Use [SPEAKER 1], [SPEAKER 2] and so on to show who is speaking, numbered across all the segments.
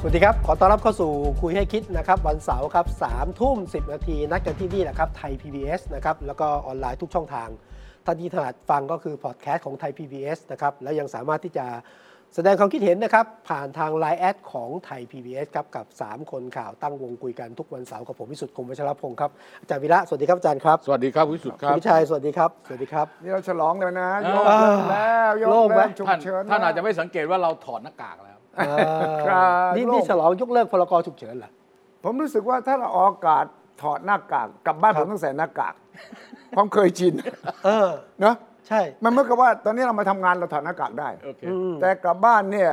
[SPEAKER 1] สวัสดีครับ ขอต้อนรับเข้าสู่คุยให้คิดนะครับ วันเสาร์ครับสามทุ่มสินาที นัดกันที่นี่แหละครับไทย PBS นะครับ แล้วก็ออนไลน์ทุกช่องทาง ท่านที่ถนัดฟังก็คือพอดแคสต์ของไทย PBS นะครับ และยังสามารถที่จะแสดงความคิดเห็นนะครับ ผ่านทาง l ล n e แอดของไทย PBS ครับ กับ 3 คนข่าวตั้งวงคุยกันทุกวันเสาร์กับผมวิสุทธิ์คมวัชรพงศ์ครับ อาจารย์วิระ สวัสดีครับอาจารย์ครับ
[SPEAKER 2] สวัสดีครับวิสุทธ์ครับ
[SPEAKER 1] ณวิชัยสวัสดีครับ สวัสดีครับ
[SPEAKER 3] นี่เราฉลองแล้วนะโยก
[SPEAKER 1] เออ
[SPEAKER 3] แล้วโย
[SPEAKER 1] โล่ง
[SPEAKER 3] ก
[SPEAKER 1] ไหม
[SPEAKER 3] แล้วฉุก
[SPEAKER 2] ท่าน
[SPEAKER 3] เฉิน
[SPEAKER 2] ท่านอาจจะไม่สังเกตว่าเราถอดหน้ากากแล้ว
[SPEAKER 1] อ่า
[SPEAKER 3] ครับ
[SPEAKER 1] นี่
[SPEAKER 3] โล่ง
[SPEAKER 1] นี่ฉลองยกเลิกพรกฉุกเฉินเหรอ
[SPEAKER 3] ผมรู้สึกว่าถ้าเราออกอากาศถอดหน้ากากกลับบ้าน
[SPEAKER 1] ครั
[SPEAKER 3] ผ
[SPEAKER 1] บ
[SPEAKER 3] มต้องใส่หน้ากากผมเคยชิน
[SPEAKER 1] เออ
[SPEAKER 3] เนอะ
[SPEAKER 1] ใช่
[SPEAKER 3] มันเหมื่อนกับว่าตอนนี้เรามาทำงานเราถอดหน้ากากได้
[SPEAKER 2] โอเค
[SPEAKER 1] อืม
[SPEAKER 3] แต่กลับบ้านเนี่ย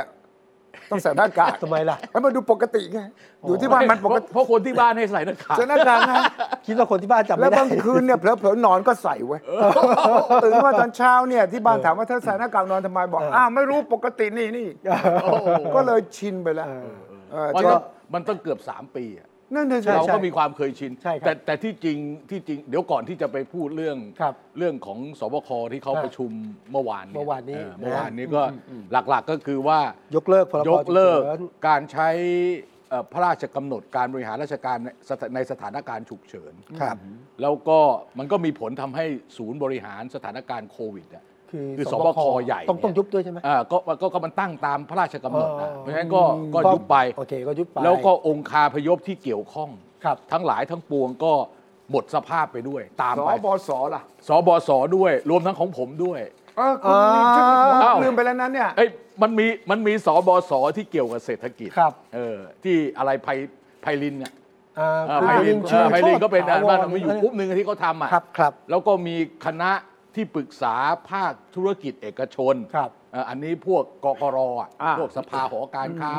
[SPEAKER 3] ต้องใส่หน้ากาก
[SPEAKER 1] ทำไมล่ะ
[SPEAKER 3] แล้วมาดูปกติไงอยู่ที่บ้านมันปกติ
[SPEAKER 2] เพราะคนที่บ้านให้ใส่หน้ากาก
[SPEAKER 3] ใส่หน้ากากนะ
[SPEAKER 1] คิดว่าคนที่บ้านจำ
[SPEAKER 3] แล้
[SPEAKER 1] ไม่
[SPEAKER 3] ว
[SPEAKER 1] ได้
[SPEAKER 3] บางคืนเนี่ยเผลอๆนอนก็ใส่ไว้ย ตื่นมาตอนเช้าเนี่ยที่บ้านถามว่าเธอใส่หน้ากากนอนทำไมบอกอ้าวไม่รู้ปกตินี่นี่
[SPEAKER 2] โอ้โห
[SPEAKER 3] ก็เลยชินไปแล้วเออ
[SPEAKER 2] มัน
[SPEAKER 3] จะ
[SPEAKER 2] ต้องมันต้องเกือบ 3 ปีอะ
[SPEAKER 3] นั่นเลย
[SPEAKER 1] ใช่
[SPEAKER 3] เรา
[SPEAKER 2] เราก็มีความเคยชิน
[SPEAKER 1] ใช่ครับ
[SPEAKER 2] แต่แต่ที่จริงที่จริงเดี๋ยวก่อนที่จะไปพูดเรื่อง
[SPEAKER 1] ครับ
[SPEAKER 2] เรื่องของสบคที่เขา
[SPEAKER 1] ครับ
[SPEAKER 2] ประชุมเมื่อวานย
[SPEAKER 1] เมื่อวานนี้
[SPEAKER 2] เมื่อวานนี้
[SPEAKER 1] นะ
[SPEAKER 2] ก็หลักๆก็คือว่าย
[SPEAKER 1] กเลิกพรก
[SPEAKER 2] ยกเลิก
[SPEAKER 1] ฉุฉิน
[SPEAKER 2] การใช้เอ่อพระราชกำหนดการบริหารราชการในสถในสถานการณ์ฉุกเฉิน
[SPEAKER 1] ครับ
[SPEAKER 2] แล้วก็มันก็มีผลทำให้ศูนย์บริหารสถานการณ์โควิดอะ
[SPEAKER 1] คือ
[SPEAKER 2] คือสบคใหญ่
[SPEAKER 1] ต้อง
[SPEAKER 2] เนี่ย
[SPEAKER 1] ต้องยุบด้วยใช่ไหม
[SPEAKER 2] อ่าก็ก็ก็มันตั้งตามพระราชกำหนดนะ
[SPEAKER 1] อ๋อ
[SPEAKER 2] เพราะฉะนั้นก็ก็ยุบไป
[SPEAKER 1] โอเคก็ยุบไป
[SPEAKER 2] แล้วก็องคาพยพที่เกี่ยวข้อง
[SPEAKER 1] ครับ
[SPEAKER 2] ทั้งหลายทั้งปวงก็หมดสภาพไปด้วย ตาม
[SPEAKER 3] ส
[SPEAKER 2] ไป
[SPEAKER 3] บสล่ะ
[SPEAKER 2] สบสด้วย รวมทั้งของผมด้วย
[SPEAKER 3] เออคุณลืม
[SPEAKER 1] อ่า
[SPEAKER 3] ชื่อผม
[SPEAKER 2] อ้าว
[SPEAKER 3] ลืมไปแล้วนั้นเนี่ย
[SPEAKER 2] เอ้ยมันมีมันมีสบสที่เกี่ยวกับเศรษฐกิจ
[SPEAKER 1] ครับ
[SPEAKER 2] เออที่อะไรไพไพลินเนี่ย
[SPEAKER 1] อ่า
[SPEAKER 2] เออ
[SPEAKER 1] คุ
[SPEAKER 2] ไพ
[SPEAKER 1] ณ
[SPEAKER 2] ลิน
[SPEAKER 1] ง
[SPEAKER 2] เออไพลินก็เป็น
[SPEAKER 1] ช
[SPEAKER 2] อั
[SPEAKER 1] ติ
[SPEAKER 2] นว่า
[SPEAKER 1] ถวร
[SPEAKER 2] มันอยู่กรุ๊ปหนึ่งที่เขาทำอ่ะ
[SPEAKER 1] ครับครับ
[SPEAKER 2] แล้วก็มีคณะที่ปรึกษาภาคธุรกิจเอกชน
[SPEAKER 1] ครับ
[SPEAKER 2] เอ่ออันนี้พวกกกรอ่ะ
[SPEAKER 3] อ่า
[SPEAKER 2] พวกสภาหอการค้า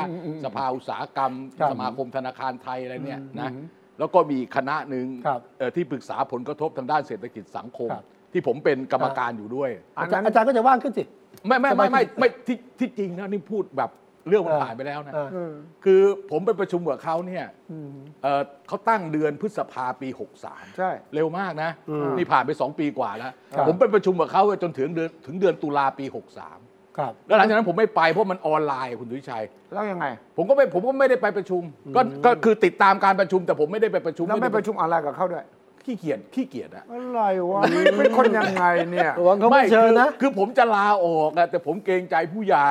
[SPEAKER 2] สภาอุตสาหกรรม
[SPEAKER 1] ครับ
[SPEAKER 2] สมาคมธนาคารไทยอะไรเนี่ยนะแล้วก็มีคณะหนึ่ง
[SPEAKER 1] ครับ
[SPEAKER 2] เอ่อที่ปรึกษาผลกระทบทางด้านเศรษฐกิจสังคม
[SPEAKER 1] ครับ
[SPEAKER 2] ที่ผมเป็นกรรมการอยู่ด้วย
[SPEAKER 3] อัน
[SPEAKER 1] อาจาร
[SPEAKER 3] นั้น
[SPEAKER 1] ย์อาจารย์ก็จะว่างขึ้นสิ
[SPEAKER 2] ไม่ไม่ไม่
[SPEAKER 1] สมาชิก
[SPEAKER 2] ไม่ไม่ที่ที่จริงนะนี่พูดแบบเรื่องมัน
[SPEAKER 1] เออ
[SPEAKER 2] ผ่านไปแล้วนะ
[SPEAKER 1] อ่า
[SPEAKER 3] อืม
[SPEAKER 2] คือผมไปประชุมกับเขาเนี่ยเอ่อเขาตั้งเดือนพฤษภาปี 63
[SPEAKER 3] ใช่
[SPEAKER 2] เร็วมากนะ
[SPEAKER 1] อืม
[SPEAKER 2] นี่ผ่านไป 2 ปีกว่าแล้ว
[SPEAKER 1] ครับ
[SPEAKER 2] ผมไปประชุมกับเขาจนถึงเดือนถึงเดือนตุลาปี 63
[SPEAKER 1] ครับ
[SPEAKER 2] แล้วหลังจากนั้นผมไม่ไปเพราะมันออนไลน์คุณดุวิชัย
[SPEAKER 3] แล้วยังไง
[SPEAKER 2] ผมก็ไม่ผมก็ไม่ได้ไปประชุม ก็ก็คือติดตามการประชุมแต่ผมไม่ได้ไปประชุม
[SPEAKER 3] แล้วไม่ประ
[SPEAKER 2] ด้
[SPEAKER 3] ชุมอะไรกับเขาด้วย
[SPEAKER 2] ขี้เกียจขี้เกียจอะ
[SPEAKER 3] อะไรวะไม่เป็นคนยังไงเนี่ย
[SPEAKER 1] ระวังเขาไม่เชิญนะ
[SPEAKER 2] คือคือผมจะลาออกอะแต่ผมเกรงใจผู้ใหญ่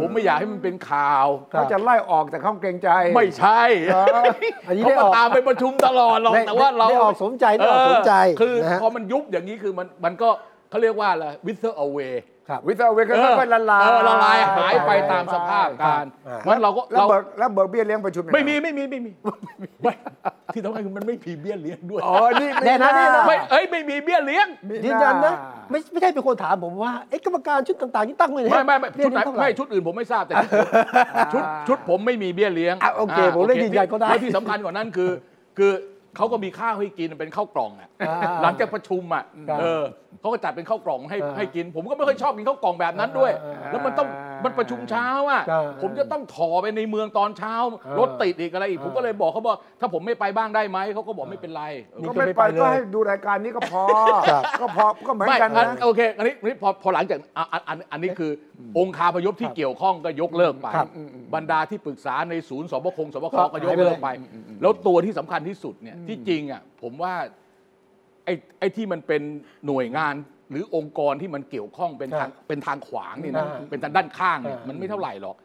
[SPEAKER 2] ผมไม่อยากให้มันเป็นข่าว
[SPEAKER 1] ครับ
[SPEAKER 3] เขาจะไล่ออกแต่เขาเกรงใจ
[SPEAKER 2] ไม่ใช่
[SPEAKER 3] เออ
[SPEAKER 1] อันนี้
[SPEAKER 2] เขา
[SPEAKER 1] ได้อ
[SPEAKER 2] ก็
[SPEAKER 1] อก
[SPEAKER 2] ตามไปประชุมตลอดหรอก
[SPEAKER 1] ได้
[SPEAKER 2] แต่ว่าเรา
[SPEAKER 1] ได้ออกสมใจได้ออกสมใจ
[SPEAKER 2] เออคือ
[SPEAKER 1] นะฮะ
[SPEAKER 2] พอมันยุบอย่างนี้คือมันมันก็เขาเรียกว่าอะไร wither away
[SPEAKER 1] ครับ
[SPEAKER 3] วิทยาเวก็ค่อยๆละลาย
[SPEAKER 2] เออละลายหายไปตามสภาพการมันเราก็
[SPEAKER 3] แล้ว
[SPEAKER 2] เรา
[SPEAKER 3] เบิกแล้วเบิกเบี้ยเลี้ยงประชุมยังง
[SPEAKER 2] ไม่มีไม่มีไม่มีไม่ที่สำคัญคือมันไม่มีเบี้ยเลี้ยงด้วย
[SPEAKER 3] อ๋อนี่
[SPEAKER 1] แน่นะแน่นะ
[SPEAKER 2] ไม่เอ้ยไม่มีเบี้ยเลี้ยง
[SPEAKER 1] ยืนยันนะไม่ไม่ใช่เป็นคนถามผมว่าเอ๊ะกรรมการชุดต่างๆที่ตั้งไว้เนี่ย
[SPEAKER 2] ไม่ไม่ไม่
[SPEAKER 1] เรีย
[SPEAKER 2] ชุ
[SPEAKER 1] ก
[SPEAKER 2] ด
[SPEAKER 1] เท่าร่
[SPEAKER 2] ไหนไม่ชุดอื่นผมไม่ทราบแต่ชุดชุดชุดผมไม่มีเบี้ยเลี้ยง
[SPEAKER 1] อ่ะโอเคผมเลยยืนยันก็ได้
[SPEAKER 2] แล้วที่สำคัญกว่านั้นคือ คือเขาก็มีข้าวให้กินเป็นข้าวกล่องอ่ะ
[SPEAKER 1] อ่า
[SPEAKER 2] หลังจากประชุมอ่ะ
[SPEAKER 1] ครับ
[SPEAKER 2] เออเขาก็จัดเป็นข้าวกล่องให้
[SPEAKER 1] อ่า
[SPEAKER 2] ให้กิน ผมก็ไม่ค่อยชอบกินข้าวกล่องแบบนั้นด้วย
[SPEAKER 1] อ่าอ่า
[SPEAKER 2] แล้วมันต้องมันประชุมเช้าอ่ะ
[SPEAKER 1] อ่า
[SPEAKER 2] ผมจะต้องถอไปในเมืองตอนเช้า
[SPEAKER 1] อ่าร ร
[SPEAKER 2] ถติดอีกอะไรอีกผมก็เลยบอกเขาบอกถ้าผมไม่ไปบ้างได้ไหมเขาก็บอกไม่เป็นไร
[SPEAKER 1] นี่
[SPEAKER 3] ก็ไม่ไปก็ให้ดูรายการนี้ก็พอ
[SPEAKER 1] ครับ
[SPEAKER 3] ก็พอก็เหมือน
[SPEAKER 2] ไม่
[SPEAKER 3] กัน
[SPEAKER 2] อั
[SPEAKER 3] นะ
[SPEAKER 2] นโอเคอันนี้อันนี้พอพอหลังจากอ่ะอันอันอันนี้คือองคาพยพที่เกี่ยวข้องก็ยกเลิกไป
[SPEAKER 1] ครับ
[SPEAKER 2] บรรดาที่ปรึกษาในศูนย์สบคงสบค
[SPEAKER 1] ครับ
[SPEAKER 2] ก็ยกเลิกไป แล้วตัวที่สำคัญที่สุดเนี่ยที่จริงอ่ะผมว่าไอ้ไอ้ที่มันเป็นหน่วยงานหรือองค์กรที่มันเกี่ยวข้องเป็นทางเป็นทางขวางนี่นะ
[SPEAKER 1] อ่า
[SPEAKER 2] เป็นทางด้านข้างเนี่ย
[SPEAKER 1] อ่ามั
[SPEAKER 2] มันไม่เท่าไหร่หรอก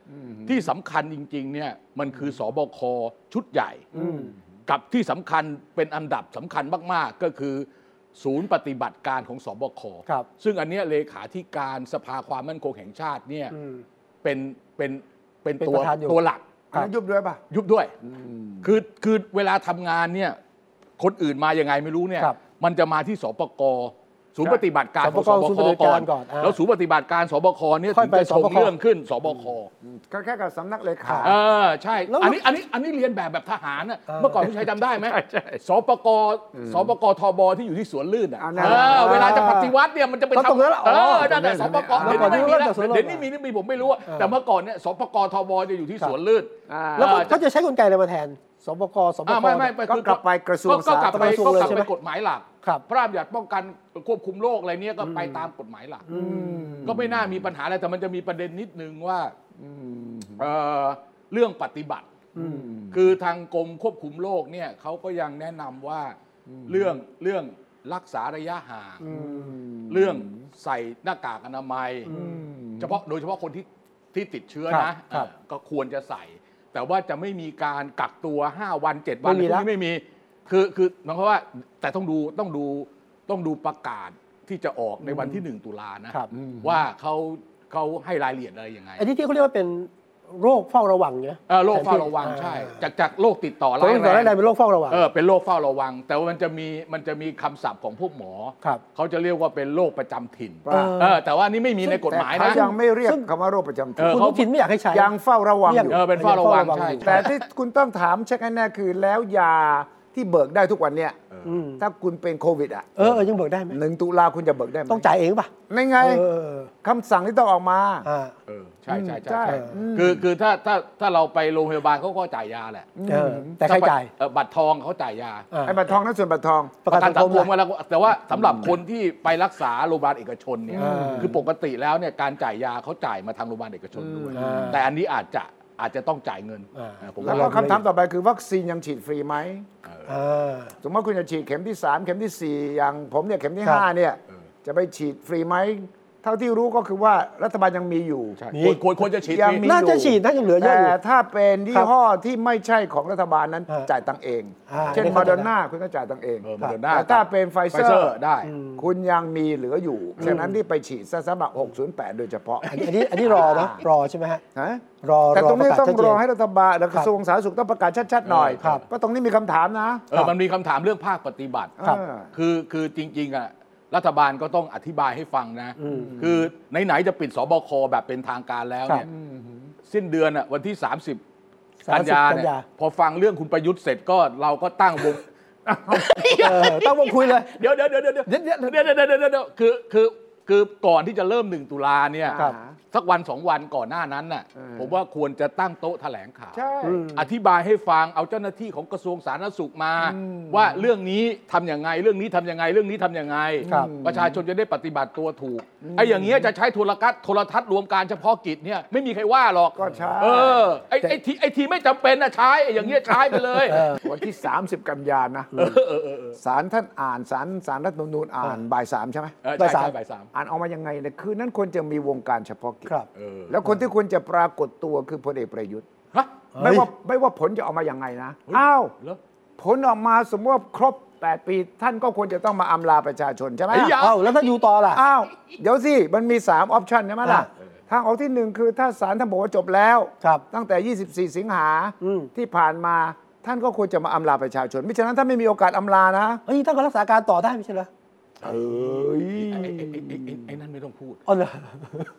[SPEAKER 2] ที่สำคัญจริงๆเนี่ยมันคือสบคชุดใหญ่
[SPEAKER 1] อืม
[SPEAKER 2] กับที่สำคัญเป็นอันดับสำคัญมากๆ ก็คือ ศูนย์ปฏิบัติการของสบค
[SPEAKER 1] ครับ
[SPEAKER 2] ซึ่งอันเนี้ยเลขาธิการสภาความมั่นคงแห่งชาติเนี่ย
[SPEAKER 1] อืม
[SPEAKER 2] เป็นเป็นเป็น
[SPEAKER 1] เป็น
[SPEAKER 2] ตั
[SPEAKER 1] ป
[SPEAKER 2] ว
[SPEAKER 1] ระธานอยู่
[SPEAKER 2] ตัวหลัก
[SPEAKER 3] อันนั้นยุบด้วยป่ะ
[SPEAKER 2] ยุบด้วย คือคือเวลาทำงานเนี่ยคนอื่นมายังไงไม่รู้เนี่ย
[SPEAKER 1] ครับ
[SPEAKER 2] มันจะมาที่สปก ศูนย์ปฏิบัติการ
[SPEAKER 1] สบ
[SPEAKER 2] ของ
[SPEAKER 1] ก
[SPEAKER 2] สบ
[SPEAKER 1] ศูนย์
[SPEAKER 2] ค
[SPEAKER 1] ปฏิบัติการ
[SPEAKER 2] ก่อน
[SPEAKER 1] ก่อนอ่า
[SPEAKER 2] แล้วศูนย์ปฏิบัติการสบคเนี่ย
[SPEAKER 1] ค่อย
[SPEAKER 2] ถึง
[SPEAKER 1] ไป
[SPEAKER 2] จะชง
[SPEAKER 1] สบค
[SPEAKER 2] เรื่องขึ้นสบค
[SPEAKER 3] ก็แค่กับสำนักเลขา
[SPEAKER 2] เออใช่
[SPEAKER 1] แล้ว
[SPEAKER 2] อันนี้อันนี้อันนี้เรียนแบบแบบทหารน่ะ
[SPEAKER 1] เออ
[SPEAKER 2] เมื่อก่อนพี่ชัยจำได้ไหมสปกสปกทบที่อยู่ที่สวนลื่นอ่ะ
[SPEAKER 3] อ่า
[SPEAKER 2] เออเวลาจะปฏิวัติเนี่ยมันจะไป
[SPEAKER 1] แล้วตรง
[SPEAKER 2] ทำ
[SPEAKER 1] นั้นเหรอ
[SPEAKER 2] เออนั่นแหละ
[SPEAKER 3] อ๋
[SPEAKER 2] ส
[SPEAKER 3] อ
[SPEAKER 2] ปก
[SPEAKER 3] เมื่
[SPEAKER 2] เดี๋ย
[SPEAKER 3] อ
[SPEAKER 2] ว
[SPEAKER 3] ก่อ
[SPEAKER 2] นี้ไม่มี
[SPEAKER 3] น
[SPEAKER 2] แล้ว
[SPEAKER 1] เมื่อก่อน
[SPEAKER 2] เดี๋ยวนี้มีนี่มีผมไม่รู้อะ
[SPEAKER 1] เออ
[SPEAKER 2] แต่เมื่อก่อนเนี่ยสปกทบจะอยู่ที่สวนลื่นา
[SPEAKER 1] แล้วเขา
[SPEAKER 2] เออ
[SPEAKER 1] เขาจะใช้กลไกอะไรมาแทน สบกสบ
[SPEAKER 2] อ่า
[SPEAKER 1] ค
[SPEAKER 2] ไม่ไม่ไม่
[SPEAKER 3] ก็
[SPEAKER 2] คือก
[SPEAKER 3] ลับไปกระทรวง
[SPEAKER 2] ก็ก็กลับไป
[SPEAKER 1] สาธารณสุข
[SPEAKER 2] ก็ก
[SPEAKER 1] เล
[SPEAKER 2] ลับ
[SPEAKER 1] ยใช่ไห
[SPEAKER 2] ไป
[SPEAKER 1] ม
[SPEAKER 2] กฎหมายหลัก
[SPEAKER 1] ครับ
[SPEAKER 2] พระราชบัญญัติป้องกันควบคุมโรคอะไรเนี่ยก็ไปตามกฎหมายหลัก
[SPEAKER 1] อืม
[SPEAKER 2] ก็ไม่น่ามีปัญหาอะไรแต่มันจะมีประเด็นนิดนึงว่าเอ่อเรื่องปฏิบัติ คือทางกรมควบคุมโรคเนี่ยเขาก็ยังแนะนำว่าเรื่องเรื่องรักษาระยะห่างเรื่องใส่หน้ากากอนามัย เฉพาะโดยเฉพาะคนที่ที่ติดเชื้อนะครับเอ่อก็ควรจะใส่ แต่ว่าจะไม่มีการกักตัว 5 วัน 7 วัน
[SPEAKER 1] ไม่มี
[SPEAKER 2] พวก
[SPEAKER 1] ละ
[SPEAKER 2] นี้ไม่มี คือคือหมายความว่าแต่ต้องดูต้องดูต้องดูประกาศที่จะออกในวันที่ 1 ตุลานะ
[SPEAKER 1] ครับ
[SPEAKER 2] ว่าเขาเขาให้รายละเอียดอะไรยังไง
[SPEAKER 1] อันนี้ที่เขาเรียกว่าเป็นโรคเฝ้าระวังเนี่ย
[SPEAKER 2] เอ่อโรคเฝ้าระวัง
[SPEAKER 1] อ่
[SPEAKER 2] ใช่ จากจากโรคติดต่อ
[SPEAKER 1] โรค
[SPEAKER 2] ร้าย
[SPEAKER 1] ติด
[SPEAKER 2] แร
[SPEAKER 1] ต่อร้ายแรง
[SPEAKER 2] ง
[SPEAKER 1] เป็นโรคเฝ้าระวัง
[SPEAKER 2] เออเป็นโรคเฝ้าระวัง แต่ว่ามันจะมีมันจะมีคำศัพท์ของพวกหมอ
[SPEAKER 1] ครับ
[SPEAKER 2] เขาจะเรียกว่าเป็นโรคประจำถิ่น
[SPEAKER 3] เออ
[SPEAKER 2] เออแต่ว่านี่ไม่มีในกฎหมายนะ
[SPEAKER 3] แต่เขายังไม่เรียก
[SPEAKER 1] ซึ่ง
[SPEAKER 3] คำว่าโรคประจำ
[SPEAKER 2] เอ
[SPEAKER 3] ตัว
[SPEAKER 2] อ
[SPEAKER 1] คุณทุกทินไม่อยากให้ใช้
[SPEAKER 3] ยังเฝ้าระวังอยู่
[SPEAKER 2] เออเป็นเฝ้าระวังใช่
[SPEAKER 3] แต่ที่คุณต้องถามเช็คให้แน่คือแล้วยาที่เบิกได้ทุกวันเนี่ย
[SPEAKER 1] อืม
[SPEAKER 3] ถ้าคุณเป็นโควิดอ่ะ
[SPEAKER 1] เออเออยังเบิกได้ไหม
[SPEAKER 3] หนึ่งตุลาคุณจะเบิกได้ไหม
[SPEAKER 1] ต้องจ่ายเองป่ะ
[SPEAKER 3] ในไง
[SPEAKER 1] เออเออเออ
[SPEAKER 3] คำสั่งที่ต้องออกมา
[SPEAKER 1] อ่า
[SPEAKER 2] เออใช่ใช่
[SPEAKER 3] ใช่
[SPEAKER 2] ใช่ใช่
[SPEAKER 3] อืม
[SPEAKER 2] คือคือถ้าถ้าถ้าเราไปโรงพยาบาลเขาก็จ่ายยาแหละ
[SPEAKER 1] เออแต่ใครจ่าย
[SPEAKER 2] เออบัตรทองเขาจ่ายยา
[SPEAKER 1] อ่า
[SPEAKER 3] ไอ้บัตรทองนั้นส่วนบัตรทอง
[SPEAKER 1] ประกันสังคม
[SPEAKER 2] ป
[SPEAKER 1] ล่ะ
[SPEAKER 2] ระกันสังคมก็แล้วแต่ว่าสำหรับคนที่ไปรักษาโรงพยาบาลเอกชนเนี่ย
[SPEAKER 1] อืม
[SPEAKER 2] คือปกติแล้วเนี่ยการจ่ายยาเขาจ่ายมาทางโรงพยาบาลเอกชนด้วย
[SPEAKER 1] อืม
[SPEAKER 2] แต่อันนี้อาจจะอาจจะต้องจ่ายเงิน
[SPEAKER 1] อ่า
[SPEAKER 2] เออผม
[SPEAKER 3] แล้ว
[SPEAKER 2] ่าว
[SPEAKER 3] ก็คำถามต่อไปคือวัคซีนยังฉีดฟรีไหม
[SPEAKER 1] อ่า
[SPEAKER 3] สมมติคุณจะฉีดเข็มที่ 3 เข็มทีสี่4 อย่างผมเนี่ยเข็มที่
[SPEAKER 1] ครับ
[SPEAKER 3] 5 เนี่ย จะไปฉีดฟรีไหม เท่าที่รู้ก็คือว่ารัฐบาลยังมีอยู่
[SPEAKER 2] ใช่
[SPEAKER 1] นี่
[SPEAKER 2] ควรควรควรจะฉีด
[SPEAKER 3] ยัง
[SPEAKER 2] มี
[SPEAKER 3] มี
[SPEAKER 1] น่าจะฉีดน่าจะเหลือเยอะ
[SPEAKER 3] แต่
[SPEAKER 1] อยู่
[SPEAKER 3] ถ้าเป็นยี่ห้อที่ไม่ใช่ของรัฐบาลนั้น
[SPEAKER 1] ฮะ
[SPEAKER 3] จ่ายตังค์เอง
[SPEAKER 1] อ่า
[SPEAKER 3] เช่น
[SPEAKER 1] ได้เข้า
[SPEAKER 3] มา
[SPEAKER 1] ใจ
[SPEAKER 3] ดอนน่าคุณก็จ่ายตังค์เอง
[SPEAKER 2] เออมาเดินหน้า
[SPEAKER 3] แต่ถ้าเป็นไฟ
[SPEAKER 2] ไฟ
[SPEAKER 3] เซอ
[SPEAKER 2] เซอ
[SPEAKER 3] ร์
[SPEAKER 2] ร์ได้
[SPEAKER 3] คุณยังมีเหลืออยู่ฉะนั้นที่ไปฉีดซะสำหรับ 608 โดยเฉพาะ
[SPEAKER 1] อันนี้อันนี้อันนี้รอ นะรอใช่ไหมฮะ
[SPEAKER 3] ฮะ
[SPEAKER 1] รอ
[SPEAKER 3] แต่ตรงนี้
[SPEAKER 1] ปะกาศ
[SPEAKER 3] ต้อง
[SPEAKER 1] ชัดเจ
[SPEAKER 3] ร
[SPEAKER 1] น
[SPEAKER 3] อให้รัฐบาลและกระทรวงสาธารณสุขต้องประกาศชัดๆหน่อย
[SPEAKER 1] ครับ
[SPEAKER 3] เพราะตรงนี้มีคำถามนะ
[SPEAKER 2] เออมันมีคำถามเรื่องภาคปฏิบัติ
[SPEAKER 1] ครับ
[SPEAKER 3] เออ
[SPEAKER 2] คือคือจริงๆอ่ะรัฐบาลก็ต้องอธิบายให้ฟังนะ คือไหนๆจะปิดสบคแบบเป็นทางการแล้วเนี่ยสิ้นเดือนอ่ะวันที่ 30
[SPEAKER 1] 30
[SPEAKER 2] กันยาเนี่
[SPEAKER 1] กัน
[SPEAKER 2] ย
[SPEAKER 1] ยา
[SPEAKER 2] พอฟังเรื่องคุณประยุทธ์เสร็จก็เราก็ตั้งวง
[SPEAKER 1] เออต้องวงคุยเลย
[SPEAKER 2] เดี๋ยวเดี๋ยวเดี๋ยวเดี๋ยวเดี๋ยวเดี๋ยวเดี๋ยวเดี๋ยวคือคือคือก่อนที่จะเริ่มหนึ่งตุลาเนี่ย
[SPEAKER 3] ครับ
[SPEAKER 2] สักวันสองวันก่อนหน้านั้นน่ะผมว่าควรจะตั้งโต๊ะแถลงข่าว
[SPEAKER 3] ใช่
[SPEAKER 2] อธิบายให้ฟังเอาเจ้าหน้าที่ของกระทรวงสาธารณสุขมา ว่าเรื่องนี้ทำอย่างไง เรื่องนี้ทำอย่างไง เรื่องนี้ทำอย่างไง
[SPEAKER 1] ครับ
[SPEAKER 2] ประชาชนจะได้ปฏิบัติตัวถูกไอ้อย่างเงี้ยจะใช้โทรทัศน์โทรทัศน์รวมการเฉพาะกิจเนี่ยไม่มีใครว่าหรอก
[SPEAKER 3] ก็ใช่
[SPEAKER 2] เออไอ้ไอ้ทีไอ้ทีไม่จำเป็นนะใช้ไอ้อย่างเงี้ยใช้ไปเลย
[SPEAKER 3] วันที่ 30 กันยานะสารท่านอ่านสารสารรัฐธรรมนูญอ่านบ่ายสามใช่ไหม
[SPEAKER 2] เออ
[SPEAKER 1] บ่าย
[SPEAKER 2] ใช่
[SPEAKER 1] สาม
[SPEAKER 2] ใช่บ่ายสาม
[SPEAKER 3] อ่านออกมายังไงเนี่ยคืนนั้นควรจะมีวงการเฉพาะกิจ
[SPEAKER 1] ครับ
[SPEAKER 2] เออ
[SPEAKER 3] แล้วคนที่ควรจะปรากฏตัวคือพลเอกประยุทธ์
[SPEAKER 2] ฮะ
[SPEAKER 1] เฮ้ย
[SPEAKER 3] ไม่ว่าไม่ว่าผลจะออกมาอย่างไงนะอ้าว
[SPEAKER 2] เหรอ
[SPEAKER 3] ผลออกมาสมมติว่าครบ 8 ปี ท่านก็ควรจะต้องมาอำลาประชาชนใช่ไหม
[SPEAKER 2] ไอ้ยะ
[SPEAKER 1] เอ้าแล้วถ้าอยู่ต่อล่ะ
[SPEAKER 3] อ้าวเดี๋ยวสิ มันมี 3 ออปชันใช่ไหมล่ะ
[SPEAKER 1] อ่ะ
[SPEAKER 3] ทางออกที่หนึ่งคือถ้าศาลท่านบอกว่าจบแล้ว
[SPEAKER 1] ครับ
[SPEAKER 3] ตั้งแต่ 24 สิงหา
[SPEAKER 1] อืม
[SPEAKER 3] ที่ผ่านมาท่านก็ควรจะมาอำลาประชาชนไม่ฉะนั้นท่านไม่มีโอกาสอำลานะ
[SPEAKER 1] เอ้ยท่านก็รักษาการต่อได้ไม่ใช่เหรอ
[SPEAKER 3] เอ้ย
[SPEAKER 2] ไอ้ไอ้ไอ้ไอ้ไอ้ไอ้นั่นไม่ต้องพูด
[SPEAKER 1] อ๋อเหรอ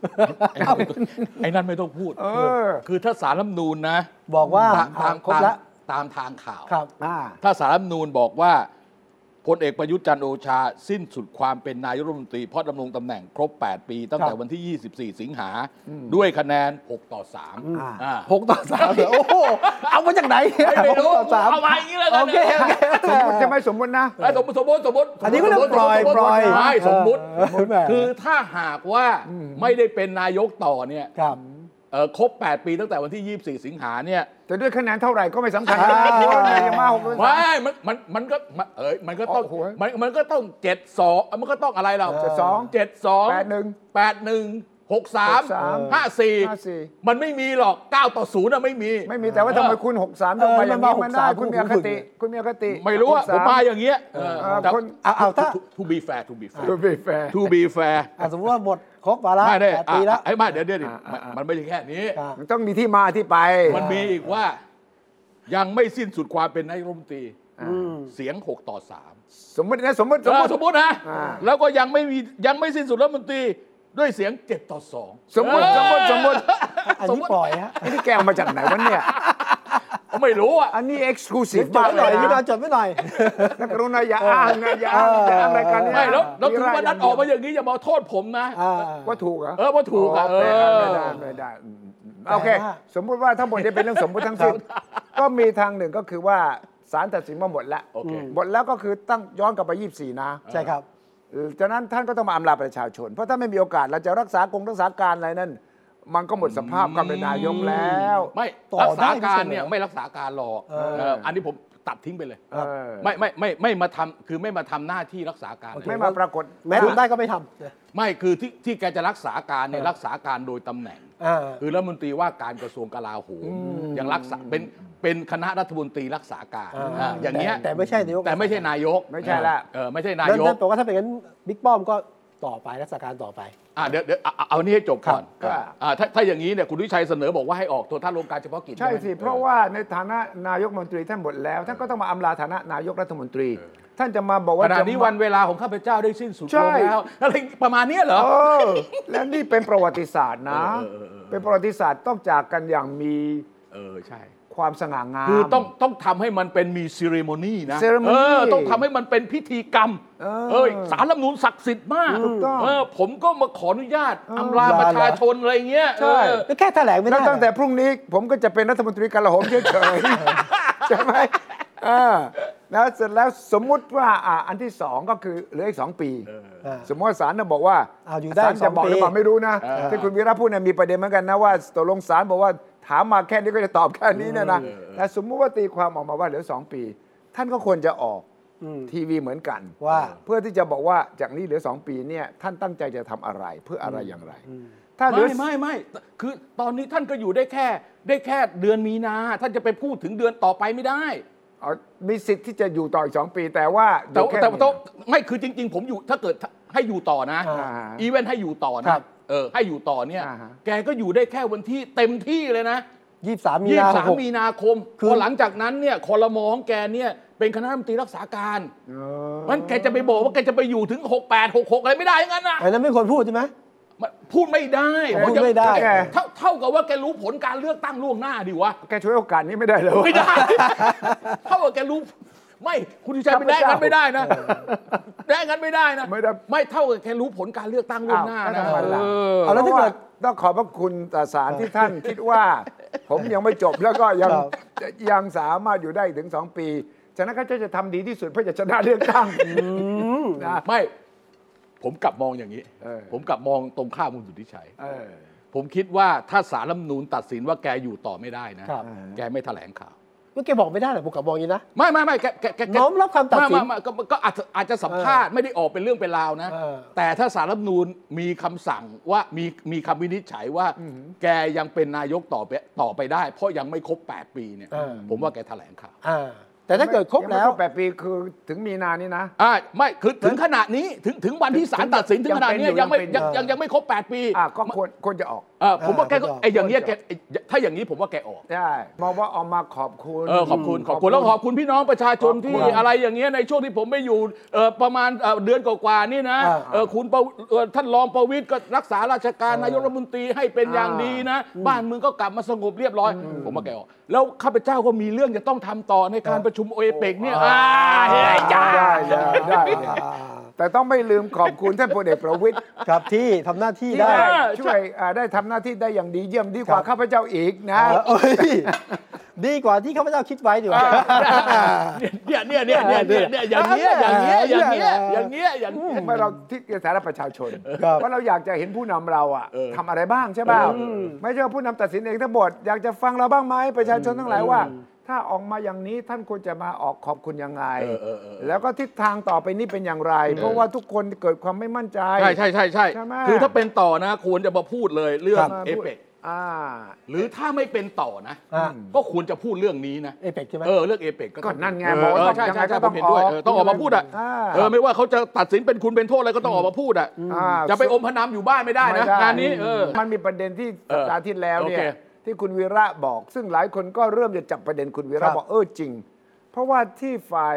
[SPEAKER 2] ไอ้นั่นไม่ต้องไอ้นั่นไม่ต้องพูด
[SPEAKER 3] เออ
[SPEAKER 2] คือถ้าสารรัฐธรรมนูญนะ
[SPEAKER 1] บอกว่า
[SPEAKER 2] ตามตาม
[SPEAKER 1] ครบละ
[SPEAKER 2] ตามทางข่าว
[SPEAKER 1] ครับ
[SPEAKER 3] อ่า
[SPEAKER 2] ถ้าสารรัฐธรรมนูญบอกว่าพลเอกประยุทธ์จันทร์โอชา สิ้นสุดความเป็นนายกรัฐมนตรีเพราะดำรงตำแหน่งครบ 8 ปี ตั้ง
[SPEAKER 1] ค
[SPEAKER 2] แต่
[SPEAKER 1] รับ
[SPEAKER 2] วันที่ 24 สิงหา ด้วยคะแนน 6 ต่อ3
[SPEAKER 3] อ่า
[SPEAKER 2] อ่า
[SPEAKER 1] หกต่อสามเหรอโอ้โหเอามาจากไหนเนี่ย
[SPEAKER 2] ไม่
[SPEAKER 1] ห
[SPEAKER 2] รู้
[SPEAKER 1] กต่อสาม
[SPEAKER 2] เอาไว้อย่างนี้แล้วกั
[SPEAKER 1] โอน เคโอเค
[SPEAKER 3] สมมติจะไม่สมมตินะ
[SPEAKER 2] ไอ้สมมติสมมติสมมติ
[SPEAKER 1] อันนี้ก็เรียกปล่อย
[SPEAKER 2] สมมุติ
[SPEAKER 1] ปล่อย
[SPEAKER 2] ไม่สมมติ
[SPEAKER 1] เออแหม่
[SPEAKER 2] คือถ้าหากว่าไม่ได้เป็นนายกต่อเนี่ย
[SPEAKER 1] ครับ
[SPEAKER 2] เอ่อครบ 8 ปีตั้งแต่วันที่ 24 สิงหาเนี่ย
[SPEAKER 3] แต่ด้วยคะแนนเท่าไหร่ก็ไม่สำคัญ
[SPEAKER 1] อ่า
[SPEAKER 3] เพราะว่าอย่ามาหกเลย
[SPEAKER 2] ไม่มันมันมันก็มันเอ้ยมันก็ต้อง
[SPEAKER 3] โอ้โห
[SPEAKER 2] มันมันก็ต้อง 7 2 มันก็ต้องอะไรเรา
[SPEAKER 3] เจ็ดสอง
[SPEAKER 2] 7 2
[SPEAKER 3] 81
[SPEAKER 2] 81 63
[SPEAKER 3] 63
[SPEAKER 2] 54 มันไม่มีหรอก 9 ต่อ0น่ะไม่มี
[SPEAKER 3] ไม่มีแต่ว่าทำไมคุณ 63ต้องไปอย่างนี้
[SPEAKER 1] เออมัน
[SPEAKER 3] มัน
[SPEAKER 1] มา
[SPEAKER 3] ได้
[SPEAKER 1] 63
[SPEAKER 3] คุณมีอคติ คุณมีอคติ
[SPEAKER 2] ไม่รู้อะ
[SPEAKER 3] 63
[SPEAKER 2] ผมมาอย่างเงี้ยเออ
[SPEAKER 3] เออ
[SPEAKER 2] แต่
[SPEAKER 3] คน
[SPEAKER 1] เอาเอาถ้า
[SPEAKER 2] to- to be fair to be fair
[SPEAKER 3] ดูบีแฟร์
[SPEAKER 2] to be fair
[SPEAKER 1] อ่ะสมมติว่าหมดครบวาระ
[SPEAKER 2] ไม่ได้
[SPEAKER 1] แปดปีแล้ว
[SPEAKER 2] ไอ้ยไมาเดี๋ยวเดี๋ยวดิ
[SPEAKER 3] อ่าอ่าอ่ามั
[SPEAKER 2] มันไม่ใช่แค่นี้
[SPEAKER 1] ครับ
[SPEAKER 3] มันต้องมีที่มาที่ไป
[SPEAKER 2] มันมีอีกว่ายังไม่สิ้นสุดความเป็นนายกรัฐมนตรี
[SPEAKER 3] อ่า
[SPEAKER 1] อืม
[SPEAKER 2] เสียง 6 ต่อ 3
[SPEAKER 3] สมมตินะสมมติ
[SPEAKER 2] ส
[SPEAKER 3] ส
[SPEAKER 2] ม
[SPEAKER 3] ม
[SPEAKER 2] ม
[SPEAKER 3] ม
[SPEAKER 2] ติ
[SPEAKER 3] ติ
[SPEAKER 2] สมมตินะ
[SPEAKER 3] อ่า
[SPEAKER 2] แล้วก็ยังไม่มียังไม่สิ้นสุดรัฐมนตรีด้วยเสียง 7 ต่อ 2
[SPEAKER 3] สมมติสมมติสมมติ
[SPEAKER 1] อันนี้ปล่อยฮะ
[SPEAKER 3] ไอ้นี่แกเอามาจากไหนวะเนี่ย
[SPEAKER 2] ไม่รู้อ่ะ
[SPEAKER 3] อันนี้เอ็กซ์คลูซี
[SPEAKER 1] เดี๋ย
[SPEAKER 3] ฟ
[SPEAKER 1] วจด
[SPEAKER 3] มาก
[SPEAKER 1] ไว้หน่อย
[SPEAKER 3] เลย
[SPEAKER 1] พี่น้อ
[SPEAKER 3] นะ
[SPEAKER 1] งจดไว้หน่อย
[SPEAKER 3] นักกรุณาอย่าอ้างนะอย่าอ้างอย่าอ้างรายการเนี้ย
[SPEAKER 2] ไม่แล้วแล้วถึง
[SPEAKER 3] มี
[SPEAKER 2] วันนั้นออกมาอย่างนี้อย่ามาโทษผมนะ
[SPEAKER 1] อ่า
[SPEAKER 3] ว่าถูกเหรอ
[SPEAKER 2] เออว่าถูกอะ
[SPEAKER 3] โอเคอ่ะ
[SPEAKER 2] เออ
[SPEAKER 3] ไม่ได้ไม่ได้อืมโอเค
[SPEAKER 1] แต่ว่า
[SPEAKER 3] สมมุติว่าทั้งหมดนี้เป็นเรื่องสมมุติทั้งสิ้นก็มีทางหนึ่งก็คือว่าศาลตัดสินมาหมดแล้ว
[SPEAKER 2] โอเค
[SPEAKER 3] หมดแล้วก็คือตั้งย้อนกลับไป 24 นะ
[SPEAKER 1] ใช่ครับ
[SPEAKER 3] เอ่อจากนั้นท่านก็ต้องมาอำลาประชาชน เพราะถ้าไม่มีโอกาสเราจะรักษากงรักษาการอะไรนั่น มันก็หมดสภาพความเป็นนายกแล้ว
[SPEAKER 2] ไม่
[SPEAKER 1] ต่อ
[SPEAKER 2] รักษา
[SPEAKER 1] ได้ไม่ใช่
[SPEAKER 2] การ
[SPEAKER 1] เหรอ
[SPEAKER 2] เนี่ยไม่รักษาการหรอก
[SPEAKER 1] เออ
[SPEAKER 2] เอออันนี้ผมตัดทิ้งไปเลย
[SPEAKER 3] เออ
[SPEAKER 2] ไม่ไม่ไม่ไม่มาทำคือไม่มาทำหน้าที่รักษาการเลย
[SPEAKER 3] ไม่มาปรากฏ
[SPEAKER 1] แม้ทำได้ก็ไม่ท
[SPEAKER 2] ไม่คือที่ที่แกจะรักษาการเนี่ยรักษาการโดยตำแหน่ง
[SPEAKER 1] ำอ่า
[SPEAKER 2] คือรัฐมนตรีว่าการกระทรวงกลาโหมยังรักษาเป็นเป็นคณะรัฐมนตรีรักษาการ
[SPEAKER 1] อ่า
[SPEAKER 2] อ่าอย่างเงี้ย
[SPEAKER 1] แต่แต่ไม่ใช่นายก
[SPEAKER 2] แต่ไม่ใช่นายก
[SPEAKER 3] ไม่ใช่ละ
[SPEAKER 2] เออไม่ใช่นา
[SPEAKER 1] นั่น
[SPEAKER 2] ยก
[SPEAKER 1] นั่นแปลว่าถ้าเป็นงั้นบิ๊กป้อมก็ต่อไปรักษาการต่อไป
[SPEAKER 2] อ่าเดี๋ยวเดี๋ยวเอาเอาเอานี่ให้จบก่อน
[SPEAKER 1] ครับ
[SPEAKER 2] อ่าถ้าถ้าอย่างนี้เนี่ยคุณวิชัยเสนอบอกว่าให้ออกตัวท่านโรงการเฉพาะกิจ
[SPEAKER 3] ใช่
[SPEAKER 2] ไหม
[SPEAKER 3] สิ เพราะว่าในฐานะนายกรัฐมนตรีท่านหมดแล้ว ท่านก็ต้องมาอำลาฐานะนายกรัฐมนตรี ท่านจะมาบอก
[SPEAKER 2] ข
[SPEAKER 3] ว่า
[SPEAKER 2] ณะ
[SPEAKER 3] จะ
[SPEAKER 2] นี้
[SPEAKER 3] มา
[SPEAKER 2] วันเวลาของข้าพเจ้าได้สิ้นสุด
[SPEAKER 3] ใช่
[SPEAKER 2] ลงแล้วอะไรประมาณเนี้ยเหรอ
[SPEAKER 3] เออแล้วนี่เป็นประวัติศาสตร์นะ
[SPEAKER 2] เออเออเออเออ
[SPEAKER 3] เป็นประวัติศาสตร์ต้องจากกันอย่างมี
[SPEAKER 2] เออใช่
[SPEAKER 3] ความสง่างาม
[SPEAKER 2] คือต้องต้องทำให้มันเป็นมีเซเรโมนีนะ
[SPEAKER 3] ceremony
[SPEAKER 2] เออต้องทำให้มันเป็นพิธีกรรม
[SPEAKER 3] เออย
[SPEAKER 2] สารรัฐธรรมนูนศักดิ์สิทธิ์มาก
[SPEAKER 3] ถูกต้อง
[SPEAKER 2] เออผมก็มาขออนุญาตอำลา
[SPEAKER 1] อำลา
[SPEAKER 2] ประชาชนอะไรเงี้ย
[SPEAKER 3] ใช่
[SPEAKER 2] เออ
[SPEAKER 1] แล้วแค่แถลงไม่
[SPEAKER 3] แล้
[SPEAKER 1] ได้
[SPEAKER 3] วตั้งแต่พรุ่งนี้ผมก็จะเป็นรัฐมนตรีกลาโหมเฉย ๆ ใช่ไหมเออแล้วเสร็จแล้วสมมุติว่าอ่ะอันที่สองก็คือเหลืออีกสองปี
[SPEAKER 1] อ่า
[SPEAKER 3] สมมติว่าศาลน่ะบอกว่า
[SPEAKER 1] อ้าวอยู่ได้
[SPEAKER 3] ศาล
[SPEAKER 1] สอ
[SPEAKER 3] จะ
[SPEAKER 1] ง
[SPEAKER 3] บอกหรือเปล่า
[SPEAKER 1] ปี
[SPEAKER 3] ไม่รู้นะที่คุณวีระพูดเนี่ยมีประเด็นเหมือนกันนะว่าตกลงศาลบอกว่าถามมาแค่นี้ก็จะตอบแค่นี้เนี่ยนะแต่สมมุติว่าตีความออกมาว่าเหลือสองปี ท่านก็ควรจะออก
[SPEAKER 1] อืม
[SPEAKER 3] ทีวีเหมือนกัน
[SPEAKER 1] ว่า
[SPEAKER 3] เพื่อที่จะบอกว่าจากนี้เหลือสองปีเนี่ยท่านตั้งใจจะทำอะไรเพื่ออะไรอย่างไร ถ้าเหลือ
[SPEAKER 2] ไม่ไม่ไม่คือตอนนี้ท่านก็อยู่ได้แค่ได้แค่เดือนมีนา ท่านจะไปพูดถึงเดือนต่อไปไม่ได้
[SPEAKER 3] เอามีสิทธิ์ที่จะอยู่ต่ออีกสองปีแต่ว่า
[SPEAKER 2] แต่
[SPEAKER 3] อยู่ค่
[SPEAKER 2] แต่
[SPEAKER 3] นี้
[SPEAKER 2] แต่ไม่คือจริง ๆ ผมอยู่ถ้าเกิดให้อยู่ต่อนะ
[SPEAKER 1] อ่า
[SPEAKER 2] อีเวนต์ให้อยู่ต่อ
[SPEAKER 3] ครั
[SPEAKER 2] นะ
[SPEAKER 3] บ
[SPEAKER 2] เออให้อยู่ต่อเนี่ย
[SPEAKER 3] อ่าฮะ
[SPEAKER 2] แกก็อยู่ได้แค่วันที่เต็มที่เลยนะ
[SPEAKER 1] ยี่สิบสามมี
[SPEAKER 2] ยี่
[SPEAKER 1] นา
[SPEAKER 2] สิบสาม
[SPEAKER 1] หก
[SPEAKER 2] มีนาคม
[SPEAKER 1] คือ
[SPEAKER 2] พอหลังจากนั้นเนี่ยคอรมอของแกเนี่ยเป็นคณะรัฐมนตรีรักษาการ
[SPEAKER 3] เออ
[SPEAKER 2] มันแกจะไปบอกว่าแกจะไปอยู่ถึง 68 66 อะไรไม่ได้งั้นนะ
[SPEAKER 1] อันนั้นไม่ควรพูดใช่ไหม
[SPEAKER 2] มันพูดไม่ได้
[SPEAKER 1] พูดไม่ได้
[SPEAKER 2] แกเท่าเท่ากับว่าแกรู้ผลการเลือกตั้งล่วงหน้าดิวะ
[SPEAKER 3] แกช่วยโอกาสนี้ไม่ได้เลย
[SPEAKER 2] ไม่ได้ เท่ากับแกรู้ ไม่คุณชัยไปได้
[SPEAKER 3] ข้า
[SPEAKER 2] งั้น
[SPEAKER 3] พเจ้า
[SPEAKER 2] ไม่ได้นะได้งั้นไม่ได้นะ
[SPEAKER 3] ไม่ได้
[SPEAKER 2] ไม่เท่ากับแกรู้ผลการเลือกตั้งล่วงหน้า
[SPEAKER 3] อ้ว
[SPEAKER 2] นะ
[SPEAKER 3] ทำไมล่ะ
[SPEAKER 2] เออ
[SPEAKER 1] เอาแล้วถ้าเกิด
[SPEAKER 3] พระต้องขอบพระคุณต่อศาลที่ท่าน คิดว่า ผมยังไม่จบแล้วก็ยัง
[SPEAKER 1] ครับ
[SPEAKER 3] ยังสามารถอยู่ได้อีกถึงสองปี ฉะนั้นก็จะทำดีที่สุดเพื่อจะชนะเลือกตั้งนะ
[SPEAKER 2] ไม่ ผมกลับมองอย่างนี้
[SPEAKER 3] เออ
[SPEAKER 2] ผมกลับมองตรงข้ามคุณสุทธิชัย
[SPEAKER 3] เออ
[SPEAKER 2] ผมคิดว่าถ้าสารรัฐธรรมนูนตัดสินว่าแกอยู่ต่อไม่ได้นะ
[SPEAKER 1] ครับ
[SPEAKER 2] แกไม่แถลงข่าว
[SPEAKER 1] เมื่อกี้บอกไม่ได้เหรอผมกลับมองอย่างนี้นะ
[SPEAKER 2] ไม่ไม่ไม่แกแกแกแก
[SPEAKER 1] น้อมรับคำตัดสิน
[SPEAKER 2] ไม่ไม่ไม่ก็ก็อาจจะอาจจะสัมภาษณ์ไม่ได้ออกเป็นเรื่องเป็นราวนะ
[SPEAKER 1] เออ
[SPEAKER 2] แต่ถ้าสารรัฐธรรมนูนมีคำสั่งว่ามีมีคำวินิจฉัยว่า แกยังเป็นนายกต่อไปต่อไปได้ เพราะยังไม่ครบ 8 ปีเนี่ย
[SPEAKER 1] เออ
[SPEAKER 2] ผมว่าแกแถลงข่าว
[SPEAKER 1] อ่า แต่ถ้าเกิดครบแล้ว
[SPEAKER 3] แปดปีคือถึงมีนานี่นะ
[SPEAKER 2] อ่าไม่คือถึงขนาดนี้ถึงถึงวันที่ศาลตัดสินถึงขนาดเนี้ย
[SPEAKER 3] ยั
[SPEAKER 2] ยัง
[SPEAKER 3] งเป็
[SPEAKER 2] ไม่
[SPEAKER 3] นอยู่
[SPEAKER 2] ยังยังยังไม่ครบ 8 ปี
[SPEAKER 3] อ่ะก็ควรควรจะออก
[SPEAKER 2] เออผมว่าแกก็
[SPEAKER 1] เออ
[SPEAKER 2] ไอ้อย่างเงี้ยแกไอ้ถ้าอย่างนี้ผมว่าแกออก
[SPEAKER 3] ได้มองว่าออกมาขอบคุณ
[SPEAKER 2] เออขอบคุณขอบคุณแล้วขอบคุณพี่น้องประชาชน
[SPEAKER 3] ขอบคุณ
[SPEAKER 2] ที่อะไรอย่างเงี้ยในช่วงที่ผมไม่อยู่เอ่อประมาณเอ่อเดือนกว่าๆนี่นะ
[SPEAKER 1] อ่า
[SPEAKER 2] เอ่อคุณประเอ่อท่านรองประวิตยก็รักษาราชกา
[SPEAKER 1] เออน
[SPEAKER 2] รายกรัฐมนตรีให้เป็นอย่าง
[SPEAKER 3] อ่า
[SPEAKER 2] ดีนะ บ้านเมืองก็กลับมาสงบเรียบร้อย ผมว่าแกออกแล้วข้าพเจ้าก็มีเรื่องจะต้องทำต่อในการประชุมโอเปกเนี่ยอ่าเฮ้ยจ้า
[SPEAKER 3] ได้ได้ได้แต่ต้องไม่ลืมขอบคุณท่านพลเอกประวิตย
[SPEAKER 1] ครับที่ทำหน้าที่
[SPEAKER 3] ที่
[SPEAKER 1] ได้
[SPEAKER 3] ได้
[SPEAKER 2] เออ
[SPEAKER 3] ช่วยอ่าได้ทำหน้าที่ได้อย่างดีเยี่ยมดีกว่า
[SPEAKER 1] ครับ
[SPEAKER 3] ข้าพเจ้าอีกนะ
[SPEAKER 1] เอ อเอ้ยดีกว่าที่ข้าพเจ้าคิดไว้ดีกว่า
[SPEAKER 2] เนี่ยเนี่ยเนี่ยเนี่ยเนี่ยเนี่ยอย่างเงี้ยอย่างเงี้ยอย่างเงี้ยอย่างเงี้ยอย่างเงี้ย
[SPEAKER 3] เมื่อเราที่ในฐานะประชาชน
[SPEAKER 1] ครับ
[SPEAKER 3] ว่าเราอยากจะเห็นผู้นำเราอ่ะ
[SPEAKER 2] เออ
[SPEAKER 3] ทำอะไรบ้างใช่ป่าวไม่ใช่ว่าผู้นำตัดสินเองทั้งหมดอยากจะฟังเราบ้างไหมประชาชนทั้งหลายว่า ถ้าออกมาอย่างนี้ท่านควรจะมาออกขอบคุณยังไง
[SPEAKER 2] เออเออเออ
[SPEAKER 3] แล้วก็ทิศทางต่อไปนี้เป็นอย่างไร เพราะว่าทุกคนเกิดความไม่มั่นใจ
[SPEAKER 2] ใช่ใช่ใช่ใช่
[SPEAKER 3] ใช่ไหม
[SPEAKER 2] คือถ้าเป็นต่อนะควรจะมาพูดเลยเรื่อง
[SPEAKER 1] ครับ
[SPEAKER 2] เอเปก
[SPEAKER 3] อ่า
[SPEAKER 2] หรือถ้าไม่เป็นต่อนะ
[SPEAKER 1] อ่า
[SPEAKER 2] ก็ควรจะพูดเรื่องนี้นะ
[SPEAKER 1] เอเปกใช่ไหม
[SPEAKER 2] เออเรื่องเอเปก
[SPEAKER 3] ก็นั่นไง
[SPEAKER 2] เ
[SPEAKER 3] บอกว่า
[SPEAKER 2] เใช่
[SPEAKER 3] ยังไง
[SPEAKER 2] ใช่ใช่
[SPEAKER 3] ก็
[SPEAKER 2] ผม
[SPEAKER 3] ต้อง
[SPEAKER 2] เห็นด้วย
[SPEAKER 3] ออก
[SPEAKER 2] เออต้องออกมาพูดอ่ะ
[SPEAKER 3] อ่า
[SPEAKER 2] เออไม่ว่าเขาจะตัดสินเป็นคุณเป็นโทษอะไรก็ต้องออกมาพูดอ่ะ
[SPEAKER 3] อ่า
[SPEAKER 2] จะไปอมพระนามอยู่บ้านไม่ได้นะงานนี้เออ
[SPEAKER 3] มันมีประเด็นที่
[SPEAKER 2] เออ
[SPEAKER 3] สัปดาห์ที่แล้วเนี่ย
[SPEAKER 2] โอเค
[SPEAKER 3] ที่คุณวีระบอก ซึ่งหลายคนก็เริ่มจะจับประเด็นคุณวี
[SPEAKER 1] ครั
[SPEAKER 3] ระ
[SPEAKER 1] บ
[SPEAKER 3] บอกเออจริง เพราะว่าที่ฝ่าย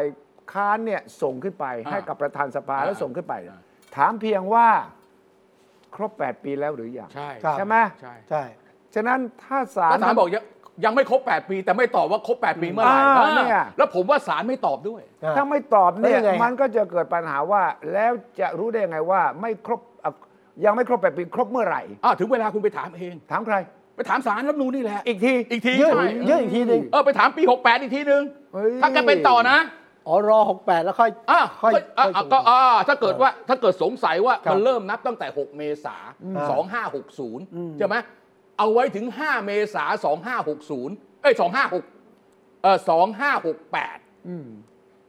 [SPEAKER 3] ค้านเนี่ยส่งขึ้นไปให้กับประธานสภา
[SPEAKER 2] อ่า
[SPEAKER 3] แล้วส่งขึ้นไปเนี่ย
[SPEAKER 2] อ่า
[SPEAKER 3] ถามเพียงว่าครบ 8 ปีแล้วหรือยัง
[SPEAKER 2] ใช่
[SPEAKER 1] ครับ
[SPEAKER 3] ใช่ไหม
[SPEAKER 2] ใช่
[SPEAKER 1] ใช่
[SPEAKER 3] ฉะนั้นถ้าศาล
[SPEAKER 2] ก็ถามบอกยังยังไม่ครบ 8 ปี แต่ไม่ตอบว่าครบ 8 ปีเมื่อไหร่
[SPEAKER 3] อ่า
[SPEAKER 2] อ่า
[SPEAKER 3] เนี่ย
[SPEAKER 2] แล้วผมว่าศาลไม่ตอบด้วย
[SPEAKER 3] ถ้าไม่ตอบเนี่ย
[SPEAKER 1] แล้วยังไงฮะ
[SPEAKER 3] มันก็จะเกิดปัญหาว่า แล้วจะรู้ได้ยังไงว่า ไม่ครบอ่ะยังไม่ครบแปดปีครบเมื่อไหร่
[SPEAKER 2] อ้าวถึงเวลาคุณไปถามเอง
[SPEAKER 3] ถามใคร
[SPEAKER 2] ไปถามศาลรับนูนนี่แหละ
[SPEAKER 3] อีกที
[SPEAKER 2] อีกที
[SPEAKER 1] ยื่น
[SPEAKER 2] ใช่
[SPEAKER 1] ยื่นอีกทีหนึง
[SPEAKER 2] เออไปถามปี 68 อีกทีนึง
[SPEAKER 3] เฮ้ย
[SPEAKER 2] ถ้าแกเป็นต่อนะ
[SPEAKER 1] อ๋อรอหกแปดแล้วค่อย
[SPEAKER 2] อ่ะ
[SPEAKER 1] ค่อย
[SPEAKER 2] ก็อ่ะ
[SPEAKER 1] ค่อย
[SPEAKER 2] ก็อ่าถ้าเกิดว่าถ้าเกิดสงสัยว่า
[SPEAKER 1] ครับ
[SPEAKER 2] มันเริ่มนับตั้งแต่ 6 เมษา
[SPEAKER 1] อืม
[SPEAKER 2] 2560 ใช่ไหมเอาไว้ถึง 5 เมษา2560 เอ้ย 256เออ2568
[SPEAKER 3] อืม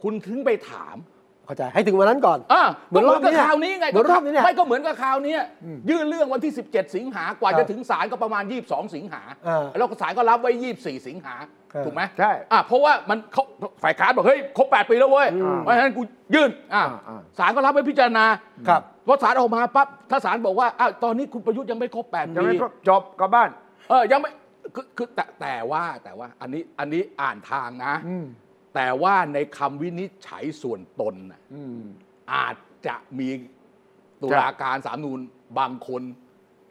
[SPEAKER 2] คุณถึงไปถาม
[SPEAKER 1] เข้าใจให้ถึงวันนั้นก่อน
[SPEAKER 2] อ่ะ
[SPEAKER 1] เหมือนรอบ
[SPEAKER 2] ก็
[SPEAKER 1] นี้
[SPEAKER 2] เหมือนกับคราวนี้ไง
[SPEAKER 1] เหมือนรอบนี้เนี่ย
[SPEAKER 2] ไม่ก็เหมือนกับคราวเนี้ยยื่นเรื่องวันที่ 17 สิงหากว่าจะถึงศาลก็ประมาณ 22 สิงหา
[SPEAKER 1] เออ
[SPEAKER 2] แล้วศาลก็รับไว้ 24 สิงหา
[SPEAKER 1] เออ
[SPEAKER 2] ถูกไหม
[SPEAKER 3] ใช่
[SPEAKER 2] อ่ะเพราะว่ามันเขาฝ่ายค้านบอกเฮ้ยครบ 8 ปีแล้วเว้ย
[SPEAKER 3] อืม
[SPEAKER 2] เพราะฉะนั้นกูยื่นอ่ะ
[SPEAKER 3] อ่าอ่า
[SPEAKER 2] ศาลก็รับไว้พิจารณา
[SPEAKER 1] ครับ
[SPEAKER 2] พอศาลออกมาปั๊บถ้าศาลบอกว่าอ้าวตอนนี้คุณประยุทธ์ยังไม่ครบ 8
[SPEAKER 3] ยัง
[SPEAKER 2] ปี
[SPEAKER 3] ไม่ครบจบกลับบ้าน
[SPEAKER 2] เออยังไม่คือคือแต่แต่ว่าแต่ว่าอันนี้อันนี้อ่านทางนะ
[SPEAKER 3] อืม
[SPEAKER 2] แต่ว่าในคำวินิจฉัยส่วนตนน่ะ
[SPEAKER 3] อืม
[SPEAKER 2] อาจจะมีตุลาการสามนูนบางคน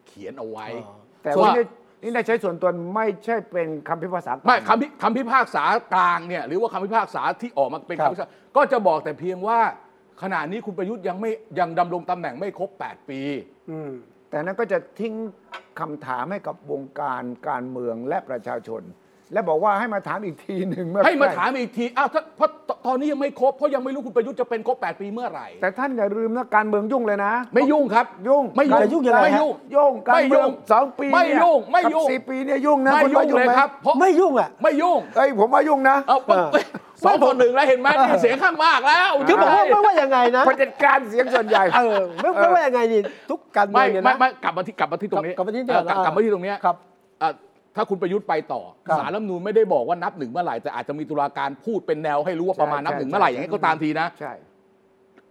[SPEAKER 2] เขียนเอาไว้
[SPEAKER 1] อ๋อ
[SPEAKER 3] แต่
[SPEAKER 2] ส่วน
[SPEAKER 3] ว่านี่นี่นายใช้ส่วนตัวไม่ใช่เป็นคำพิพากษากลาง
[SPEAKER 2] ไม่คำพิคำพิพากษากลางเนี่ยหรือว่าคำพิพากษาที่ออกมาเป็น
[SPEAKER 1] ครับ
[SPEAKER 2] คำพิพากษาก็จะบอกแต่เพียงว่า ขณะนี้คุณประยุทธ์ยังไม่ยังดำรงตำแหน่งไม่ครบ 8 ปี
[SPEAKER 1] อืม
[SPEAKER 3] แต่นั้นก็จะทิ้งคำถามให้กับวงการการเมืองและประชาชน และบอกว่าให้มาถามอีกทีหนึ่งเมื่อ
[SPEAKER 2] ให้มา
[SPEAKER 3] ใกล้
[SPEAKER 2] ถามอีกทีอ้าวถ้าเพราะตอนนี้ยังไม่ครบเพราะยังไม่รู้คุณประยุทธ์จะเป็นครบ 8 ปีเมื่อไหร่
[SPEAKER 3] แต่ท่านอย่าลืมนะการเมืองยุ่งเลยนะ
[SPEAKER 2] ไม่ยุ่งครับ
[SPEAKER 3] ยุ่ง
[SPEAKER 2] ไม่
[SPEAKER 1] แต่ยุ่
[SPEAKER 2] ยุ่
[SPEAKER 1] งยังไงฮะ
[SPEAKER 2] ไม่ยุ่ง
[SPEAKER 3] ยุ่งการ
[SPEAKER 2] ไม่
[SPEAKER 3] เมื
[SPEAKER 2] ยุ่
[SPEAKER 3] อง
[SPEAKER 2] ง
[SPEAKER 3] สองปี
[SPEAKER 2] ไม่
[SPEAKER 3] เนี่
[SPEAKER 2] ยุ่งไม่ยุ่ง
[SPEAKER 3] กับสี่ปีเนี่ยยุ่งนะ
[SPEAKER 2] ไม่
[SPEAKER 3] คุณ
[SPEAKER 2] ยุ่
[SPEAKER 3] ว่าง ยุ่ง
[SPEAKER 2] เลย
[SPEAKER 3] ไหม
[SPEAKER 2] ครับเพราะ
[SPEAKER 1] ไม่ยุ่งอ่ะ
[SPEAKER 2] ไม่ยุ่ง
[SPEAKER 3] เอ้ยผมว่ายุ่งนะ
[SPEAKER 2] เอา
[SPEAKER 1] เออ
[SPEAKER 2] สองคนหนึ่งแล้วเห็นไหมนี่เสียงข้างมากแล้ว
[SPEAKER 1] คือบอกว่าไม่ว่ายังไงนะ
[SPEAKER 3] ผู้จัดการเสียงส่วนใหญ่
[SPEAKER 1] เออไม่ไม่ว่ายังไงนี่ทุกการเมือ
[SPEAKER 2] ไม่
[SPEAKER 1] งเนี่ย
[SPEAKER 2] ไม่
[SPEAKER 1] นะ
[SPEAKER 2] ไม่กลับมาที่กลับมาที่ตรงนี้
[SPEAKER 1] กลับกลับมาที่เดิม
[SPEAKER 2] เออกลับ
[SPEAKER 1] อ่าก
[SPEAKER 2] ลับมาที่ตรงเนี้ย
[SPEAKER 1] ครับ
[SPEAKER 2] อ่ะถ้าคุณประยุทธ์ไปต่อ
[SPEAKER 1] ครับ
[SPEAKER 2] สารรัฐธรรมนูญไม่ได้บอกว่านับหนึ่งเมื่อไหร่แต่อาจจะมีตุลาการพูดเป็นแนวให้รู้ว่าประมาณ
[SPEAKER 3] ใช่
[SPEAKER 2] นับหนึ่ง
[SPEAKER 3] ใช่
[SPEAKER 2] เมื่อไหร่อ
[SPEAKER 3] ใช่
[SPEAKER 2] ย่างนี้ก็ตามทีนะ
[SPEAKER 3] ใช่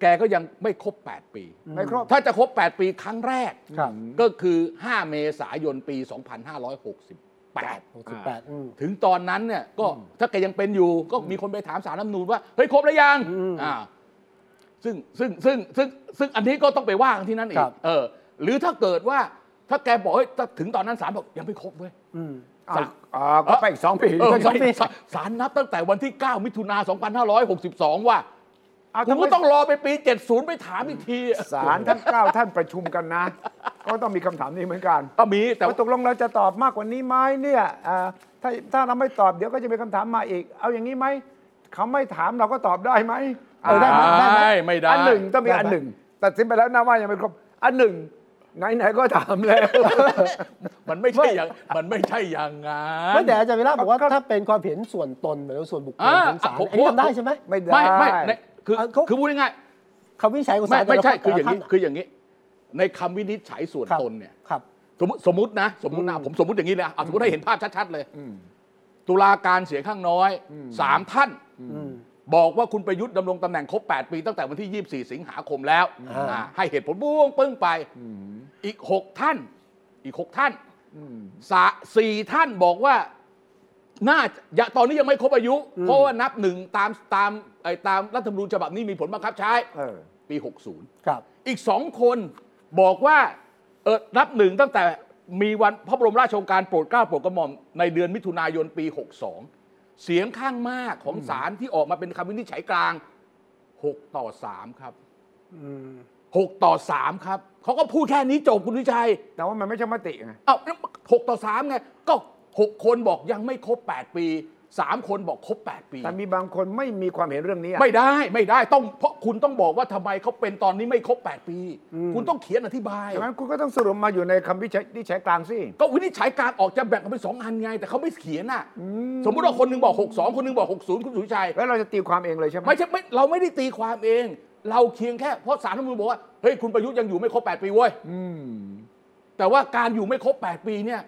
[SPEAKER 2] แกก็ยังไม่ครบ 8 ปี
[SPEAKER 3] ไม่ครบ
[SPEAKER 2] ถ้าจะครบ 8 ปีครั้งแรก
[SPEAKER 1] ครับ
[SPEAKER 2] ก็คือ 5 เมษายนปี
[SPEAKER 1] หก
[SPEAKER 2] 2568
[SPEAKER 1] สิบแปดอืม
[SPEAKER 2] ถึงตอนนั้นเนี่ยก็ถ้าแกยังเป็นอยู่ก็มีคนไปถามสารรัฐธรรมนูญว่าเฮ้ยครบหรือยัง
[SPEAKER 1] อืม
[SPEAKER 2] อ่าซึ่งซึ่งซึ่งซึ่งซึ่งอันนี้ก็ต้องไปว่ากันที่นั่นอี
[SPEAKER 1] ครั
[SPEAKER 2] ก
[SPEAKER 1] บ
[SPEAKER 2] เออ หรือถ้าเกิดว่าถ้าแกบอกเฮ้ยถ้าถึงตอนนั้นศาลบอกยังไม่ครบเว้ย
[SPEAKER 1] อืม
[SPEAKER 3] เอา
[SPEAKER 2] สาม
[SPEAKER 3] อ่าก็ไปอีกสองปี
[SPEAKER 2] เออ
[SPEAKER 1] ไม่ครบ
[SPEAKER 2] ไม่
[SPEAKER 1] นี่
[SPEAKER 2] ศาลศาลนับตั้งแต่วันที่ 9 มิถุนา2562 ว่า
[SPEAKER 3] เอา
[SPEAKER 2] คุ
[SPEAKER 3] ทำ
[SPEAKER 2] ณ
[SPEAKER 3] ไม
[SPEAKER 2] ก็ต้องรอไปปี 70 ไปถามอีกทีอ่ะ
[SPEAKER 3] ศาลท่านเก้าท่านประชุมกันนะ ก็ต้องมีคำถามนี้เหมือนกัน
[SPEAKER 2] ก็มีแต่
[SPEAKER 3] แต่
[SPEAKER 2] ว่า
[SPEAKER 3] ว่าตกลงเราจะตอบมากกว่านี้ไหมเนี่ยอ่าถ้าถ้าเราไม่ตอบเดี๋ยวก็จะมีคำถามมาอีก เอาอย่างนี้ไหมเขาไม่ถามเราก็ตอบได้ไหม
[SPEAKER 1] เออได้
[SPEAKER 3] า
[SPEAKER 1] ไหมได้ไหม
[SPEAKER 2] ได้ไม่ได้
[SPEAKER 3] อันหนึ่งต้องมี
[SPEAKER 1] ได้ไหม
[SPEAKER 3] อันหนึ่งตัดสินไปแล้วนะว่ายังไม่ครบ อันหนึ่งไหนๆก็ถามแล้ว
[SPEAKER 2] มันไม่ใช่อย่างมันไม่ใช่อย่างงาน
[SPEAKER 1] ไม่แต่อาจารย์วิระบอกว่าถ้าเป็นความเห็นส่วนตนหรือส่วนบุคคล
[SPEAKER 2] อ่า
[SPEAKER 1] ของศาล
[SPEAKER 2] ผม
[SPEAKER 1] อันนี้
[SPEAKER 2] ผม
[SPEAKER 1] ทำได้ใช่ไหม
[SPEAKER 3] ไม่ได้
[SPEAKER 2] ไม่ไม่ในคือ
[SPEAKER 1] เอาเขา
[SPEAKER 2] คือพูดง่ายๆ
[SPEAKER 1] คำวินิจฉัยของศา
[SPEAKER 2] ไม่
[SPEAKER 1] ล
[SPEAKER 2] ไม่ใช่
[SPEAKER 1] แต่ละ
[SPEAKER 2] คืออย่าง
[SPEAKER 1] ท่
[SPEAKER 2] นี้คืออย่างนี้ ในคำวินิจฉัยส่วน
[SPEAKER 1] ครับ
[SPEAKER 2] ตนเนี่ย
[SPEAKER 1] ครับ
[SPEAKER 2] สมมติสมมตินะ สมมตินะผมสมมติอย่างนี้เลยอ่ะสมมติให้เห็นภาพชัดๆเลย
[SPEAKER 3] อืม
[SPEAKER 2] ตุลาการเสียงข้างน้อยสามท่าน
[SPEAKER 1] อืม
[SPEAKER 2] บอกว่าคุณประยุทธ์ดำรงตำแหน่งครบ 8 ปี ตั้งแต่วันที่ 24 สิงหาคมแล้ว
[SPEAKER 1] อ่า
[SPEAKER 2] อ่าให้เหตุผลบุ้งปึ้งไป อีก 6 ท่าน อีก 6 ท่านสะสี่ท่านบอกว่าน่าจะอย่าตอนนี้ยังไม่ครบอายุ เพราะว่านับหนึ่งตามตามไอ้ตามรัฐธรรมนูญฉบับนี้มีผลบังคับใช้
[SPEAKER 3] เออ
[SPEAKER 2] ปี 60
[SPEAKER 1] ครับ
[SPEAKER 2] อีกสองคนบอกว่าเออนับหนึ่งตั้งแต่มีวันพระบรมราชโองการโปรดเกล้าโปรดกระหม่อมในเดือนมิถุนายนปี 62 เสียงข้างมากของศาลที่ออกมาเป็นคำวินิจฉัยกลาง 6 ต่อ 3 ครับ
[SPEAKER 1] อืม
[SPEAKER 2] 6 ต่อ 3 ครับ เขาก็พูดแค่นี้จบคุณวิชัย
[SPEAKER 3] แต่ว่ามันไม่ใช่มติไง
[SPEAKER 2] เอ้าหกต่อ 3 ไง ก็ 6 คนบอกยังไม่ครบ 8 ปี 3 คนบอกครบ 8 ปี
[SPEAKER 3] แต่มีบางคนไม่มีความเห็นเรื่องนี้อะ
[SPEAKER 2] ไม่ได้ไม่ได้ต้องเพราะคุณต้องบอกว่าทำไมเขาเป็นตอนนี้ไม่ครบ 8 ปี
[SPEAKER 1] อืม
[SPEAKER 2] คุณต้องเขียนอธิบาย
[SPEAKER 3] ดังนั้นคุณก็ต้องสรุปมาอยู่ในคำวิจัยที่ใช้กลางสิ
[SPEAKER 2] ก็วินิจฉัยกลารออกจะแบ่งกันเป็นสองอันไง แต่เขาไม่เขียนน่ะ สมมุติว่าคนหนึ่งบอก 62 คนหนึ่งบอก 60 คุณสุวิชัย
[SPEAKER 3] แล้วเราจะตีความเองเลยใช่ไหม
[SPEAKER 2] ไม่ใช่ไม่เราไม่ได้ตีความเอง เราเคียงแค่เพราะสารรัฐธรรมนูญบอกว่า เฮ้ย คุณประยุทธ์ยังอยู่ไม่ครบ 8 ปีเว้ย
[SPEAKER 3] อืม
[SPEAKER 2] แต่ว่าการอยู่ไม่ครบ 8 ปีเนี่ย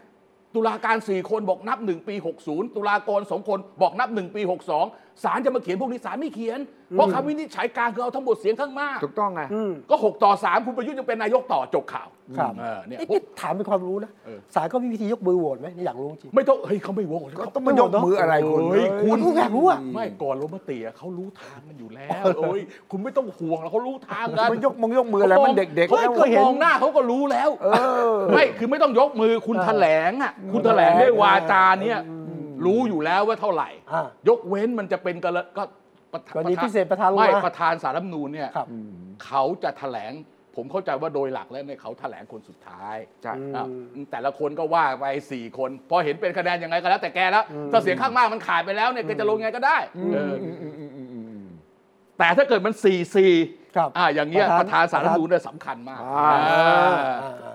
[SPEAKER 2] ตุลาการ 4 คนบอกนับ 1 ปี 60 ตุลากรสองคนบอกนับ 1 ปี 62สารจะมาเขียนพวกนี้สารไม่เขียน เพราะคำวินิจฉัยกลารคือเอาทั้งหมดเสียงข้างมาก
[SPEAKER 3] ถูกต้องไง
[SPEAKER 1] อืม
[SPEAKER 2] ก็ 6 ต่อ 3 คุณประยุทธ์ยังเป็นนายกต่อจบข่าว
[SPEAKER 3] อื
[SPEAKER 1] ครับ
[SPEAKER 2] เออเนี่ย
[SPEAKER 1] เอ๊ะ
[SPEAKER 2] ปุ๊บ
[SPEAKER 1] ถามเป็นความรู้นะ
[SPEAKER 2] เออ
[SPEAKER 1] สารก็มีวิธียกมือโหวตไหมนี่อยากรู้จริง
[SPEAKER 2] ไม่ต้องเฮ้ยเขาไม่โหวต
[SPEAKER 3] ก็
[SPEAKER 2] เขา
[SPEAKER 3] ต้องมายกมืออะไรคุณ
[SPEAKER 2] เฮ้ยคุณ
[SPEAKER 1] อยากรู้อะ
[SPEAKER 2] ไม่ก่อนลงมติอะเขารู้ทางมันอยู่แล้วโอ้ยคุณไม่ต้องห่วงหรอกเขารู้ทางกัน
[SPEAKER 3] มันยกมงยกมืออะไรมันเด็กๆ
[SPEAKER 2] เฮ้ย
[SPEAKER 3] แล้ว
[SPEAKER 2] ก็มองหน้าเขาก็รู้แล้ว
[SPEAKER 3] เออ
[SPEAKER 2] ไม่คือไม่ต้องยกมือคุณ
[SPEAKER 1] เออ
[SPEAKER 2] แถลงอ่ะคุณ
[SPEAKER 1] เออ
[SPEAKER 2] แถลงด้วย
[SPEAKER 1] เออ
[SPEAKER 2] วาจาเนี่ย
[SPEAKER 1] อืม
[SPEAKER 2] รู้อยู่แล้วว่าเท่าไหร่
[SPEAKER 1] อ่าย
[SPEAKER 2] กเว้นมันจะเป็นกรณก็ประธาน
[SPEAKER 1] กรณีพิเศษประธานลงมา
[SPEAKER 2] ไม่ประธานสารรัฐธรรมนูญเนี่ย
[SPEAKER 1] ครับ
[SPEAKER 2] เขาจะแถลง ผมเข้าใจว่าโดยหลักแล้วเนี่ยเขาแถลงคนสุดท้าย
[SPEAKER 3] ใช่
[SPEAKER 2] อ่ะแต่ละคนก็ว่าไปสี่คน พอเห็นเป็นคะแนนยังไงก็แล้วแต่แกแล้วถ้าเสียงข้างมากมันขาดไปแล้วเนี่ยแกจะลงยังไงก็ได้เอออแต่ถ้าเกิดมันสี่สี่
[SPEAKER 1] ครับ
[SPEAKER 2] อ่าอย่างเงี้ย
[SPEAKER 1] ป
[SPEAKER 2] ประ
[SPEAKER 1] ธาน
[SPEAKER 2] ระธานสารรัฐธรรมนูญเนี่ยสำคัญมาก
[SPEAKER 3] อ่า
[SPEAKER 2] อ่า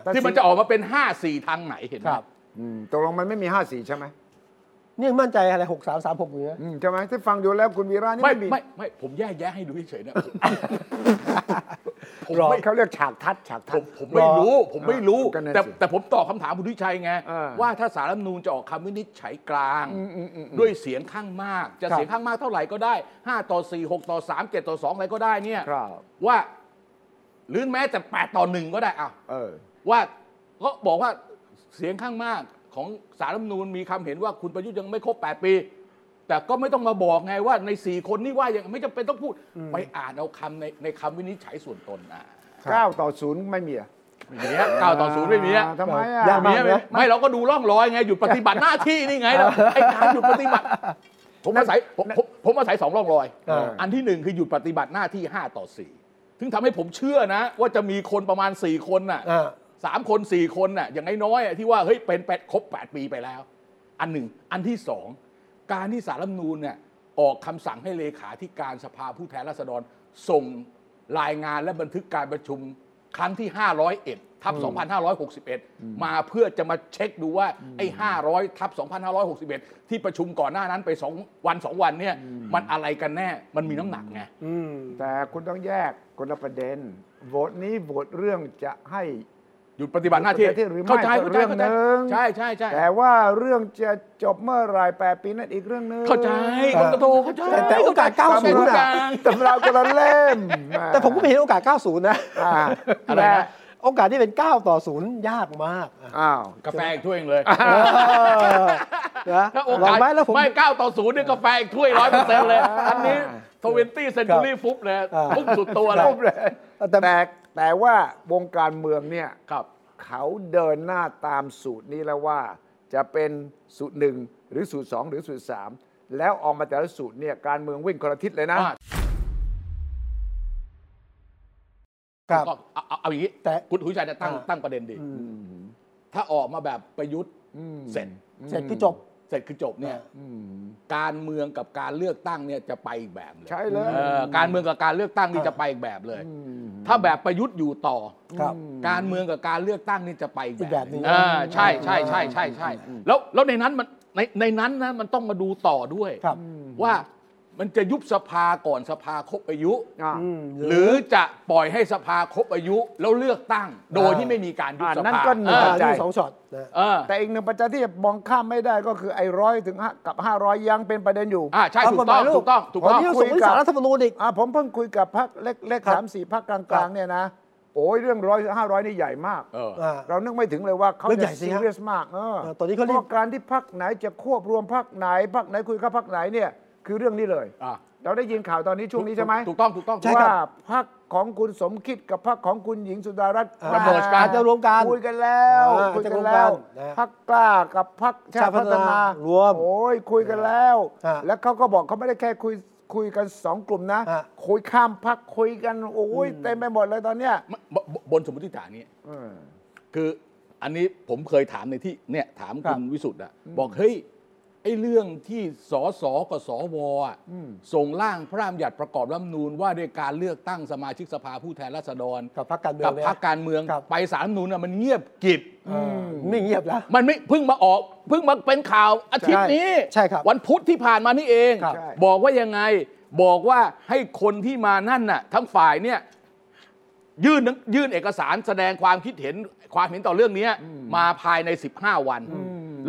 [SPEAKER 3] ตัดสิน
[SPEAKER 2] ที่มันจะออกมาเป็น 5 4 ทางไหนเห็นไหม
[SPEAKER 1] ครับ
[SPEAKER 3] อืมตกลงมันไม่มีห้าสีใช่ไหม
[SPEAKER 1] นี่มั่นใจอะไรหกสามสามหกอยู่นะ
[SPEAKER 3] อืมใช่ไหมที่ฟังดูแล้วคุณวีระนี่
[SPEAKER 2] ไม่
[SPEAKER 3] มี
[SPEAKER 2] ไม่ไม่ผมแยกแยะให้ดูเฉยๆนะผมผม
[SPEAKER 3] หรอก
[SPEAKER 2] ไม่
[SPEAKER 3] เขาเรียกฉากทัดฉากทั
[SPEAKER 2] ผ
[SPEAKER 3] ด
[SPEAKER 2] มผมไม่รู้
[SPEAKER 3] รอ
[SPEAKER 2] ผมไม่รู้
[SPEAKER 3] อ่ะก็นั่น
[SPEAKER 2] แต่
[SPEAKER 3] สิ
[SPEAKER 2] แต่ผมตอบคำถามคุณวิชัยไง
[SPEAKER 3] เออ
[SPEAKER 2] ว่าถ้าสารรัฐธรรมนูญจะออกคำวินิจฉัยกลาง
[SPEAKER 3] อืมอืมอืมอืม
[SPEAKER 2] ด้วยเสียงข้างมาก จะ
[SPEAKER 1] ครับ
[SPEAKER 2] เสียงข้างมากเท่าไหร่ก็ได้ 5 ต่อ 4 6 ต่อ 3 7 ต่อ 2 อะไรก็ได้เนี่ย
[SPEAKER 3] ครับ
[SPEAKER 2] ว่าหรือแม้แต่ 8 ต่อ 1 ก็ได้อ่ะ
[SPEAKER 3] เออ
[SPEAKER 2] ว่าก็บอกว่าเสียงข้างมากของสารรัฐธรรมนูญมีคำเห็นว่าคุณประยุทธ์ยังไม่ครบ 8 ปี แต่ก็ไม่ต้องมาบอกไงว่าใน 4 คนนี่ว่ายังไม่จำเป็นต้องพูด ไปอ่านเอาคำในในคำวินิจฉัยส่วนตนอ่ะ
[SPEAKER 1] ครับ
[SPEAKER 3] เก้าต่อศูนย์ไม่มีอ่ะ
[SPEAKER 2] อย่างเงี้ยเก้าต่อศูนย์ไม่มีอะ
[SPEAKER 3] ทำไมอ่ะ
[SPEAKER 1] ยาก
[SPEAKER 2] มีอะ
[SPEAKER 1] บ้างไหม
[SPEAKER 2] ไม่เราก็ดูร่องรอยไงหยุดปฏิบัติหน้าที่นี่ ไงเราไอ้การหยุดปฏิบัติ ผมอาศัยผมผมผมอาศัยสองร่องรอย
[SPEAKER 1] เอออั
[SPEAKER 2] อันที่หนึ่งคือหยุดปฏิบัติหน้าที่ 5 ต่อ 4 ถึงทำให้ผมเชื่อนะ ว่าจะมีคนประมาณ 4 คนน่ะ
[SPEAKER 1] อ่า
[SPEAKER 2] สามคนสี่คนน่ะอย่างน้อยๆอ่ะที่ว่าเฮ้ยเป็นแปดครบ 8 ปีไปแล้ว อันหนึ่ง อันที่สองการที่สารรัฐธรรมนูญเนี่ยออกคำสั่งให้เลขาธิการสภาผู้แทนราษฎร ส่งรายงานและบันทึกการประชุมครั้งที่ 501ทับ2561 มาเพื่อจะมาเช็คดูว่าไอ้500ทับ2561 ที่ประชุมก่อนหน้านั้นไปสองวันสองวันเนี่ยมันอะไรกันแน่มันมีน้ำหนักไง
[SPEAKER 1] อืม
[SPEAKER 3] แต่คุณต้องแยกคนละประเด็นโหวตนี้โหวตเรื่องจะให้
[SPEAKER 2] หยุดปฏิบัติหน้าที่
[SPEAKER 3] หยุดปฏิบัติหน้าที่หรือ
[SPEAKER 2] เข้าใจเข้าใจเข้า
[SPEAKER 3] ไม่ก็เรื่
[SPEAKER 2] ใจ
[SPEAKER 3] องหนึ่ง
[SPEAKER 2] ใช่ใช่ใช่
[SPEAKER 3] แต่ว่าเรื่องจะจบเมื่อไหรแปดปีนั่นอีกเรื่องหนึง
[SPEAKER 2] เข้าใจ
[SPEAKER 1] เออ
[SPEAKER 2] คนโตเข้าใจ
[SPEAKER 1] แต่แต่โอกาส90
[SPEAKER 2] เข้ใจ
[SPEAKER 1] น่ะ
[SPEAKER 3] ตำราคนละเล่ม
[SPEAKER 1] แต่ผมก็ไม่เห็นโอกาส 90 นะ
[SPEAKER 3] อ่า
[SPEAKER 2] อะไรนะ
[SPEAKER 1] โอกาสที่เป็น 9 ต่อ 0 ยากมากอ่ะ
[SPEAKER 3] อ้าว
[SPEAKER 2] กาแฟอีกถ้วยหนึ่งเลย
[SPEAKER 1] เออนะ
[SPEAKER 2] ถ้าโอ
[SPEAKER 1] ลอก
[SPEAKER 2] าง ส
[SPEAKER 1] ไหมแล้วผม
[SPEAKER 2] ไม่เก้าต่อศูนย์เนี่ยกาแฟอีกถ้วยร้อยเปอร์เซ็นต์เลย อันนี้ทเวนตี้เซนจูรี่ฟุบเลย
[SPEAKER 1] อ่า
[SPEAKER 2] ฟุบสุดตัวเลย
[SPEAKER 3] จบเลยแต่แต่ว่าวงการเมืองเนี่ย
[SPEAKER 2] ครับ
[SPEAKER 3] เขาเดินหน้าตามสูตรนี้แล้วว่าจะเป็นสูตรหนึ่งหรือสูตรสองหรือสูตรสามแล้วออกมาแต่ละสูตรเนี่ยการเมืองวิ่งคนละทิศเลยนะ
[SPEAKER 2] อ่า
[SPEAKER 1] ครับ
[SPEAKER 2] ก็เอาเอาเอาอย่างนี้
[SPEAKER 1] แต่
[SPEAKER 2] คุณหุยชัยจะตั้ง
[SPEAKER 1] อ่า
[SPEAKER 2] ตั้งประเด็นดี ถ้าออกมาแบบประยุทธ์เสร็จ
[SPEAKER 1] เสร็จคือจบ
[SPEAKER 2] เสร็จคือจบเนี่ยการเมืองกับการเลือกตั้งเนี่ยจะไปอีกแบบเลย
[SPEAKER 3] ใช่เลย
[SPEAKER 2] เออการเมืองกับการเลือกตั้งนี่จะไปอีกแบบเลย ถ้าแบบประยุทธ์อยู่ต่อ
[SPEAKER 1] ครับ
[SPEAKER 2] การเมืองกับการเลือกตั้งนี่จะไปอีก
[SPEAKER 1] อีกแบบหนึ่ง
[SPEAKER 2] เออใช่ใช่ใช่ใช่ใช่แล้วแล้วในนั้นมันในในนั้นนะมันต้องมาดูต่อด้วย
[SPEAKER 1] ครับ
[SPEAKER 2] ว่ามันจะยุบสภาก่อนสภาครบอายุ
[SPEAKER 3] อ่า
[SPEAKER 1] อืม
[SPEAKER 2] หรือจะปล่อยให้สภาครบอายุ แล้วเลือกตั้ง โดยที่ไม่มีการยุบ
[SPEAKER 3] อ่า
[SPEAKER 2] สภา
[SPEAKER 3] นั่นก็หนึ่ง
[SPEAKER 2] เออ
[SPEAKER 3] ปัจ
[SPEAKER 1] อ่า
[SPEAKER 3] จัย
[SPEAKER 1] นี่สองช็อตนะ
[SPEAKER 2] เออ
[SPEAKER 3] แต่อีกหนึ่งปัจจัยที่มองข้ามไม่ได้ก็คือไอ้ร้อยถึง5กับ 500 ยังเป็นประเด็นอยู่
[SPEAKER 2] อ่าใช่ถูกต้องถูกต้องถูกต้อง
[SPEAKER 1] นี่ส่งที่สารรัฐธรรมนูญอีก
[SPEAKER 3] อ่าผมเพิ่งคุยกับพักเล็ก
[SPEAKER 1] ครับ
[SPEAKER 3] ๆสามสี่พักกล
[SPEAKER 1] ครั
[SPEAKER 3] าง
[SPEAKER 1] บ
[SPEAKER 3] ๆเนี่ยนะ โอ้ยเรื่องร้อยห้าร้อยนี่ใหญ่มาก
[SPEAKER 2] เออ
[SPEAKER 1] อ่า
[SPEAKER 3] เรานึกไม่ถึงเลยว่าเขา
[SPEAKER 1] เรื่องใหญ่
[SPEAKER 3] จะ
[SPEAKER 1] สิ
[SPEAKER 3] ซี
[SPEAKER 1] ฮะ
[SPEAKER 3] เรียสมากเออ
[SPEAKER 1] เออตอนนี้เขาเรียก
[SPEAKER 3] พะการที่พักไหนจะควบรวมพักไหนพักไหนคุยกับพักไหนเนี่ยคือเรื่องนี้เลย
[SPEAKER 2] อ่ะ
[SPEAKER 3] เราได้ยินข่าวตอนนี้ช่วงนี้ใช่ไหม
[SPEAKER 2] ถูกต้องถูกต้อง
[SPEAKER 1] ใช่ครับ
[SPEAKER 3] ว่าพักของคุณสมคิดกับพักของคุณหญิงสุดารัตน์
[SPEAKER 1] อ่า
[SPEAKER 3] มา
[SPEAKER 1] เบิกกันอาจจะรวมกัน
[SPEAKER 3] คุยกันแล้ว
[SPEAKER 1] อ่า
[SPEAKER 3] คุยกัน
[SPEAKER 1] อาจจะรวมกั
[SPEAKER 3] แล้
[SPEAKER 1] น
[SPEAKER 3] ว
[SPEAKER 1] นะ
[SPEAKER 3] พักกล้ากับพักชาติพัฒนาร
[SPEAKER 1] รวม
[SPEAKER 3] โอ้ยคุยกันแล้ว
[SPEAKER 1] ฮะ
[SPEAKER 3] แล้วเขาก็บอกเขาไม่ได้แค่คุยคุยกันสองกลุ่มนะ
[SPEAKER 1] ฮะ
[SPEAKER 3] คุยข้ามพักคุยกันโอ้ยเต็มไปหมดเลยตอนเนี้ย
[SPEAKER 2] ไม่บบบนสมมติฐานนี้
[SPEAKER 3] เออ
[SPEAKER 2] คืออันนี้ผมเคยถามในที่เนี่ยถาม
[SPEAKER 1] ครั
[SPEAKER 2] คุ
[SPEAKER 1] บ
[SPEAKER 2] ณวิสุทธ์อะบอกเฮ้ยไอ้เรื่องที่สอสอกับสอวอะส่งร่างพระราชบัญญัติประกอบรัฐธรรมนูญว่าด้วยการเลือกตั้งสมาชิกสภาผู้แทนราษฎร
[SPEAKER 1] กับพรรคการเมือง
[SPEAKER 2] กับ
[SPEAKER 1] เนี่ย
[SPEAKER 2] พรรคการเมือง
[SPEAKER 1] ครับ
[SPEAKER 2] ไปสารรัฐธรรมนูญน่ะมันเงียบกริบ
[SPEAKER 1] อ่านี่เงียบแล้ว
[SPEAKER 2] มันไม่เพิ่งมาออกเพิ่งมาเป็นข่าวอาทิตย์นี้
[SPEAKER 1] ใช่ครับ
[SPEAKER 2] วันพุธที่ผ่านมานี่เอง
[SPEAKER 1] ครับ
[SPEAKER 3] ใช่
[SPEAKER 2] บอกว่ายังไงบอกว่าให้คนที่มานั่นน่ะทั้งฝ่ายเนี่ยยื่นหนังยื่นเอกสารแสดงความคิดเห็นความเห็นต่อเรื่องเนี้ยมาภายใน 15 วัน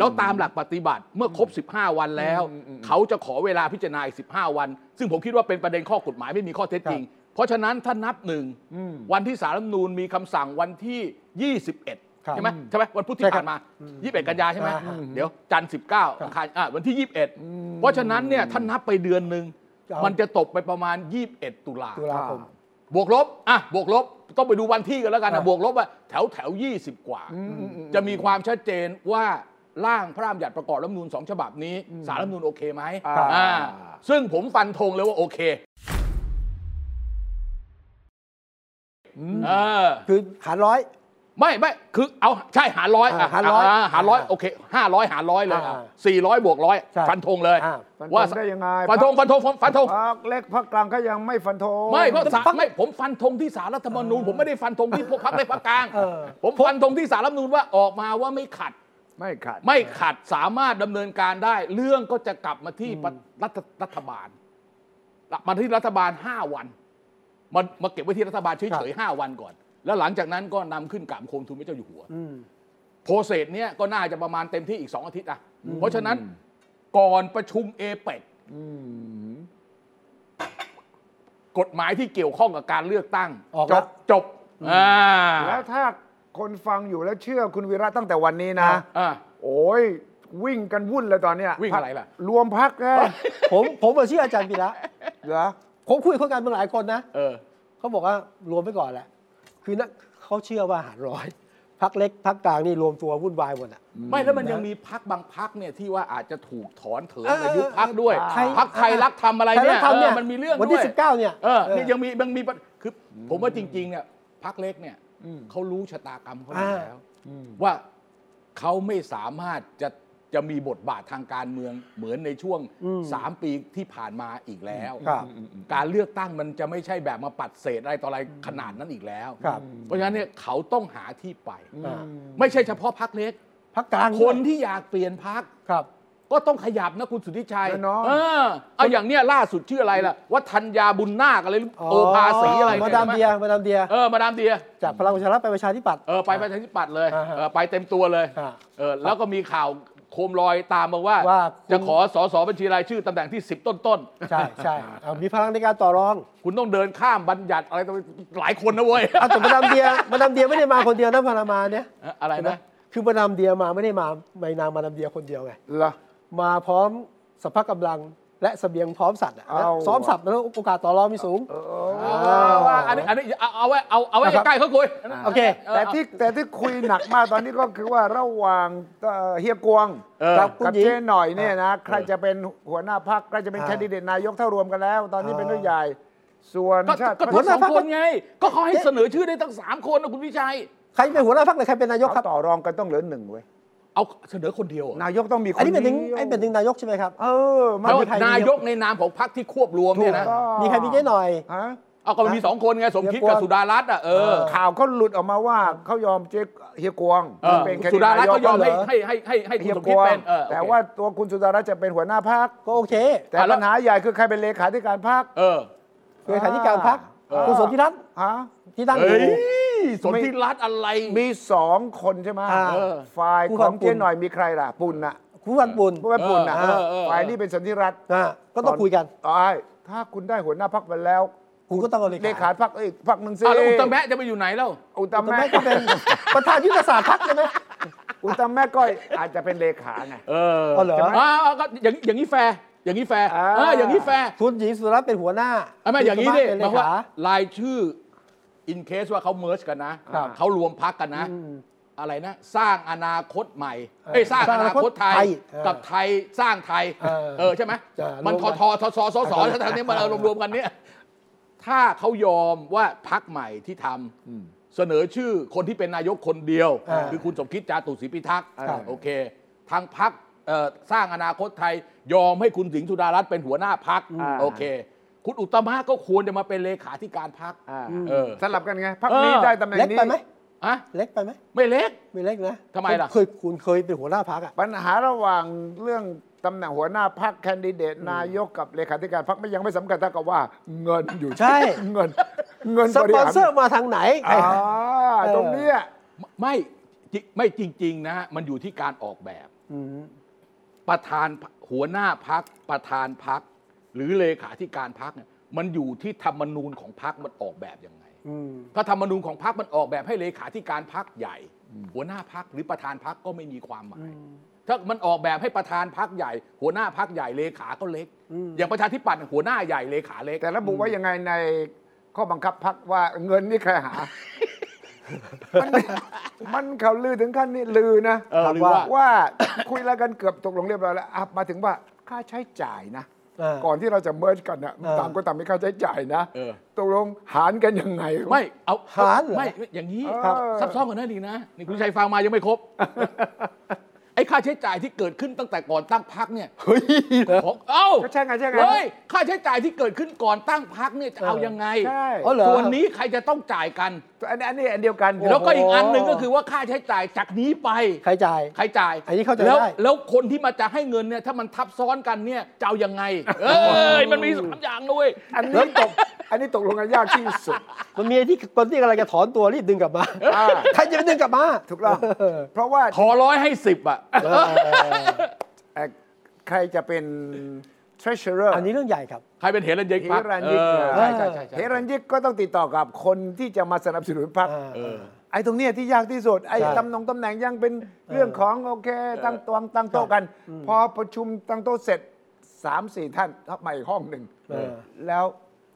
[SPEAKER 2] แล้วตามหลักปฏิบัติเมื่อครบ 15 วันแล้ว เขาจะขอเวลาพิจารณาอีก15 วัน ซึ่งผมคิดว่าเป็นประเด็นข้อกฎหมายไม่มีข้อเท็จจริง เพราะฉะนั้นถ้านับหนึ่งวันที่สารรัฐธรรมนูญมีคำสั่งวันที่ 21
[SPEAKER 1] ครับ
[SPEAKER 2] ใช่ไหมใช่ไหมวันพุธที่
[SPEAKER 1] ใช่ครับ
[SPEAKER 2] ผ่านมา 21 กันยาใช่ไหม
[SPEAKER 1] อ่า
[SPEAKER 2] เดี๋ยวจันทร์19อังคารอ่ะวันที่ 21 เพราะฉะนั้นเนี่ยถ้านับไปเดือนหนึ่ง
[SPEAKER 1] ครับ
[SPEAKER 2] มันจะตกไปประมาณ 21 ตุลา
[SPEAKER 1] ตุลาคม
[SPEAKER 2] บวกลบ อ่ะ บวกลบ ต้องไปดูวันที่กันแล้วกัน
[SPEAKER 1] ครั
[SPEAKER 2] นะ
[SPEAKER 1] บ
[SPEAKER 2] บวกลบอะแถวแถวยี่สิบกว่า จะมีความชัดเจนว่าร่างพระราชบัญญัติประกอบรัฐธรรมนูญสองฉบับนี้ สารรัฐธรรมนูญโอเคไหม
[SPEAKER 3] ครับ
[SPEAKER 2] อ่าซึ่งผมฟันธงเลยว่าโอเคเออ
[SPEAKER 1] คือหารร้อย
[SPEAKER 2] ไม่ไม่คือเอาใช่หารร้อย
[SPEAKER 1] อ่าหารร้อย
[SPEAKER 2] หารร้อยโอเคห้าร้อยหารร้อยเลย
[SPEAKER 1] อ่า
[SPEAKER 2] สี่ร้อยบวกร้อย
[SPEAKER 1] ใช่
[SPEAKER 2] ฟันธงเลย
[SPEAKER 1] อ่า
[SPEAKER 2] ว่า
[SPEAKER 3] ว่าได้ยังไง
[SPEAKER 2] ฟันธงฟันธงฟันธง
[SPEAKER 3] พักเล็กพักกลางก็ยังไม่ฟันธง
[SPEAKER 2] ไม่เพราะสารไม่ผมฟันธงที่สารรัฐธรรมนูญผมไม่ได้ฟันธงที่พวกพักในพักกลาง
[SPEAKER 1] เออ
[SPEAKER 2] ผมฟันธงที่สารรัฐธรรมนูญว่าออกมาว่าไม่ขัด
[SPEAKER 3] ไม่ขัด
[SPEAKER 2] ไม่ขัดสามารถดำเนินการได้ เรื่องก็จะกลับมาที่รัฐรัฐบาลมาที่รัฐบาล 5 วันมามาเก็บไว้ที่รัฐบาลเฉยๆ5วันก่อน แล้วหลังจากนั้นก็นำขึ้นกราบโคมทูลพระเจ้าอยู่หัว
[SPEAKER 1] อืม
[SPEAKER 2] โปรเซสเนี้ยก็น่าจะประมาณเต็มที่อีก 2 อาทิตย์อะเพราะฉะนั้นก่อนประชุมเอเปกกฎหมายที่เกี่ยวข้องกับการเลือกตั้ง
[SPEAKER 1] ออก
[SPEAKER 2] จ
[SPEAKER 1] แล้ว
[SPEAKER 2] บจบอ่า
[SPEAKER 3] แล้วถ้าคนฟังอยู่แล้วเชื่อคุณวีระตั้งแต่วันนี้นะ
[SPEAKER 2] อ่า
[SPEAKER 3] โอ้ย วิ่งกันวุ่นเลยตอนเนี้ย
[SPEAKER 2] วิ่งอะไรล่ะ
[SPEAKER 3] รวมพักนะ
[SPEAKER 1] ผมผมมาเชื่ออาจารย์ปีระ
[SPEAKER 3] เหรอ
[SPEAKER 1] ผมคุยกับคนการเมืองหลายคนนะ
[SPEAKER 2] เออ
[SPEAKER 1] เขาบอกว่ารวมไปก่อนแหละ คือนะเขาเชื่อว่าหารร้อย พักเล็กพักกลางนี่รวมตัววุ่นวายหมดอ่ะ
[SPEAKER 2] ไม่แล้วมันยังมีพักบางพักเนี่ยที่ว่าอาจจะถูกถอนเถิน
[SPEAKER 1] เออ
[SPEAKER 2] ในยุบพักด้วย
[SPEAKER 1] เออไทย
[SPEAKER 2] พักไทยรักทำอะไร
[SPEAKER 1] ไทยรั
[SPEAKER 2] เนี่
[SPEAKER 1] ก
[SPEAKER 2] ย
[SPEAKER 1] ธรรมเนี่ย
[SPEAKER 2] เออมันมีเรื่อง
[SPEAKER 1] วันที่
[SPEAKER 2] ด้ย
[SPEAKER 1] สิบเก้าเนี่ย
[SPEAKER 2] เออ
[SPEAKER 1] เออ
[SPEAKER 2] นี่ยังมียังมีปัญคืออผมว่าจริงๆเนี่ยพักเล็กเนี่ยเขารู้ชะตากรรมเขาอยู่
[SPEAKER 1] อ่า
[SPEAKER 2] แล้วว่าเขาไม่สามารถจะจะมีบทบาททางการเมืองเหมือนในช่วงสามปีที่ผ่านมาอีกแล้ว
[SPEAKER 1] ครับ
[SPEAKER 2] การเลือกตั้งมันจะไม่ใช่แบบมาปัดเศษอะไรต่ออะไรขนาดนั้นอีกแล้ว
[SPEAKER 1] ครับ
[SPEAKER 2] เพราะฉะนั้นเนี่ยเขาต้องหาที่ไป
[SPEAKER 1] อ่า
[SPEAKER 2] ไม่ใช่เฉพาะพักเล็ก
[SPEAKER 1] พักกลาง
[SPEAKER 2] คนที่อยากเปลี่ยนพัก
[SPEAKER 1] ครับ
[SPEAKER 2] ก็ต้องขยับนะคุณสุทธิชัย
[SPEAKER 3] แน่นอน
[SPEAKER 2] เออเอาอย่างเนี้ยล่าสุดชื่ออะไรล่ะวัฒนยาบุญนาคอะไรโอภาสีอะไร
[SPEAKER 1] มา
[SPEAKER 2] นี่
[SPEAKER 1] ดาม
[SPEAKER 2] ใช่ไห
[SPEAKER 1] เดียมาดามเดีย
[SPEAKER 2] เออมาดามเดีย
[SPEAKER 1] จากพลังประชารัฐไปประชาธิปัตย์
[SPEAKER 2] เออไปประชาธิปัตย์เลย
[SPEAKER 1] อ่าฮะ
[SPEAKER 2] เออไปเต็มตัวเลย
[SPEAKER 1] อ่า
[SPEAKER 2] เออแล้วก็มีข่าวโคมลอยตามมาว่า
[SPEAKER 1] ว่าคุณ
[SPEAKER 2] จะขอสอสอบัญชีรายชื่อตำแหน่งที่ 10 ต้น
[SPEAKER 1] ใช่ใช่เอามีพลังในการต่อรอง
[SPEAKER 2] ๆ คุณต้องเดินข้ามบัญญัติอะไรต่อหลายคนนะเว้ย
[SPEAKER 1] อ่ะแต่มาดามเดียมาดามเดียไม่ได้มาคนเดียวนะพานามาเนี่ย
[SPEAKER 2] อะไร
[SPEAKER 1] ใช่ไหม
[SPEAKER 2] นะ
[SPEAKER 1] คือมาดามเดียมาไม่ได้มาในนามมาดามเดียคนเดียวไง
[SPEAKER 3] เหรอ
[SPEAKER 1] มาพร้อมสภาพกำลังและเสบียงพร้อมสัตว์อะ
[SPEAKER 3] เอา
[SPEAKER 1] ซ้อมสับแล้วโอกาสต่อรองมีสูง
[SPEAKER 2] เอาว่าอันนี้อันนี้เอาเอาไว้เอาเอาไว้
[SPEAKER 1] นะครับ
[SPEAKER 2] ใกล้ๆเขาคุย
[SPEAKER 1] โอเค
[SPEAKER 3] แต่ที่แต่ที่คุยหนักมากตอนนี้ก็คือว่าระหว่างเอ่อเฮียกวง
[SPEAKER 2] เออ
[SPEAKER 3] กั
[SPEAKER 1] คุณ
[SPEAKER 3] กับ
[SPEAKER 1] หญิง
[SPEAKER 3] เจ๊หน่อยเนี่ยนะ ใครจะเป็นหัวหน้าพักใครจะเป็น
[SPEAKER 1] อ่า
[SPEAKER 3] แคนดิเดตนายกถ้ารวมกันแล้ว ตอนนี้เป็นเรื่องใหญ่ ส่วน
[SPEAKER 2] ก็
[SPEAKER 3] ชาติ
[SPEAKER 2] ก็
[SPEAKER 3] พัฒ
[SPEAKER 2] ทั้งส
[SPEAKER 3] นา
[SPEAKER 2] องคนไง ก็เขาให้เสนอชื่อได้ตั้งสามคนนะคุณวิชัย
[SPEAKER 1] ใครเป็นหัวหน้าพรรคหรือใครเป็นนายกค
[SPEAKER 3] เขา
[SPEAKER 1] รับ
[SPEAKER 3] ต่อรองกันต้องเหลือหนึ่งเว้ย
[SPEAKER 2] เอาเสนอคนเดียวเหรอ
[SPEAKER 3] นายกต้องมีคน
[SPEAKER 1] อันนี้เป็นถึง
[SPEAKER 3] ดียว
[SPEAKER 1] ไอ้เป็นถึงนายกใช่ไหมครับ
[SPEAKER 3] เออมัน
[SPEAKER 2] แล้ว
[SPEAKER 1] มีใครมี
[SPEAKER 2] นายกในนามของพรรคที่ควบรวม
[SPEAKER 3] ถู
[SPEAKER 2] เนี่ย
[SPEAKER 3] ก
[SPEAKER 2] นะ
[SPEAKER 3] ต้อง
[SPEAKER 1] มีใครมีเจ๊หน่อย
[SPEAKER 3] ฮะ
[SPEAKER 2] เอาก็มันมีสองคนไง สมคิดกับสุดารัตน์อ่ะเออ
[SPEAKER 3] ข่าวเขาหลุดออกมาว่าเขายอมเจ๊เฮียกวง
[SPEAKER 2] เออ
[SPEAKER 3] เป็นแคน
[SPEAKER 2] สุ
[SPEAKER 3] ดิเด
[SPEAKER 2] ดา
[SPEAKER 3] ต
[SPEAKER 2] รัตน์
[SPEAKER 3] นายก
[SPEAKER 2] ก็ยอม
[SPEAKER 3] เหร
[SPEAKER 2] ให้
[SPEAKER 3] อ
[SPEAKER 2] ให้ให้ให้ให้คุณ
[SPEAKER 3] เฮีย
[SPEAKER 2] สม
[SPEAKER 3] ก
[SPEAKER 2] คิด
[SPEAKER 3] วง
[SPEAKER 2] เป็นเออโอเค
[SPEAKER 3] แต่ว่าตัวคุณสุดารัตน์จะเป็นหัวหน้าพัก
[SPEAKER 1] ก็โอเค
[SPEAKER 3] แต่ปัญหาใหญ่คือใครเป็นเลขาธิการพัก
[SPEAKER 2] เออ
[SPEAKER 1] เลขาธิการพรรค
[SPEAKER 3] เออ
[SPEAKER 1] คุณสนธิรัตน์
[SPEAKER 3] ฮะ
[SPEAKER 1] ที่ตั้งอ
[SPEAKER 2] เฮ้
[SPEAKER 1] ยู่
[SPEAKER 2] ยสมคิดรัตน์อะไร
[SPEAKER 3] มีสองคนใช่ไหม
[SPEAKER 1] อ่า
[SPEAKER 3] เออฝ่าย
[SPEAKER 1] ผู้
[SPEAKER 3] ของ
[SPEAKER 1] กำกับ
[SPEAKER 3] เจ๊หน่อยมีใครล่ะปุ่นน่ะ
[SPEAKER 1] คุณวันปุณ
[SPEAKER 3] พวกแม่ปุ่นน่ะ
[SPEAKER 2] เออเออเออ
[SPEAKER 3] ฝ่ายนี้เป็นสันติรัตน์
[SPEAKER 1] อ่ะก็ต้องคุยกัน
[SPEAKER 3] ตายถ้าคุณได้หัวหน้าพักไปแล้ว
[SPEAKER 1] คุณก็ต้องเอา
[SPEAKER 3] เล
[SPEAKER 1] เล
[SPEAKER 3] ขา
[SPEAKER 1] ขา
[SPEAKER 3] พักเอ้ยพักหนึ่งสิ
[SPEAKER 2] อ้าวแล้วอุตตมแมะจะไปอยู่ไหนแล้ว
[SPEAKER 3] อุต
[SPEAKER 1] แต่
[SPEAKER 3] ม
[SPEAKER 1] แม่
[SPEAKER 3] แม่
[SPEAKER 1] ก็เป็นประธานยุทธศาสตร์พรรคใช่ไหม
[SPEAKER 3] อุตมแม่ก็อาจจะเป็นเลขาไง
[SPEAKER 2] เออ
[SPEAKER 1] อ๋อเหรอ
[SPEAKER 2] อ้าวก็อย่างอย่างนี้แฟร์อย่างนี้แฟร์
[SPEAKER 3] อ่า
[SPEAKER 2] เอออย่างนี้แฟร์
[SPEAKER 1] คุณหญิงสุดารัตน์เป็นหัวหน้า
[SPEAKER 2] เอาไม่อย่างนี้ดิ
[SPEAKER 1] คุณ
[SPEAKER 2] ห
[SPEAKER 1] สาย ร์ทเป็นเล
[SPEAKER 2] มามว่า
[SPEAKER 1] ขา
[SPEAKER 2] รายชื่อ อินเคสว่าเขาเมิร์ชกันนะ
[SPEAKER 1] ครับ
[SPEAKER 2] เขารวมพักกันนะ
[SPEAKER 1] อืม
[SPEAKER 2] อะไรนะ สร้างอนาคตใหม่เอ้ยสร้าง
[SPEAKER 1] สร้า
[SPEAKER 2] อง
[SPEAKER 1] อนา
[SPEAKER 2] นา
[SPEAKER 1] ค
[SPEAKER 2] ค
[SPEAKER 1] ต
[SPEAKER 2] ต
[SPEAKER 1] ไท
[SPEAKER 2] ไท
[SPEAKER 1] ย
[SPEAKER 2] ย
[SPEAKER 1] เออ
[SPEAKER 2] กับไทยสร้างไทย
[SPEAKER 1] เออ
[SPEAKER 2] เออใช่ไหม
[SPEAKER 1] จะ
[SPEAKER 2] มัน
[SPEAKER 1] ร
[SPEAKER 2] ท
[SPEAKER 1] วม
[SPEAKER 2] อ
[SPEAKER 1] กัน
[SPEAKER 2] ทอทอสอสอสอทั้งนี้มัน
[SPEAKER 1] เออ
[SPEAKER 2] เอารวมๆกันเนี่ยถ้าเขายอมว่าพักใหม่ที่ทำเสนอชื่อคนที่เป็นนายกคนเดียว
[SPEAKER 1] เออ
[SPEAKER 2] คือคุณสมคิดจาตุศรีพิทักษ์
[SPEAKER 1] ครับ
[SPEAKER 2] โอเค ทางพักสร้างอนาคตไทย ยอมให้คุณสิงห์สุดารัตน์เป็นหัวหน้าพัก
[SPEAKER 3] อ่า
[SPEAKER 2] โอเค คุณอุตตมะก็ควรจะมาเป็นเลขาธิการพัก
[SPEAKER 3] อ่า
[SPEAKER 2] เออ
[SPEAKER 3] สลับกันไงพัก
[SPEAKER 2] เออ
[SPEAKER 3] นี้ได้ตำแหน่ง
[SPEAKER 1] เล็ก
[SPEAKER 3] นี้
[SPEAKER 1] ไปไหม
[SPEAKER 2] อะ
[SPEAKER 1] เล็กไปไหม
[SPEAKER 2] ไม่เล็ก
[SPEAKER 1] ไม่เล็กนะ
[SPEAKER 2] ทำไมล่ะ
[SPEAKER 1] เคยคุณเคยเป็นหัวหน้าพรรคอ่ะ
[SPEAKER 3] ปัญหาระหว่างเรื่องตำแหน่งหัวหน้าพักแคนดิเดตนายกกับเลขาธิการพักไม่ยังไม่สำคัญเท่ากับว่าเงินอยู่
[SPEAKER 1] ใช่
[SPEAKER 3] เงิน เงิน
[SPEAKER 1] ส
[SPEAKER 3] บริ
[SPEAKER 1] ปอน
[SPEAKER 3] หาร
[SPEAKER 1] เซอร์มาทางไหน
[SPEAKER 3] อ่าตรงเนี้ย
[SPEAKER 2] ไม่จริไม่จริง ๆ นะฮะ มันอยู่ที่การออกแบบ
[SPEAKER 1] อืม
[SPEAKER 2] ประธานหัวหน้าพักประธานพัก หรือเลขาธิการพักเนี่ยมันอยู่ที่ธรรมนูญของพักมันออกแบบยังไง
[SPEAKER 1] อื อืม
[SPEAKER 2] พระธรรมนูญของพรรคมันออกแบบให้เลขาธิการพรรคใหญ่ หัวหน้าพรรคหรือประธานพรรคก็ไม่มีความหมาย ถ้ามันออกแบบให้ประธานพรรคใหญ่ หัวหน้าพรรคใหญ่เลขาก็เล็ก
[SPEAKER 1] อืม
[SPEAKER 2] อย่างประชาธิปัตย์หัวหน้าใหญ่เลขาเล็ก
[SPEAKER 3] แต่ระบุว่ายังไงในข้อบังคับพักว่าเงินนี่ใคร หา มันมันเขาลือถึงขั้นนี่ลือนะ
[SPEAKER 2] เออลือว่า
[SPEAKER 3] ว่าคุยแล้วกันเกือบตกลงเรียบร้อยแล้วอ่ะมาถึงว่าค่าใช้จ่ายนะ
[SPEAKER 1] เออ
[SPEAKER 3] ก่อนที่เราจะเมิร์จกันนะ
[SPEAKER 1] เออ
[SPEAKER 3] ต่างก็ต่างมีค่าใช้จ่ายนะ
[SPEAKER 2] เออ
[SPEAKER 3] ตกลงหารกันยังไง
[SPEAKER 2] ไม่เอา
[SPEAKER 1] หารเหรอ
[SPEAKER 2] ไม่ไม่อย่างนี้
[SPEAKER 3] ครับ
[SPEAKER 2] ซับซ้อนกว่านั้นอีกนะนี่คุณชัยฟังมายังไม่ครบ ไอ้ค่าใช้จ่ายที่เกิดขึ้นตั้งแต่ก่อนตั้งพักเนี่ย
[SPEAKER 1] เฮ้ย
[SPEAKER 2] ของเอ้า
[SPEAKER 3] ก็ใช่ไงใช่ไง
[SPEAKER 2] เฮ้ยค่าใช้จ่ายที่เกิดขึ้นก่อนตั้งพักเนี่ยจะเอา
[SPEAKER 1] เออ
[SPEAKER 2] ยังไง
[SPEAKER 3] ใช่
[SPEAKER 1] อ๋อเหรอ
[SPEAKER 2] ส่วนนี้ใครจะต้องจ่ายกัน
[SPEAKER 3] อันอันนี้อันเดียวกัน
[SPEAKER 1] โอ้โห
[SPEAKER 2] แล้วก็อีกอันหนึ่งก็คือว่าค่าใช้จ่ายจากนี้ไป
[SPEAKER 1] ใครจ่าย
[SPEAKER 2] ใครจ่าย
[SPEAKER 1] อันนี้เข้าใจ
[SPEAKER 2] แล้ว
[SPEAKER 1] ได้
[SPEAKER 2] แล้วคนที่มาจะให้เงินเนี่ยถ้ามันทับซ้อนกันเนี่ยจะเอายังไง เอ้ยมันมีสามอย่างด้วย
[SPEAKER 3] อันนี้ตก อันนี้ตกลงกันยากที่สุด
[SPEAKER 1] มันมีไอ้ที่คนที่กำลังจะถอนตัวรีบดึงกลับมา
[SPEAKER 3] อ่า
[SPEAKER 1] ใครจะไปดึงกลับมา
[SPEAKER 3] ถูกต้องเพราะว่า
[SPEAKER 2] ขอร้อยให้สิบอ่ะ
[SPEAKER 3] เอ่อใครจะเป็น treasurer
[SPEAKER 1] อันนี้เรื่องใหญ่ครับ
[SPEAKER 2] ใครเป็นเหรัญยิก
[SPEAKER 3] เฮ
[SPEAKER 2] พรรค
[SPEAKER 3] รัน
[SPEAKER 2] เอ
[SPEAKER 3] ยิก
[SPEAKER 2] อ
[SPEAKER 3] ใช่
[SPEAKER 2] ใช่
[SPEAKER 3] ใช่
[SPEAKER 2] ใช่ใช่
[SPEAKER 3] ใช่ใช่
[SPEAKER 2] ใช่
[SPEAKER 3] เฮรันยิกก็ต้องติดต่อกับคนที่จะมาสนับสนุนพรรคไอ้ตรงเนี้ยที่ยากที่สุดไอ้
[SPEAKER 1] ใช่
[SPEAKER 3] ตำแหน่งตำแหน่งยังเป็นเรื่องของโอเคตั้งตวงตั้งโต๊ะกัน พอประชุมตั้งโต๊ะเสร็จสามสี่ท่านเข้ามาอีกห้องหนึ่ง
[SPEAKER 1] เออ
[SPEAKER 3] แล้ว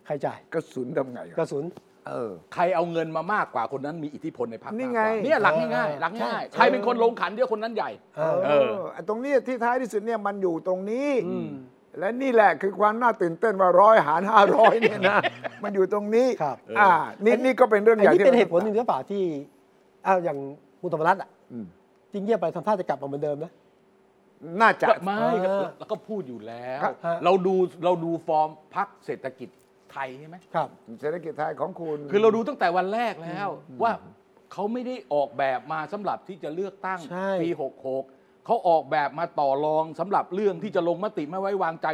[SPEAKER 1] ใครจ่าย
[SPEAKER 3] กระสุนทำไง
[SPEAKER 1] กระสุน
[SPEAKER 3] เออ
[SPEAKER 2] ใครเอาเงินมามากกว่าคนนั้นมีอิทธิพลในพรรค
[SPEAKER 3] นี่
[SPEAKER 2] มาก
[SPEAKER 3] ไง
[SPEAKER 2] กว่าเนี่ยหลักง่ายๆหลัก
[SPEAKER 1] ใช่
[SPEAKER 2] ง่ายๆใครเป็นคนลงขันเดียวคนนั้นใหญ่
[SPEAKER 1] เออ
[SPEAKER 2] เออ
[SPEAKER 3] ไอ้ตรงเนี้ยที่ท้ายที่สุดเนี่ยมันอยู่ตรงนี้ และนี่แหละคือความน่าตื่นเต้นว่าร้อยหารห้าร้อยเนี่ยนะมันอยู่ตรงนี้
[SPEAKER 1] ครับ
[SPEAKER 3] อ่านี่นี่ก็เป็นเรื่อง
[SPEAKER 1] อัน
[SPEAKER 3] ใหญ่
[SPEAKER 1] นี้
[SPEAKER 3] ที่
[SPEAKER 1] เป็นเหตุผ
[SPEAKER 3] รา
[SPEAKER 1] ลหนึ่งหรือเปล่าที่อ้าวอย่างคุณธรรมรัตน์อ่ะ
[SPEAKER 3] อืม
[SPEAKER 1] จริงเงียบไปทำท่าจะกลับมาเหมือนเดิมนะ
[SPEAKER 3] น่าจะ
[SPEAKER 2] ก็ไม่ก็
[SPEAKER 1] อ่า
[SPEAKER 2] แล้วก็พูดอยู่แล้ว
[SPEAKER 1] ครับ
[SPEAKER 2] เราดูเราดูฟอร์มพรรคเศรษฐกิจไทยใช่ไหม
[SPEAKER 1] ครับ
[SPEAKER 3] เศรษฐกิจไทยของคุณ
[SPEAKER 2] คือเราดูตั้งแต่วันแรกแล้วว่าเขาไม่ได้ออกแบบมาสำหรับที่จะเลือกตั้ง
[SPEAKER 1] ใช่
[SPEAKER 2] ปี 66 เขาออกแบบมาต่อรองสำหรับเรื่องที่จะลงมติไม่ไว้วางใจ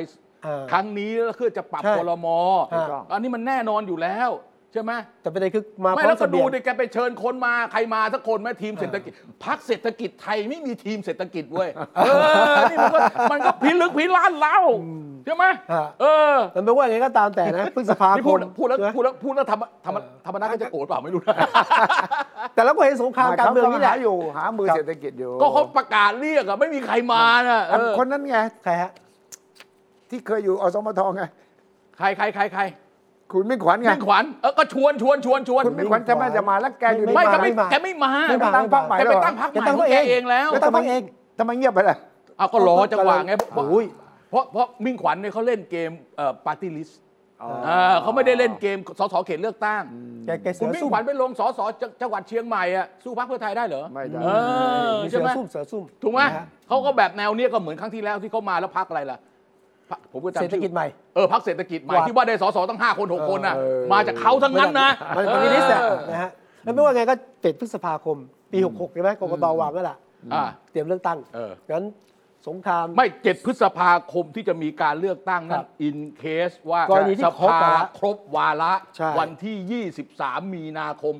[SPEAKER 1] อ่า
[SPEAKER 2] ครั้งนี้แล้วเพื่อจะปรับ
[SPEAKER 1] ใช่
[SPEAKER 2] คลม
[SPEAKER 1] ถูกต้อง
[SPEAKER 2] อันนี้มันแน่นอนอยู่แล้วใช่ไหม
[SPEAKER 1] แต่ประเด็นคือมา
[SPEAKER 2] ไม่
[SPEAKER 1] พร้อ
[SPEAKER 2] แล้
[SPEAKER 1] ม
[SPEAKER 2] ว
[SPEAKER 1] กั
[SPEAKER 2] ก็
[SPEAKER 1] บ
[SPEAKER 2] ดู
[SPEAKER 1] เดี
[SPEAKER 2] ดิ
[SPEAKER 1] ย
[SPEAKER 2] แกไปเชิญคนมาใครมาสักคนไหมทีมเศรษฐกิจพักเศรษฐกิจไทยไม่มีทีมเศรษฐกิจเว้ยเออนี่มันก็มันก็พิลึกพิลั่นแล้วใช่ไหม
[SPEAKER 1] ฮะ
[SPEAKER 2] เออ
[SPEAKER 1] มันไม่ว่าไงก็ตามแต่นะ พฤษภา
[SPEAKER 2] นี่
[SPEAKER 1] ค
[SPEAKER 2] พูด
[SPEAKER 1] ม
[SPEAKER 2] พูดแล้ว
[SPEAKER 1] ใช่ไหม
[SPEAKER 2] พูดแล้วพูดแล้วธรรมธรรมธรรมนัฐก็จะโกรธเปล่าไม่รู้นะ
[SPEAKER 1] แต่เราก็เห็นสงครามการเมืองนี่แหละ
[SPEAKER 3] หาอยู่หามือ
[SPEAKER 1] ครับ
[SPEAKER 3] เศรษฐกิจอยู่
[SPEAKER 2] ก็เขาประกาศเรียกอะไม่มีใครมานะเอ
[SPEAKER 3] อัน
[SPEAKER 2] อ
[SPEAKER 3] คนนั้นไง
[SPEAKER 1] ใครฮะ
[SPEAKER 3] ที่เคยอยู่อสมทไง
[SPEAKER 2] ใครใครใครใคร
[SPEAKER 3] คุณมิ่งขวัญไง
[SPEAKER 2] มิ่งขวัญเออก็ชวนชวนชวนชวน
[SPEAKER 3] คุณมิ่งขวัญจะมาจะมาแล้วแกอยู่
[SPEAKER 1] ไม่
[SPEAKER 2] ไม่
[SPEAKER 1] มา
[SPEAKER 2] ก็ไม่
[SPEAKER 1] ไม่มา
[SPEAKER 2] แกไม่มา
[SPEAKER 1] ไม่
[SPEAKER 3] ไป
[SPEAKER 1] มา
[SPEAKER 3] ตั้งเป้าหมาย
[SPEAKER 2] แกไป
[SPEAKER 3] เหรอ
[SPEAKER 2] ตั้งพรรคให
[SPEAKER 1] แก
[SPEAKER 2] ม่
[SPEAKER 1] ตั้ง
[SPEAKER 2] ของแก
[SPEAKER 1] เอง
[SPEAKER 2] เองแล้ว
[SPEAKER 1] แกตั้งพรรคเอง
[SPEAKER 3] ทำไมเงียบไปล่ะ
[SPEAKER 2] เอาก็รอจังหวะไงเพราะ
[SPEAKER 1] โอ้ย
[SPEAKER 2] เพราะเพราะมิ่งขวัญเนี่ยเขาเล่นเกมเอ่อปาร์ตี้ลิสต์เขาไม่ได้เล่นเกมสสเขตเลือกตั้ง
[SPEAKER 1] แกแก
[SPEAKER 2] คุ
[SPEAKER 1] เสื
[SPEAKER 2] ณ
[SPEAKER 1] อ
[SPEAKER 2] มิ่ง
[SPEAKER 1] ซุ่ม
[SPEAKER 2] ขวัญไปลงสสจังจังหวัดเชียงใหม่อะสู้พรรคเพื่อไทยได้เหรอ
[SPEAKER 3] ไม่ได้
[SPEAKER 2] เออ
[SPEAKER 1] มี
[SPEAKER 2] ใช่
[SPEAKER 1] เสือ
[SPEAKER 2] ไหม
[SPEAKER 1] ซุ่มเสือซุ่ม
[SPEAKER 2] ถูกไหม
[SPEAKER 1] นะฮะ
[SPEAKER 2] เขาก็แบบแนวเนี้ยก็เหมือนครั้งที่แล้วที่เขามาแล้วพักอะไรล่ะพรรคผมก็จำ
[SPEAKER 1] เศรษฐ
[SPEAKER 2] ชื่อ
[SPEAKER 1] กิจใหม่
[SPEAKER 2] เออพักเศรษฐกิจใหม่
[SPEAKER 1] ว่า
[SPEAKER 2] ที่ว่าได้สสตั้ง 5 คน 6 คนน่ะ
[SPEAKER 1] เออ
[SPEAKER 2] มาจากเขาทั้งนั้นนะ
[SPEAKER 1] มันเป็นลิสต์อะ
[SPEAKER 2] เออ
[SPEAKER 1] นะฮะแล้วไม่ว่าไงก็เจ็ดพฤษภาคม ปี 66ใช่ไหมกกตวางแล้วล่ะ
[SPEAKER 2] อ่ะ
[SPEAKER 1] เตรียมเลือกตั้ง
[SPEAKER 2] เออ
[SPEAKER 1] งั้นสงคราม
[SPEAKER 2] ไม่เจ็ดพฤษภาคมที่จะมีการเลือกตั้ง
[SPEAKER 1] ค
[SPEAKER 2] นั่
[SPEAKER 1] รั
[SPEAKER 2] น
[SPEAKER 1] บ
[SPEAKER 2] อินเคสว่าก
[SPEAKER 1] รณีที่
[SPEAKER 2] ส
[SPEAKER 1] ครบ
[SPEAKER 2] ภาว
[SPEAKER 1] าระ
[SPEAKER 2] ครบวาระ
[SPEAKER 1] ใช่
[SPEAKER 2] วันที่ 23 มีนาคม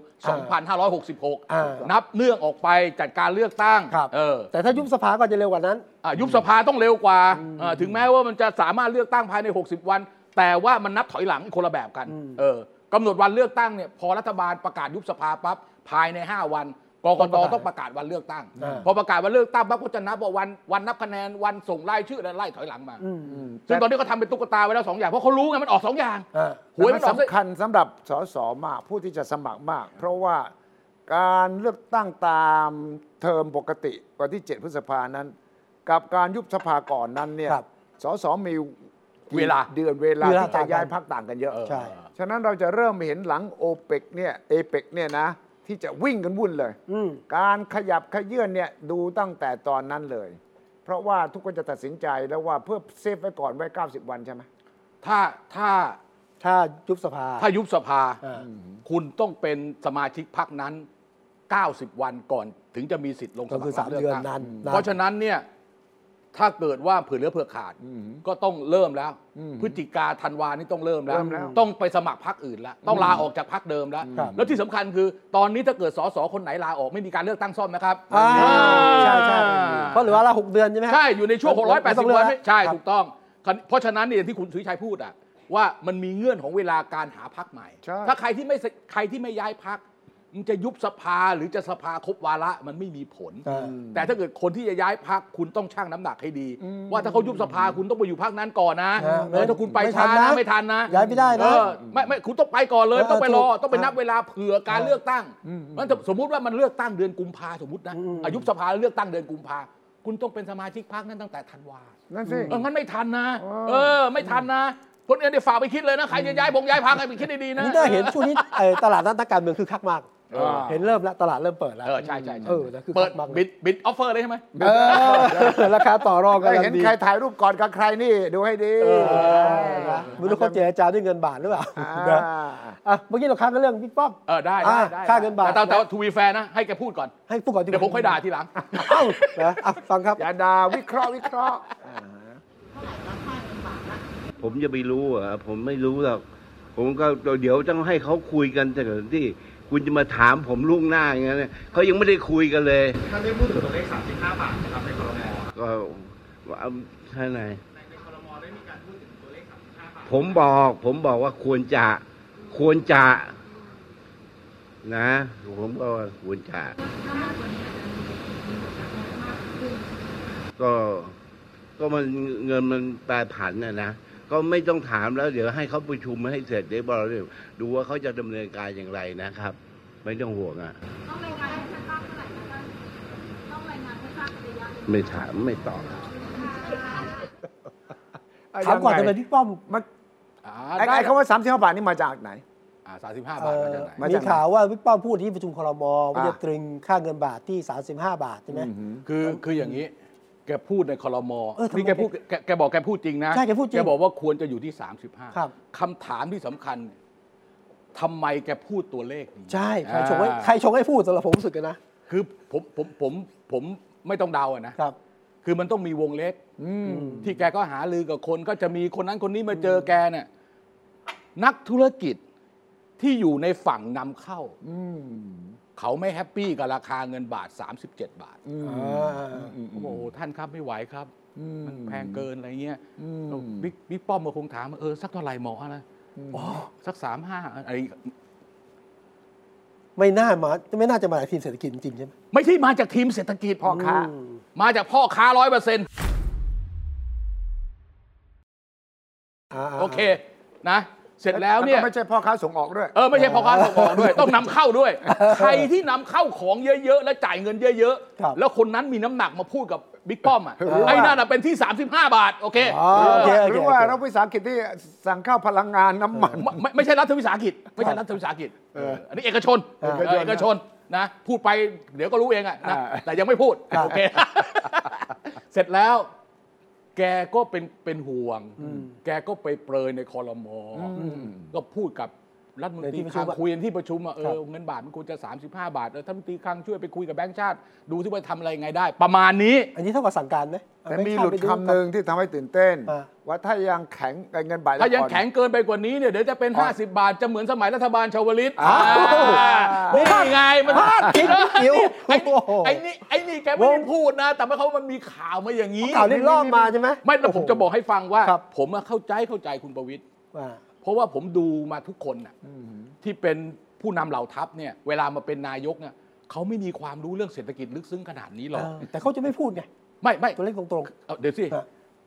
[SPEAKER 1] อ่อ่า
[SPEAKER 2] 2566 นับเนื่องออกไปจัดการเลือกตั้ง
[SPEAKER 1] ครับ
[SPEAKER 2] เออ
[SPEAKER 1] แต่ถ้ายุบสภาก็จะเร็วกว่านั้น
[SPEAKER 2] อ่ะยุบสภาต้องเร็วกว่าอ่า ถึงแม้ว่ามันจะสามารถเลือกตั้งภายใน 60 วัน แต่ว่ามันนับถอยหลังคนละแบบกัน เออกำหนดวันเลือกตั้งเนี่ยพอรัฐบาลประกาศยุบสภาปั๊บภายใน 5 วันกกตต้องประกาศวันเลือกตั้ง
[SPEAKER 1] อ่า
[SPEAKER 2] พอประกาศวันเลือกตั้งปั๊บก็จะนับว่าวันวันนับคะแนนวันส่งรายชื่อและไล่ถอยหลังมาซึ่งตอนนี้ก็ทำเป็นตุ๊กตาไว้แล้วสองอย่างเพราะเขารู้ไงมันออกสองอย่าง
[SPEAKER 1] อ่า
[SPEAKER 2] หวย
[SPEAKER 3] มั
[SPEAKER 2] มัน นออก
[SPEAKER 3] สำคัญสำหรับสสมากผู้ที่จะสมัครมาก เพราะว่าการเลือกตั้งตามเทอมปกติวันที่ 7 พฤษภานั้น กับการยุบสภาก่อนนั้นเนี่ย
[SPEAKER 1] ครับ
[SPEAKER 3] สสมีกี่
[SPEAKER 2] เวลา
[SPEAKER 3] เดือนเวลา
[SPEAKER 1] เวลา
[SPEAKER 3] ที่จะย้าย
[SPEAKER 1] ต่างกัน
[SPEAKER 3] พักต่างกันเยอะ
[SPEAKER 1] ใช่
[SPEAKER 3] ฉะนั้นเราจะเริ่มเห็นหลังโอเปกเนี่ยเอเปกเนี่ยนะ ที่จะวิ่งกันวุ่นเลย
[SPEAKER 1] อืม
[SPEAKER 3] การขยับขยื่นเนี่ยดูตั้งแต่ตอนนั้นเลย เพราะว่าทุกคนจะตัดสินใจแล้วว่าเพื่อเซฟไว้ก่อนไว้ 90 วันใช่ไหม
[SPEAKER 2] ถ้าถ้า
[SPEAKER 1] ถ้ายุบสภา
[SPEAKER 2] ถ้ายุบสภา
[SPEAKER 1] อ่า
[SPEAKER 2] คุณต้องเป็นสมาชิกพักนั้น 90 วันก่อนถึงจะมีสิทธิ์ลงส
[SPEAKER 1] ก็
[SPEAKER 2] มัคร
[SPEAKER 1] คือสาม
[SPEAKER 2] ลืก
[SPEAKER 1] เดือน
[SPEAKER 2] ตั้ง
[SPEAKER 1] นานน
[SPEAKER 2] เพราะฉะนั้นเนี่ยถ้าเกิดว่าเผื่อเหลือเผื่อขาด ก็ต้องเริ่มแล้ว พฤศจิกาธันวานี่ต้องเริ่มแล้ว ต้องไปสมัครพักอื่นแล้ว ต้องลาออกจากพักเดิมแล้ว แล้วที่สำคัญคือ ตอนนี้ถ้าเกิดสสคนไหนลาออกไม่มีการเลือกตั้งซ่อมนะครับ
[SPEAKER 1] อ่า
[SPEAKER 2] อ่า
[SPEAKER 1] ใช่ใช่เพราะเหลือเวลาหกเดือนใช่ไหมฮะ
[SPEAKER 2] ใช่อยู่ในช่วง
[SPEAKER 1] ไม่ต้องเลือก
[SPEAKER 2] 680วันไม่ใช่
[SPEAKER 1] ครับ
[SPEAKER 2] ถูกต้อง เพราะฉะนั้นเนี่ยที่คุณสุวิชัยพูดอ่ะ ว่ามันมีเงื่อนของเวลาการหาพักใหม่
[SPEAKER 3] ใช่
[SPEAKER 2] ถ้าใครที่ไม่สใครที่ไม่ย้ายพักมันจะยุบสภาหรือจะสภาครบวาระมันไม่มีผล
[SPEAKER 1] อ่า
[SPEAKER 2] แต่ถ้าเกิดคนที่จะย้ายพักคุณต้องชั่งน้ำหนักให้ดี ว่าถ้าเขายุบสภาคุณต้องไปอยู่พักนั้นก่อนนะ
[SPEAKER 1] เออ
[SPEAKER 2] เออถ้าคุณไปช้า
[SPEAKER 1] ไม่ทันนะ
[SPEAKER 2] นะไม่ทันนะ
[SPEAKER 1] ย้ายไม่ได้นะ
[SPEAKER 2] เออไม่ไม่คุณต้องไปก่อนเลย
[SPEAKER 1] เออ
[SPEAKER 2] ต้องไปรอ
[SPEAKER 1] ถูก
[SPEAKER 2] ต้องไปนับเวลาเผื่อการ
[SPEAKER 1] เออ
[SPEAKER 2] เลือกตั้งมันถ้าสมมุติว่ามันเลือกตั้งเดือนกุมภาสมมตินะ
[SPEAKER 1] อืม
[SPEAKER 2] อายุสภาเลือกตั้งเดือนกุมภาคุณต้องเป็นสมาชิกพักนั้นตั้งแต่ธันวา
[SPEAKER 3] นั่นสิ
[SPEAKER 2] เอองั้นไม่ทันนะ
[SPEAKER 3] เออ
[SPEAKER 2] เออ ไม่ทันนะ คนอื่นเดี๋ยวฝากไปคิดเลยนะใครจะย้ายพงย้ายพักให้ไปคิดให้ดีนะ
[SPEAKER 1] นี่น่าเห็นช่วงนี้เอ่อตลาดนัดนักการเมืองคือคักมาก
[SPEAKER 2] เออ
[SPEAKER 1] เห็นเริ่มแล้วตลาดเริ่มเปิดแล้ว
[SPEAKER 2] เออใช่ใช่ใช่
[SPEAKER 1] เออนะคือ
[SPEAKER 2] เปิด
[SPEAKER 1] คักมากเลย
[SPEAKER 2] บิดบิดออฟเฟอร์เลยใช่ไหม
[SPEAKER 1] เออราคาต่อรองกัน
[SPEAKER 3] ได้เห็น
[SPEAKER 1] ดี
[SPEAKER 3] ใครถ่ายรูปก่อนกับใครนี่ดูให้ดี
[SPEAKER 1] เออนะไม่รู้เขาเจรจาด้วยเงินบาทหรือเปล่า
[SPEAKER 3] อ่า
[SPEAKER 1] นะอ่ะเมื่อกี้เราค้างกันเรื่องบิ๊กป้อม
[SPEAKER 2] เออได้ได้
[SPEAKER 1] อ่ะ
[SPEAKER 2] ได้
[SPEAKER 1] ค่าเงินบาท
[SPEAKER 2] แต่แต่แต่ว่าทูวีแฟร์นะ ให้แกพูดก่อน
[SPEAKER 1] ให้ผู้ก่อน
[SPEAKER 2] เดี๋ยวผมค่อยด่าทีหลัง
[SPEAKER 1] เอ้านะอ่ะฟังครับ
[SPEAKER 3] อย่าดาวิเคราะห์วิเคราะห์
[SPEAKER 4] ผมจะไปรู้เหรอ่ะผมไม่รู้หรอก ผมก็เดี๋ยวต้องให้เขาคุยกันแต่ก่อนที่คุณจะมาถามผมล่วงหน้าอย่างนั้นเนี่ยเขายังไม่ได้คุยกันเลย
[SPEAKER 5] ถ้าเรียกพูดถึงตัวเลข 35 บาทนะครับในคอรมอ
[SPEAKER 4] ก็ว่าท่านไหน
[SPEAKER 5] ในคอรมอได้มีการพูดถึงตัวเลข 35 บาท
[SPEAKER 4] ผมบอกผมบอกว่าควรจะควรจะนะ ผมก็ว่าควรจะก็ก็มันเงินมันแปรผันนะนะก็ไม่ต้องถามแล้ว เดี๋ยวให้เขาประชุมให้เสร็จเดี๋ยวบอกเราดูว่าเขาจะดำเนินการอย่างไรนะครับ ไม่ต้องห่วงอ่ะ
[SPEAKER 6] ต้องรายงานให้ท่านทราบเมื่อไหร่นะท่านต้องรายงานให้ทราบเป็นระยะเวลา
[SPEAKER 4] ไม่ถามไม่ตอบ
[SPEAKER 1] ถามก่อนจะเป็นบิ๊กป้อม
[SPEAKER 3] มัน
[SPEAKER 2] อ่า
[SPEAKER 3] ไอ้
[SPEAKER 2] ได้
[SPEAKER 3] ไอ้คำว่าสามสิบห้าบาทนี่มาจากไหน
[SPEAKER 2] อ่าสามสิบห้า
[SPEAKER 1] เ
[SPEAKER 2] บาทมาจากไหน
[SPEAKER 1] อ่อมีข่าวว่าวิกป้อมพูดที่ประชุมครมว่า
[SPEAKER 3] อ่า
[SPEAKER 1] จะตรึงค่าเงินบาทที่ 35 บาทใช่ไหม
[SPEAKER 2] คือคืออย่างนี้ แกพูดในคอรมอ
[SPEAKER 1] เออทำไม
[SPEAKER 2] นี่แกพูดแกแกบอกแกพูดจริงนะ
[SPEAKER 1] ใช่แกพูดจริง
[SPEAKER 2] แกบอกว่าควรจะอยู่ที่ 35
[SPEAKER 1] ครับ
[SPEAKER 2] คำถามที่สำคัญทำไมแกพูดตัวเลขนี้
[SPEAKER 1] ใช่ ใครชงให้
[SPEAKER 2] อ่า
[SPEAKER 1] ใครชงให้พูดสำหรับผมรู้สึกกันนะ
[SPEAKER 2] คือผมผมผมผมไม่ต้องเดาอะนะ
[SPEAKER 1] ครับ
[SPEAKER 2] คือมันต้องมีวงเล็บที่แกก็หาลือกับคนก็จะมีคนนั้นคนนี้มาเจอแกเนี่ยนักธุรกิจที่อยู่ในฝั่งนำเข้า เขาไม่แฮปปี้กับราคาเงินบาท 37 บาทโอ้โหท่านครับไม่ไหวครับ มันแพงเกินอะไรเงี้ยแล้วบิ๊กบิ๊กป้อมมาคงถามว่าเออ สักเท่าไหร่หมออะไรอ๋อสักสามห้าอะไร
[SPEAKER 1] ไม่น่ามาไม่น่าจะมาจากทีมเศรษฐกิจจริงๆใช่ไหม
[SPEAKER 2] ไม่ใช่มาจากทีมเศรษฐกิจ
[SPEAKER 3] พ่อค้า
[SPEAKER 1] อืม
[SPEAKER 2] มาจากพ่อค้าร้อยเปอร์เซ็นต์โอเค นะ เสร็จแล้วเนี่ย
[SPEAKER 3] ก็ไม่ใช่พ่อค้าส่งออกด้วย
[SPEAKER 2] เออไม่ใช่พ่อค้าส่งออกด้วย ต้องนำเข้า ด้วย ใครที่นำเข้าของเยอะๆ และจ่ายเงินเยอะ
[SPEAKER 1] ครับ
[SPEAKER 2] ๆ แล้วคนนั้นมีน้ำหนักมาพูดกับบิ๊กป้อมอ่ะ
[SPEAKER 1] เออ
[SPEAKER 2] ไอ้นั่นอะเป็นที่ 35 บาท โอเค
[SPEAKER 1] อ๋อโอเคโอ
[SPEAKER 3] ห
[SPEAKER 1] เค
[SPEAKER 3] รือว่ารัฐวิสาหกิจที่สั่งข้าวพลังงานน้ำมัน
[SPEAKER 2] ไม่ไม่ไม่ใช่รัฐวิสาหกิจ ไม่ใช่รัฐวิสาหกิจเอออันนี้เอกชน
[SPEAKER 1] เออ
[SPEAKER 2] เออเอกชนนะ พูดไปเดี๋ยวก็รู้เองอ่ะนะ
[SPEAKER 3] อ่า
[SPEAKER 2] แต่ยังไม่พูด
[SPEAKER 1] ครับ
[SPEAKER 2] โอเค เสร็จแล้ว แกก็เป็นเป็นห่วง แกก็ไปเปรยในคอรมออก็พูดกับรัฐมนต
[SPEAKER 1] ในที่
[SPEAKER 2] รี
[SPEAKER 1] ประชุ
[SPEAKER 2] คลั
[SPEAKER 1] ม
[SPEAKER 2] ง
[SPEAKER 1] อะ
[SPEAKER 2] คุยกันที่ประชุมอะเอ
[SPEAKER 1] ครับ
[SPEAKER 2] อเงินบาทมันควรจะ 35 บาทเออท่านรัฐมนตรีคลังช่วยไปคุยกับแบงก์ชาติ ดูที่ว่าทำอะไรไงได้ ประมาณนี้
[SPEAKER 1] อันนี้เท่ากับสั่งการไหมเอา
[SPEAKER 3] แต่
[SPEAKER 1] ไ
[SPEAKER 3] มีหลุด
[SPEAKER 1] ไป
[SPEAKER 3] คำหนึ่ง
[SPEAKER 1] กับ
[SPEAKER 3] ที่ทำให้ตื่นเต้น
[SPEAKER 1] อ่า
[SPEAKER 3] ว่าถ้ายังแข็งเงินบาท
[SPEAKER 2] ถ้ายัง
[SPEAKER 3] อ่อน
[SPEAKER 2] แข็งเกินไปกว่านี้เนี่ยเดี๋ยวจะเป็น
[SPEAKER 3] อ่อน
[SPEAKER 2] 50 บาท จะเหมือนสมัยรัฐบาลชาวลิต
[SPEAKER 3] อ้าว
[SPEAKER 2] อ่านี่ไงมัน
[SPEAKER 1] พลาดคิดนิดเดียว
[SPEAKER 2] ไอ้นี่
[SPEAKER 1] โอ้โห
[SPEAKER 2] ไอ้นี่ไอ้นี่แกไม่ได้พูดนะ แต่ไม่เขามันมีข่าวมาอย่างนี้
[SPEAKER 1] ข่าวเรียกรอบมาใช่ไหม
[SPEAKER 2] ไม่แล้วผมจะบอกให้ฟังว่า
[SPEAKER 1] ครับ
[SPEAKER 2] ผมอะเข้าใจเข้าใจคุณประวิตย
[SPEAKER 1] ว่า
[SPEAKER 2] เพราะว่าผมดูมาทุกคนน่ะที่เป็นผู้นำเหล่าทัพเนี่ย เวลามาเป็นนายกเนี่ยเขาไม่มีความรู้เรื่องเศรษฐกิจลึกซึ้งขนาดนี้หรอก
[SPEAKER 1] เออแต่เขาจะไม่พูดไง
[SPEAKER 2] ไม่ไม่
[SPEAKER 1] ตัวเลขตรง
[SPEAKER 2] เอาเดี๋ยวสิ
[SPEAKER 1] ฮะ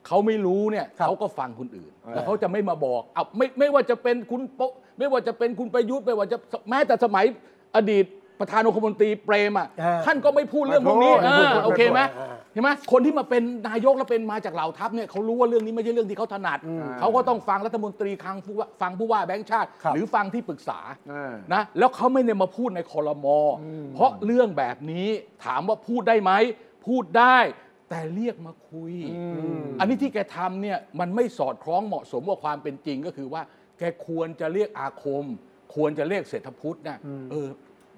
[SPEAKER 2] เขาไม่รู้เนี่ย
[SPEAKER 1] ครับ
[SPEAKER 2] เขาก็ฟังคนอื่น แล้วเขาจะไม่มาบอกเอาไม่ไม่ว่าจะเป็นคุณโปไม่ว่าจะเป็นคุณประยุทธ์ไม่ว่าจะแม้แต่สมัยอดีตประธานาธิบดีเปรมอ่ะ
[SPEAKER 1] ฮะ
[SPEAKER 2] ท่านก็ไม่พูดเรื่องพวกนี้
[SPEAKER 3] ไม่พูด
[SPEAKER 2] เออ
[SPEAKER 3] ไม่พูด
[SPEAKER 2] โอเคไหม
[SPEAKER 1] ไม่พูดอ่า
[SPEAKER 2] เห็นไหมคนที่มาเป็นนายกแล้วเป็นมาจากเหล่าทัพเนี่ยเขารู้ว่าเรื่องนี้ไม่ใช่เรื่องที่เขาถนัด เขาก็ต้องฟังรัฐมนตรีคลังผู้ว่าฟังผู้ว่าแบงค์ชาติ
[SPEAKER 1] ครับ
[SPEAKER 2] หรือฟังที่ปรึกษา
[SPEAKER 3] เออ
[SPEAKER 2] นะแล้วเขาไม่ได้มาพูดในคอรมอเพราะเรื่องแบบนี้ถามว่าพูดได้ไหมพูดได้ แต่เรียกมาคุย อันนี้ที่แกทำเนี่ยมันไม่สอดคล้องเหมาะสมกับความเป็นจริงก็คือว่า แกควรจะเรียกอาคม ควรจะเรียกเศรษฐพุทธนะเออ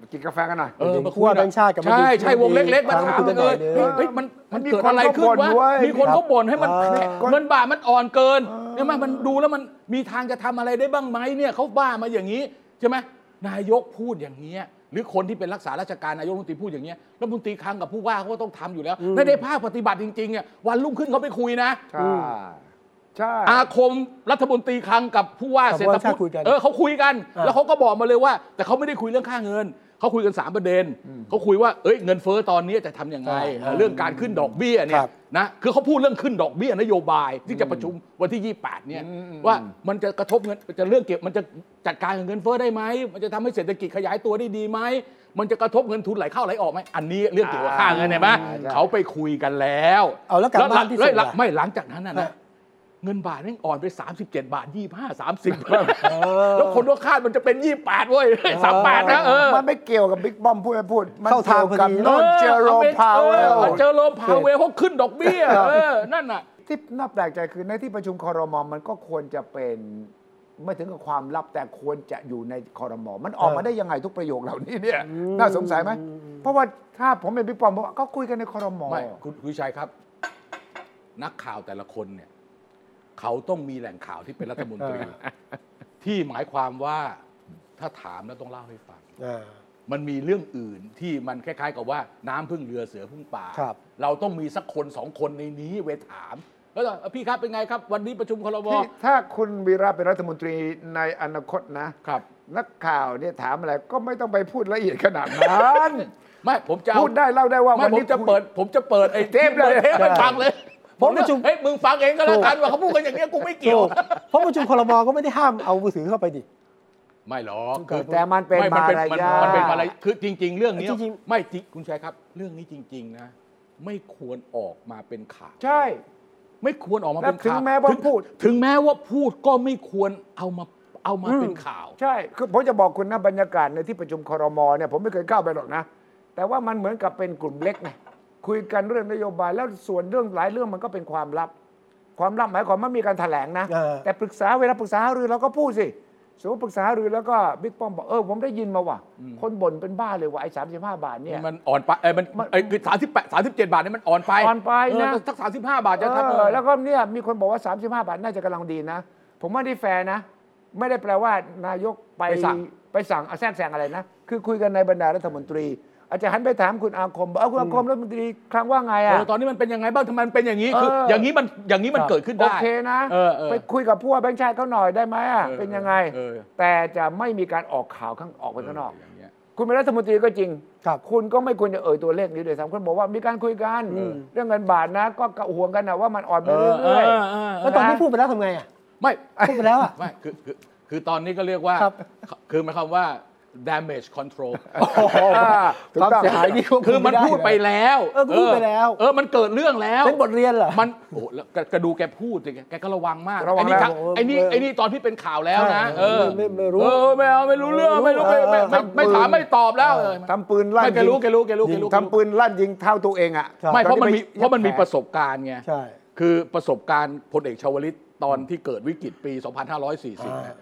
[SPEAKER 3] มากินกาแฟกันหน่อย
[SPEAKER 2] เออมา
[SPEAKER 1] ผู้ว่าแบงค์ชาติกับ
[SPEAKER 2] ใช่ใช่
[SPEAKER 1] มาดู
[SPEAKER 2] วงเล็กๆมาถาม
[SPEAKER 1] คุยกันหน่
[SPEAKER 2] เล
[SPEAKER 1] อย ย
[SPEAKER 2] เฮ้ยเฮ้ยมันมัน
[SPEAKER 3] มี
[SPEAKER 2] เกิด
[SPEAKER 3] คน
[SPEAKER 2] อะไรขึ้น
[SPEAKER 3] เขาบ่น
[SPEAKER 2] วะ
[SPEAKER 3] เว้ย
[SPEAKER 2] มีคนก็บ่นให้มัน
[SPEAKER 1] อ่า
[SPEAKER 2] แข็งเงินบาทมันอ่อนเกินเนี่ยมันมันดูแล้วมันมีทางจะทำอะไรได้บ้างไหมเนี่ยเขาบ้ามาอย่างนี้ใช่ไหมนายกพูดอย่างเงี้ยหรือคนที่เป็นรักษาราชการนายกรัฐมนตรีพูดอย่างเงี้ยรัฐมนตรีคลังกับผู้ว่าเขาก็ต้องทำอยู่แล้วในในภาคปฏิบัติจริงๆเนี่ยวันรุ่งขึ้นเขาไปคุยนะ
[SPEAKER 3] ใช่ ใช่
[SPEAKER 2] อาคมรัฐมนตรีคลังกับผู้ว่า
[SPEAKER 1] กับ
[SPEAKER 2] เศรษ
[SPEAKER 1] ผู้
[SPEAKER 2] ฐ
[SPEAKER 1] ว่าชาติคุ
[SPEAKER 2] พุ
[SPEAKER 1] ยกัน
[SPEAKER 2] เออเขาคุยกัน
[SPEAKER 1] อ่า
[SPEAKER 2] แล้วเขาก็บอกมาเลยว่า แต่เขาไม่ได้คุยเรื่องค่าเงิน เขาคุยกันสามประเด็นเขาคุยว่าเอ้ยเงินเฟ้อตอนนี้จะทำยังไงเออเรื่องการขึ้นดอกเบี้ยเนี่
[SPEAKER 1] ค
[SPEAKER 2] ย
[SPEAKER 1] รับ
[SPEAKER 2] นะคือเขาพูดเรื่องขึ้นดอกเบี้ยนโยบายที่จะประชุมวันที่ 28เนี่ยว่ามันจะกระทบเงินจะเรื่องเก็บมันจะจัดการกับเงินเฟ้อได้ไหมมันจะทำให้เศรษฐกิจขยายตัวได้ดีไหมมันจะกระทบเงินทุนไหลเข้าไหลออกไหมอันนี้เรื่องเกี่ยวกับค่าเงินเห็นไหม
[SPEAKER 3] อ่าใช่
[SPEAKER 2] เขาไปคุยกันแล้ว
[SPEAKER 1] เอาแล้วกลับบ้านที่สุด
[SPEAKER 2] แล้วหลัง
[SPEAKER 1] ล่ะ
[SPEAKER 2] ไม่หลังจากนั้นนะนะ เงินบาทแม่งอ่อนไป 37 บาท 25 30บ้างแล้วคนว่าคาดมันจะเป็น 28เว้ย38 นะเออ
[SPEAKER 3] มันไม่เกี่ยวกับบิ๊กป้อมพูดไม่พูด มัน
[SPEAKER 1] เข้าทาง
[SPEAKER 3] เกี่ยวกับ
[SPEAKER 1] พอดี
[SPEAKER 3] โนนเจอโรมพาวเวล
[SPEAKER 2] ออเจอโรมพาวเวลเขาขึ้นดอกเบี้ยเออนั่นน่ะ
[SPEAKER 3] ที่น่าแปลกใจคือในที่ประชุมคอรมอมันก็ควรจะเป็นไม่ถึงกับความลับแต่ควรจะอยู่ในคอรมอมันออกมาได้ยังไงทุกประโยคเหล่านี้เนี่ยน่าสงสัยไหมเพราะว่าถ้าผมเป็นพี่ปอมผมว่าก็คุยกันในคอรมอ
[SPEAKER 2] ไม่คุณคุณวิชัยครับ นักข่าวแต่ละคนเนี่ย เขาต้องมีแหล่งข่าวที่เป็นรัฐมนตรี ที่หมายความว่าถ้าถามแล้วต้องเล่าให้ฟัง
[SPEAKER 1] อ่า
[SPEAKER 2] มันมีเรื่องอื่นที่มันคล้าย ๆ กับว่าน้ำพึ่งเรือเสือพึ่งป่า
[SPEAKER 1] ครับ
[SPEAKER 2] เราต้องมีสักคนสองคนในนี้ไปถาม แล้วก็พี่ครับเป็นไงครับ วันนี้ประชุมครม
[SPEAKER 3] ที่ถ้าคุณวีระเป็นรัฐมนตรีในอนาคตนะ
[SPEAKER 2] ครับ
[SPEAKER 3] นักข่าวเนี่ยถามอะไรก็ไม่ต้องไปพูดละเอียดขนาดนั้น
[SPEAKER 2] ไม่ผมจะเอา
[SPEAKER 3] พูดได้เล่าได้ว่า
[SPEAKER 2] ไม่
[SPEAKER 3] วัน
[SPEAKER 2] ผม
[SPEAKER 3] นี้
[SPEAKER 2] จะ
[SPEAKER 3] คุณ
[SPEAKER 2] เปิด ผมจะเปิดไอ้
[SPEAKER 3] เทปเลย
[SPEAKER 2] เทปไปฟังเลย
[SPEAKER 1] เพราะประชุม
[SPEAKER 2] เฮ้ยมึงฟังเองก็แล้วกันว่าเขาพูดกันอย่างเงี้ยกูไม่เกี่ยว
[SPEAKER 1] ถูเพราะประชุมคอรมอก็ไม่ได้ห้ามเอามือถือเข้าไปดิ
[SPEAKER 2] ไม่หรอกคือ
[SPEAKER 3] แต่มันเป็น
[SPEAKER 2] ไ
[SPEAKER 3] มารยาท
[SPEAKER 2] มันเป็นมารยาทคือจริง ๆ เรื่องเนี้ย
[SPEAKER 1] จริง
[SPEAKER 2] ไม่จริงคุณชัยครับ เรื่องนี้จริง ๆ นะ ไม่ควรออกมาเป็นข่าว
[SPEAKER 3] ใช่
[SPEAKER 2] ไม่ควรออกมา
[SPEAKER 3] และ
[SPEAKER 2] เป็นข่าว
[SPEAKER 3] ถึงแม้ว่า
[SPEAKER 2] ถึง
[SPEAKER 3] พูด
[SPEAKER 2] ถึงแม้ว่าพูดก็ไม่ควรเอามาเอามาเป็นข่าว
[SPEAKER 3] ใช่คือผมจะบอกคุณนะบรรยากาศในที่ประชุมคอรมอเนี่ยผมไม่เคยเข้าไปหรอกนะ แต่ว่ามันเหมือนกับเป็นกลุ่มเล็กไงคุยกันเรื่องนโยบายแล้วส่วนเรื่องหลายเรื่องมันก็เป็นความลับ ความลับหมายความว่ามีการแถลงนะ
[SPEAKER 1] เออ
[SPEAKER 3] แต่ปรึกษาเวลาปรึกษาหารือเราก็พูดสิสมมติปรึกษาหารือแล้วก็บิ๊กป้อมบอกเออผมได้ยินมาว่ะคนบ่นเป็นบ้าเลยว่าไอ้สามสิบห้าบาทเนี่ย
[SPEAKER 2] มันอ่อนไปเอ้ยมัน
[SPEAKER 3] มัน
[SPEAKER 2] ไอ้คือสามสิบแปดสามสิบเจ็ดบาทนี่มันอ่อนไป
[SPEAKER 3] อ่อนไปนะ
[SPEAKER 2] เสักสามสิบห้าบาทจะทำ
[SPEAKER 3] เออแล้วก็เนี่ยมีคนบอกว่า 35 บาทน่าจะกำลังดีนะ ผมว่าที่แฟร์นะ ไม่ได้แปลว่านายกไป
[SPEAKER 2] ไปสั่ง
[SPEAKER 3] ไปสั่งเอาแทรกแซงอะไรนะ คือคุยกันในบรรดารัฐมนตรี อาจจะหันไปถามคุณอาคมบอกเอาคุณอาคมรัฐมนตรีครั้งว่าไง
[SPEAKER 2] เอ
[SPEAKER 3] อ่ะ
[SPEAKER 2] อตอนนี้มันเป็นยังไงบ้างทำไมมันเป็นอย่างนี้คือ
[SPEAKER 3] เอออ
[SPEAKER 2] อย่างนี้มันอย่างนี้มันเกิดขึ้น
[SPEAKER 3] โอ
[SPEAKER 2] ได้
[SPEAKER 3] เคนะ
[SPEAKER 2] เออเออ
[SPEAKER 3] ไปคุยกับผู้ว่าแบงค์ชาติเขาหน่อยได้ไหมอ่ะ
[SPEAKER 2] เออ
[SPEAKER 3] เป็นยังไง
[SPEAKER 2] เออ
[SPEAKER 3] แต่จะไม่มีการออกข่าวข้างออกไปข้างนอก
[SPEAKER 2] ย่างเงี้ย
[SPEAKER 3] คุณเป็นรัฐมนตรีก็จริง
[SPEAKER 1] ครับ
[SPEAKER 3] คุณก็ไม่ควรจะเอ่ยตัวเลขนี้เลยสามคนบอกว่ามีการคุยกันเรื่องเงินบาทนะ ก็กระห่วงกันนะว่ามันอ่อนไปเรื่อย
[SPEAKER 2] เออเออ
[SPEAKER 3] ๆ
[SPEAKER 2] เออ
[SPEAKER 1] แล้วตอนที่พูดไปแล้วทำไงอ่ะ
[SPEAKER 2] ไม่
[SPEAKER 1] พูดไปแล้วอ่ะ
[SPEAKER 2] ไม่คือคือคือตอนนี้ก็เรียกว่า
[SPEAKER 1] ครับ
[SPEAKER 2] คือหมายความว่า damage control
[SPEAKER 3] ถูก
[SPEAKER 1] ความ
[SPEAKER 3] ต้อง
[SPEAKER 1] เสียหายนี่ควบ
[SPEAKER 2] คื
[SPEAKER 1] คุ
[SPEAKER 2] อ
[SPEAKER 1] ม
[SPEAKER 2] มัน
[SPEAKER 1] ไได้
[SPEAKER 2] พูดไปแล้ว
[SPEAKER 1] เออก็พูดไปแล้ว
[SPEAKER 2] เออมันเกิดเรื่องแล้ว
[SPEAKER 1] เป็นบทเรียนเหรอ
[SPEAKER 2] มันโอ้โหแล้วแกแกดูแกพูดสิแกแกก็ระวังมาก
[SPEAKER 3] ระวัง
[SPEAKER 2] ไอ้นี่
[SPEAKER 3] แล้ว
[SPEAKER 2] ครับ
[SPEAKER 1] โอ้โห
[SPEAKER 2] ไอ้นี่
[SPEAKER 1] เออ
[SPEAKER 2] ไอ้นี่ตอนที่เป็นข่าวแล้วนะ
[SPEAKER 1] ใช่
[SPEAKER 2] เออ
[SPEAKER 1] ไม่ไม่รู้
[SPEAKER 2] เออไม่เอาไม่รู้เรื่องไม่รู้ไม่ไม่ไม่ไม่ถามไม่ตอบแล้วเออ
[SPEAKER 3] ทำปืนลั่น
[SPEAKER 2] ไม่แกรู้แกรู้แกรู้แก
[SPEAKER 3] ยิง
[SPEAKER 2] รู้
[SPEAKER 3] ทำปืนลั่นยิงเท่าตัวเองอ่ะ
[SPEAKER 1] ครับ
[SPEAKER 2] ไม่เพราะมันมี
[SPEAKER 3] ตอ
[SPEAKER 2] เพราะมันมี
[SPEAKER 3] ยัดแผล
[SPEAKER 2] ประสบการณ์ไง
[SPEAKER 1] ใช่
[SPEAKER 2] คือประสบการณ์พลเอกชวลิตตอนที่เกิดวิกฤตปี 2540นะ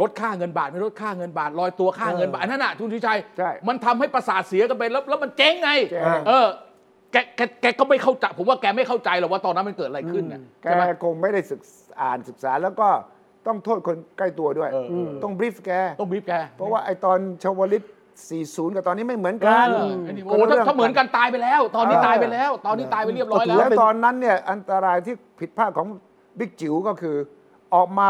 [SPEAKER 2] ลดค่าเงินบาทไม่ลดค่าเงินบาทลอยตัวค่าเงินบาทอันนั่นน่ะทุนทิชัย
[SPEAKER 3] ใช่
[SPEAKER 2] มันทำให้ประสาทเสียกันไปแล้วแล้วมันเจ๊งไง
[SPEAKER 3] แก
[SPEAKER 1] อ่า
[SPEAKER 2] เออแกแกแกก็ไม่เข้าใจผมว่าแกไม่เข้าใจหรอกว่าตอนนั้นมันเกิดอะไรขึ้นน่ะ
[SPEAKER 3] แก
[SPEAKER 2] ใช่ไหม
[SPEAKER 3] คงไม่ได้ศึกษาอ่านศึกษาแล้วก็ต้องโทษคนใกล้ตัวด้วย
[SPEAKER 2] เออเออ
[SPEAKER 3] ต้องบรีฟแก
[SPEAKER 2] ต้องบีบแก
[SPEAKER 3] เพราะว่าไอตอนชวลิต 40 กับตอนนี้ไม่เหมือน
[SPEAKER 2] เอ
[SPEAKER 3] กั
[SPEAKER 2] อน ไอ้นี่
[SPEAKER 3] ค
[SPEAKER 2] โอ้
[SPEAKER 3] นละ
[SPEAKER 2] ถ้า
[SPEAKER 3] รื่ง
[SPEAKER 2] ถ้าเหมือนกันตายไปแล้ว ตอนนี้
[SPEAKER 1] เออ
[SPEAKER 2] ตายไปแล้ว ตอนนี้ตายไปเรียบร้อยแล้ว
[SPEAKER 3] แล้วตอนนั้นเนี่ยอันตรายที่ผิดพลาดของบิ๊กจิ๋วก็คือ ออกมา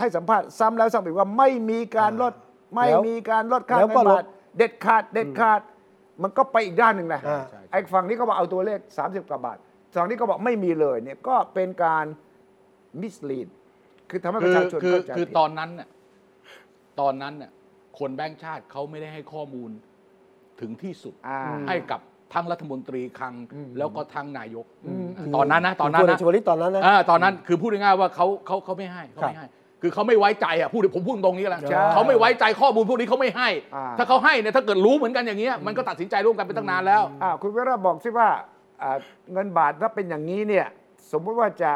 [SPEAKER 3] ให้สัมภาษณ์ซ้ำแล้วซ้ำอีกว่าไม่มีการลดไม่
[SPEAKER 1] แล้ว
[SPEAKER 3] มีการลดค่า
[SPEAKER 1] แล้ว
[SPEAKER 3] เงิ
[SPEAKER 1] ก็
[SPEAKER 3] น
[SPEAKER 1] ล
[SPEAKER 3] บา
[SPEAKER 1] ด
[SPEAKER 3] ทเด็ดขาดเด็ดขาด มันก็ไปอีกด้านหนึ่งนะ
[SPEAKER 1] อ่า
[SPEAKER 3] ไอ้ฝั่งนี้ก็บอกเอาตัวเลข 30กว่าบาทฝั่งนี้ก็บอกไม่มีเลยเนี่ยก็เป็นการมิสลีดคือทำให้ป
[SPEAKER 2] คื
[SPEAKER 3] ระ
[SPEAKER 2] อ
[SPEAKER 3] ชาชน
[SPEAKER 2] คือ
[SPEAKER 3] เข้าใจ
[SPEAKER 2] คือ
[SPEAKER 3] ผิด
[SPEAKER 2] ตอนนั้นน่ะตอนนั้นน่ะคนแบงค์ชาติเขาไม่ได้ให้ข้อมูลถึงที่สุด
[SPEAKER 3] อ่า
[SPEAKER 2] ให้กับทั้งรัฐมนตรีคลังแล้วก็ทั้งนายก
[SPEAKER 3] อืม
[SPEAKER 2] ตอนนั้นนะตอนนั้น
[SPEAKER 1] คุณ
[SPEAKER 2] นะ
[SPEAKER 1] เชวลิตตอนนั้นนะ
[SPEAKER 2] อ่าตอนนั้นคือพูดง่ายๆว่าเขาเขาเขาไม่ให้เขาไม่ให้ คือเขาไม่ไว้ใจอ่ะพูดผมพูดตรงนี้กัน
[SPEAKER 1] ใช่
[SPEAKER 2] เขาไม่ไว้ใจข้อมูลพวกนี้เขาไม่ให้
[SPEAKER 3] อ่า
[SPEAKER 2] ถ้าเขาให้เนี่ยถ้าเกิดรู้เหมือนกันอย่างเงี้ยมันก็ตัดสินใจร่วมกันไปตั้งนานแล้ว
[SPEAKER 3] อ่าคุณเวราบอกสิว่าอ่าเงินบาทถ้าเป็นอย่างนี้เนี่ยสมมติว่าจะ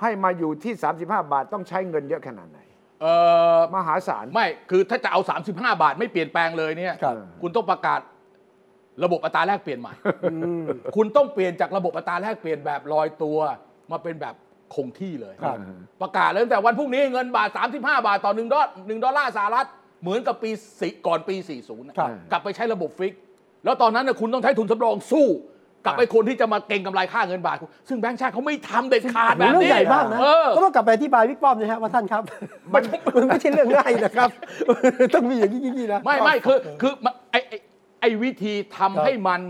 [SPEAKER 3] ให้มาอยู่ที่ 35 บาทต้องใช้เงินเยอะขนาดไหน
[SPEAKER 2] เออ
[SPEAKER 3] มหาศาล
[SPEAKER 2] ไม่คือถ้าจะเอา 35 บาทไม่เปลี่ยนแปลงเลยเนี่ย
[SPEAKER 1] ครับ
[SPEAKER 2] คุณต้องประกาศระบบอัตราแลกเปลี่ยนใหม่
[SPEAKER 1] อืม
[SPEAKER 2] คุณต้องเปลี่ยนจากระบบอัตราแลกเปลี่ยนแบบลอยตัวมาเป็นแบบคงที่เลย
[SPEAKER 1] ครับ
[SPEAKER 2] ประกาศเลยตั้งแต่วันพรุ่งนี้เงินบาท 35 บาทต่อ1ดอล1ดอลลาร์สหรัฐ เหมือนกับปีสิก่อนปี 40นะครับ กลับไปใช้ระบบฟิก แล้วตอนนั้นนะคุณต้องใช้ทุนสำรองสู้ กับไอ้คนที่จะมาเก็งกำไรค่าเงินบาท ซึ่งแบงก์ชาติเขาไม่ทำเด็ดขาดแบบ
[SPEAKER 1] เรื่อง
[SPEAKER 2] นี้
[SPEAKER 1] ใหญ่มากนะ
[SPEAKER 2] เออ
[SPEAKER 1] ก็ต้องกลับไปที่บายวิกป้อมนะฮะว่าท่านครับ มันมันไม่ใช่เรื่องง่ายนะครับ ต้องมีอย่างนี้อย่างนี้นะ
[SPEAKER 2] ไม่ไม่คือคือมันไอไอ้ไอวิธีทำ
[SPEAKER 1] ครับ
[SPEAKER 2] ให้มัน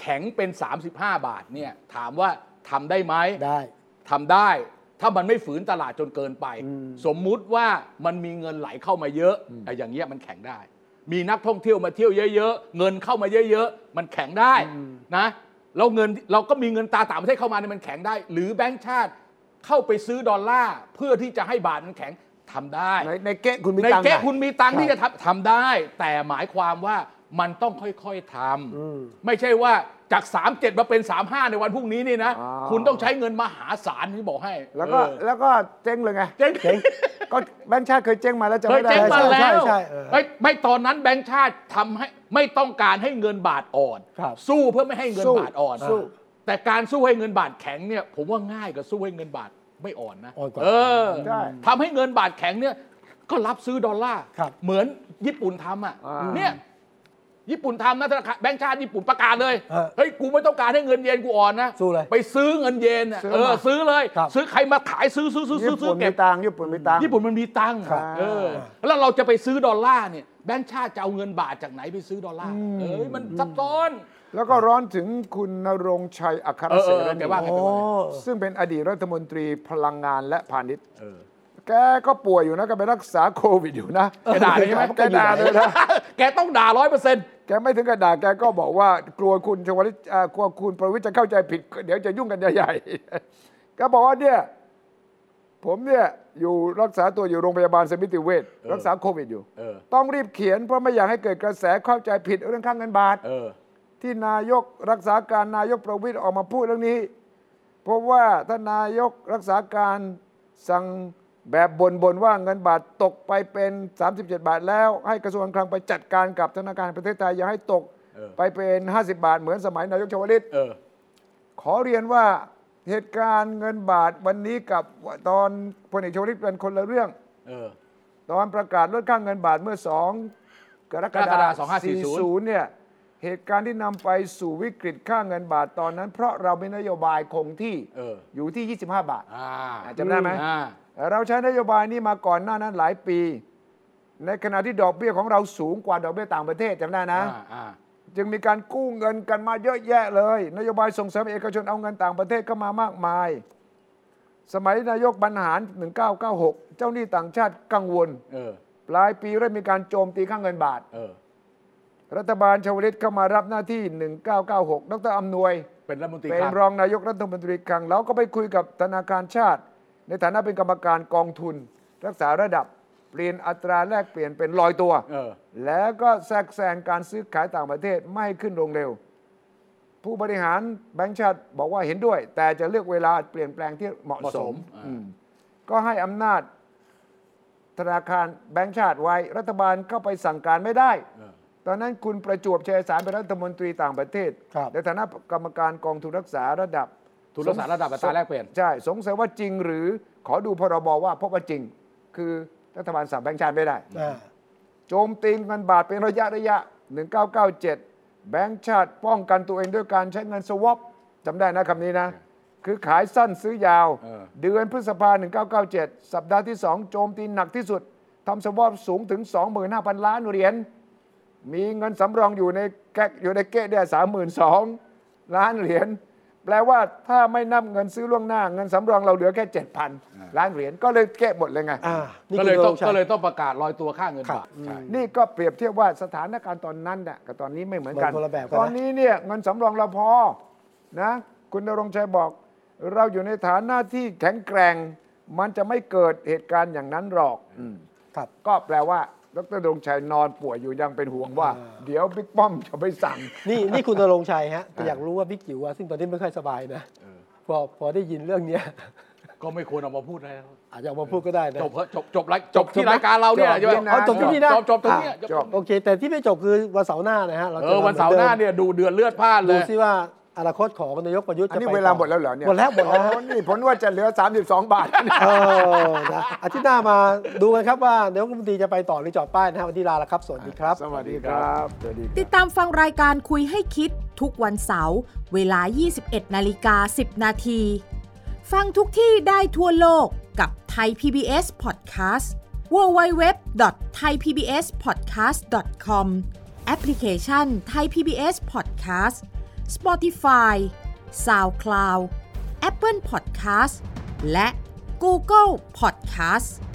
[SPEAKER 2] แข็งเป็น 35 บาทเนี่ยถามว่าทำได้ไหม
[SPEAKER 1] ได้
[SPEAKER 2] ทำได้ ถ้ามันไม่ฝืนตลาดจนเกินไป
[SPEAKER 1] อืม
[SPEAKER 2] สมมุติว่ามันมีเงินไหลเข้ามาเยอะไอ้อย่างเงี้ยมันแข็งได้ มีนักท่องเที่ยวมาเที่ยวเยอะๆเงินเข้ามาเยอะๆมันแข็งได้นะแล้วเงินเราก็มีเงินตาต่างประเทศเข้ามาเนี่ยมันแข็งได้ หรือแบงก์ชาติเข้าไปซื้อดอลลาร์เพื่อที่จะให้บาทมันแข็งทำได้
[SPEAKER 3] ในในเก๊ะคุณมี
[SPEAKER 2] ใน
[SPEAKER 3] ตังค์
[SPEAKER 2] เก๊
[SPEAKER 3] อะ
[SPEAKER 2] คุณมีตังค์
[SPEAKER 3] ครับ
[SPEAKER 2] ที่จะทำทำได้ แต่หมายความว่ามันต้องค่อยๆท
[SPEAKER 1] อืม
[SPEAKER 2] ำไม่ใช่ว่าจาก 37 มาเป็น 35 ในวันพรุ่งนี้นี่นะ
[SPEAKER 3] อ๋อ
[SPEAKER 2] คุณต้องใช้เงินมหาศาลที่บอกให้
[SPEAKER 3] แล้วก็
[SPEAKER 2] เออ
[SPEAKER 3] แล้วก็เจ๊งเลยไง
[SPEAKER 2] เจ๊ง
[SPEAKER 3] ก็แบงค์ชาติเคยเจ๊งมาแล้วจะ
[SPEAKER 2] เคย
[SPEAKER 3] ไม่ได้
[SPEAKER 2] เจ๊งมา
[SPEAKER 3] ใช่
[SPEAKER 2] แล้
[SPEAKER 3] ใช่
[SPEAKER 2] ว
[SPEAKER 3] ใช่
[SPEAKER 1] ใช่เออ
[SPEAKER 2] ไม่ไม่ตอนนั้นแบงค์ชาติทำให้ไม่ต้องการให้เงินบาทอ่อน
[SPEAKER 1] ครับ
[SPEAKER 2] สู้เพื่อไม่ให้เงิน
[SPEAKER 3] สู้
[SPEAKER 2] บาทอ่อน
[SPEAKER 3] สู้
[SPEAKER 2] แต่การสู้ให้เงินบาทแข็งเนี่ยผมว่าง่ายกว่าสู้ให้เงินบาทไม่อ่อนนะ
[SPEAKER 1] อ่อนกว่า
[SPEAKER 2] เออ
[SPEAKER 3] ใช่
[SPEAKER 2] ทำให้เงินบาทแข็งเนี่ยก็รับซื้อดอลลาร์
[SPEAKER 1] ครับ
[SPEAKER 2] เหมือนญี่ปุ่นทำอ่ะ
[SPEAKER 3] อ่า
[SPEAKER 2] เนี่ยญี่ปุ่นทำนะธนาคารแบงก์ชาติญี่ปุ่นประกาศเลย
[SPEAKER 1] เออ
[SPEAKER 2] เฮ้ย กูไม่ต้องการให้เงินเยนกูอ่อนนะ
[SPEAKER 1] สู้เลย
[SPEAKER 2] ไปซื้อเงินเยนน่ะ
[SPEAKER 3] ซื้อ
[SPEAKER 2] เออ
[SPEAKER 3] มา
[SPEAKER 2] ซื้อเลย
[SPEAKER 1] ครับ
[SPEAKER 2] ซื้อใครมาขายซื้อซื้อซื้อซื้
[SPEAKER 3] ญี่
[SPEAKER 2] อซื้
[SPEAKER 3] ปุ่
[SPEAKER 2] อน เก็
[SPEAKER 3] มี
[SPEAKER 2] บ
[SPEAKER 3] ตังค์ญี่ปุ่นมีตังค์
[SPEAKER 2] ญี่ปุ่นมันมีตังค์
[SPEAKER 3] ครับ
[SPEAKER 2] เออ แล้วเราจะไปซื้อดอลลาร์เนี่ยแบงก์ชาติจะเอาเงินบาทจากไหนไปซื้อดอลลาร์
[SPEAKER 3] อืม
[SPEAKER 2] เอ้ยมันซับซ้อน
[SPEAKER 3] แล้วก็ร้อนถึงคุณนรงค์ชัยอัคร
[SPEAKER 2] เออ
[SPEAKER 3] เส
[SPEAKER 2] เออเอ
[SPEAKER 3] ร
[SPEAKER 2] อแก
[SPEAKER 3] ณี
[SPEAKER 2] ว่าไง
[SPEAKER 1] โอ้
[SPEAKER 2] แกว่าไง
[SPEAKER 3] ซึ่งเป็นอดีตรัฐมนตรีพลังงานและพาณิชย์
[SPEAKER 2] เออ
[SPEAKER 3] แกก็ป่วยอยู่นะแกไปรักษาโควิดอยู่นะ
[SPEAKER 2] แกด่าเลยใช่ไหม
[SPEAKER 3] แกด่าเลยนะ
[SPEAKER 2] แกต้องด่าร้อยเปอร์เซ็นต์
[SPEAKER 3] แกไม่ถึงกระดาษแกก็บอกว่ากลัวคุณชวลิตเอ่อกลัวคุณประวิทย์จะเข้าใจผิด เดี๋ยวจะยุ่งกันใหญ่ๆ ก็บอกว่าเนี่ย ผมเนี่ยอยู่รักษาตัวอยู่โรงพยาบาลสมิติเวชรักษาโควิดอยู่
[SPEAKER 2] เออ
[SPEAKER 3] ต้องรีบเขียนเพราะไม่อยากให้เกิดกระแสเข้าใจผิดเรื่องค่างเงินบาท
[SPEAKER 2] เออ
[SPEAKER 3] ที่นายกรักษาการนายกประวิทย์ออกมาพูดเรื่องนี้ เพราะว่าท่านนายกรักษาการสั่งแบบบนบนๆว่าเงินบาทตกไปเป็น 37 บาทแล้ว ให้กระทรวงการคลังไปจัดการกับธนาคารแห่งประเทศไทย อย่าให้ตก
[SPEAKER 2] เออ
[SPEAKER 3] ไปเป็น 50 บาทเหมือนสมัยนายกชวลิต
[SPEAKER 2] เออ
[SPEAKER 3] ขอเรียนว่าเหตุการณ์เงินบาทวันนี้กับตอนพลเอกชวลิตเป็นคนละเรื่อง
[SPEAKER 2] เออ
[SPEAKER 3] ตอนประกาศลดค่างเงินบาทเมื่อ 2 กรกฎา
[SPEAKER 2] กร
[SPEAKER 3] ค
[SPEAKER 2] กฎาคม
[SPEAKER 3] ม
[SPEAKER 2] 2540
[SPEAKER 3] 2540 เนี่ย เหตุการณ์ที่นำไปสู่วิกฤตค่างเงินบาทตอนนั้น เพราะเรามีนโยบายคงที่
[SPEAKER 2] เออ
[SPEAKER 3] อยู่ที่ 25 บาท
[SPEAKER 2] อ่า
[SPEAKER 3] อ่ะจำได้ไหม
[SPEAKER 2] อ่า
[SPEAKER 3] เราใช้นโยบายนี้มาก่อนหน้านั้นหลายปี ในขณะที่ดอกเบี้ยของเราสูงกว่าดอกเบี้ยต่างประเทศจำได้นะ
[SPEAKER 2] อ่า
[SPEAKER 3] จึงมีการกู้เงินกันมาเยอะแยะเลย นโยบายส่งเสริมเอกชนเอาเงินต่างประเทศเข้ามามากมาย สมัยนายกบรรหาร 1996 เจ้าหนี้ต่างชาติกังวล
[SPEAKER 2] เออ
[SPEAKER 3] ปลายปีเริ่มมีการโจมตีค่างเงินบาท
[SPEAKER 2] เออ
[SPEAKER 3] รัฐบาลชวลิตเข้ามารับหน้าที่ 1996 ดรอำนวย
[SPEAKER 2] เป็นรัฐมนตรี
[SPEAKER 3] เป็
[SPEAKER 2] ค
[SPEAKER 3] น
[SPEAKER 2] ลัง
[SPEAKER 3] รองนายกรัฐมนตรีคลังแล้วก็ไปคุยกับธนาคารชาติ ในฐานะเป็นกรรมการกองทุน รักษาระดับ เปลี่ยนอัตราแลกเปลี่ยนเป็นลอยตัว
[SPEAKER 2] เออ
[SPEAKER 3] แล้วก็แทรกแซงการซื้อขายต่างประเทศไม่ให้ขึ้นลงเร็ว ผู้บริหารแบงก์ชาติบอกว่าเห็นด้วย แต่จะเลือกเวลาเปลี่ยนแปลงที่เหมาะ
[SPEAKER 2] เหมาะ
[SPEAKER 3] ส
[SPEAKER 2] ส
[SPEAKER 3] ม
[SPEAKER 2] ม
[SPEAKER 3] อืมก็ให้อำนาจธนาคารแบงก์ชาติไว้ รัฐบาลเข้าไปสั่งการไม่ได้
[SPEAKER 2] เออ
[SPEAKER 3] ตอนนั้นคุณประจวบชัยสารเป็นรัฐมนตรีต่างประเทศ
[SPEAKER 1] ครับ
[SPEAKER 3] ในฐานะกรรมการกองทุนรักษาระดับ
[SPEAKER 2] ทุนรักษาระดับอัตราแลกเปลี่ยน
[SPEAKER 3] ใช่ สงสัยว่าจริงหรือขอดูพรบว่าพบว่าจริง คือรัฐบาลสั่งแบงก์ชาติไม่ได้
[SPEAKER 1] อ่า
[SPEAKER 3] โจมตีเงินบาทเป็นระยะระยะ 1997 แบงก์ชาติป้องกันตัวเองด้วยการใช้เงินสวอปจำได้นะคำนี้นะ คือขายสั้นซื้อยาว
[SPEAKER 2] เออ
[SPEAKER 3] เดือนพฤษภา1997 สัปดาห์ที่ 2 โจมตีหนักที่สุดทำสวอปสูงถึง 25,000 ล้านเหรียญ มีเงินสำรองอยู่ในแก๊กอยู่ในเก๊ะเนี่ยสามหมื่นสองล้านเหรียญ แปลว่าถ้าไม่นับเงินซื้อล่วงหน้า เงินสำรองเราเหลือแค่7,000ล้านเหรียญก็เลยเก๊ะหมดเลยไง
[SPEAKER 1] อ่า นี่
[SPEAKER 2] ก็
[SPEAKER 1] คื
[SPEAKER 2] เลยต้อง
[SPEAKER 1] โชั
[SPEAKER 2] ก็เลยต้องประกาศลอยตัวค่าเงินบาทใช่
[SPEAKER 3] นี่ก็เปรียบเทียบว่าสถานการณ์ตอนนั้นน่ะกับตอนนี้ไม่เหมือนกัน
[SPEAKER 1] มันคนละแบบกันนะ
[SPEAKER 3] ตอนนี้เนี่ยเงินสำรองเราพอนะคุณดรงค์ชัยบอก เราอยู่ในฐานะที่แข็งแกร่ง มันจะไม่เกิดเหตุการณ์อย่างนั้นหรอกอืม
[SPEAKER 1] ครับ
[SPEAKER 3] ก็แปลว่า ดรดรงค์ชัยนอนป่วยอยู่ยังเป็นห่วงว่า เดี๋ยวบิ๊กป้อมจะไปสั่ง
[SPEAKER 1] นี่นี่คุณนรงค์ชัยฮะแต่อยากรู้ว่าบิ๊กจิ๋วอะซึ่งตอนนี้ไม่ค่อยสบายนะ
[SPEAKER 2] เออ
[SPEAKER 1] พอพอได้ยินเรื่องเนี้ย
[SPEAKER 2] ก็ไม่ควรเอามาพูดแล้ว
[SPEAKER 1] อาจจะเอามาพูดก็ได้นะ
[SPEAKER 2] จบเถอะจบจบรายจบที่รายการเราเนี่ย
[SPEAKER 3] จบ
[SPEAKER 2] ใช่ไหม
[SPEAKER 3] เอาจบที่นี่นะ
[SPEAKER 2] จบจบตรงเนี้ยจบ
[SPEAKER 3] จบ
[SPEAKER 1] โอเค แต่ที่ไม่จบคือวันเสาร์หน้านะฮะ เรา
[SPEAKER 2] เอ
[SPEAKER 1] จะ
[SPEAKER 2] อวันเสาร์หน้าเนี่ยดูเดือดเลือดพล่าน
[SPEAKER 1] มาเหมือนเดิ
[SPEAKER 2] เล
[SPEAKER 1] มดู
[SPEAKER 2] ย
[SPEAKER 1] ซิว่า อนาคตของนายกประยุทธ์
[SPEAKER 3] อั
[SPEAKER 1] จะ
[SPEAKER 3] นนี้
[SPEAKER 1] ไป
[SPEAKER 3] เวลา
[SPEAKER 1] ต่อ
[SPEAKER 3] หมดแล้วเหรอเนี่ย
[SPEAKER 1] หมดแล้วหมดแล้วฮะ
[SPEAKER 3] อ๋อนี่ผลว่าจะเหลือ 32 บาท
[SPEAKER 1] เออนะอาทิตย์หน้ามาดูกันครับว่านายกรัฐมนตรีจะไปต่อหรือจอดป้ายนะฮะวันนี้ลาแล้วครับ สวัสดีครับ
[SPEAKER 3] สวัสดีครับสวัสดีครับ
[SPEAKER 7] ติดตามฟังรายการคุยให้คิดทุกวันเสาร์เวลา 21 นาฬิกา 10 นาที ฟังทุกที่ได้ทั่วโลกกับ t h a i PBS Podcast www.thaipbspodcast.com แอปพลิเคชัน t h a i PBS Podcast Spotify SoundCloud Apple Podcast และ Google Podcast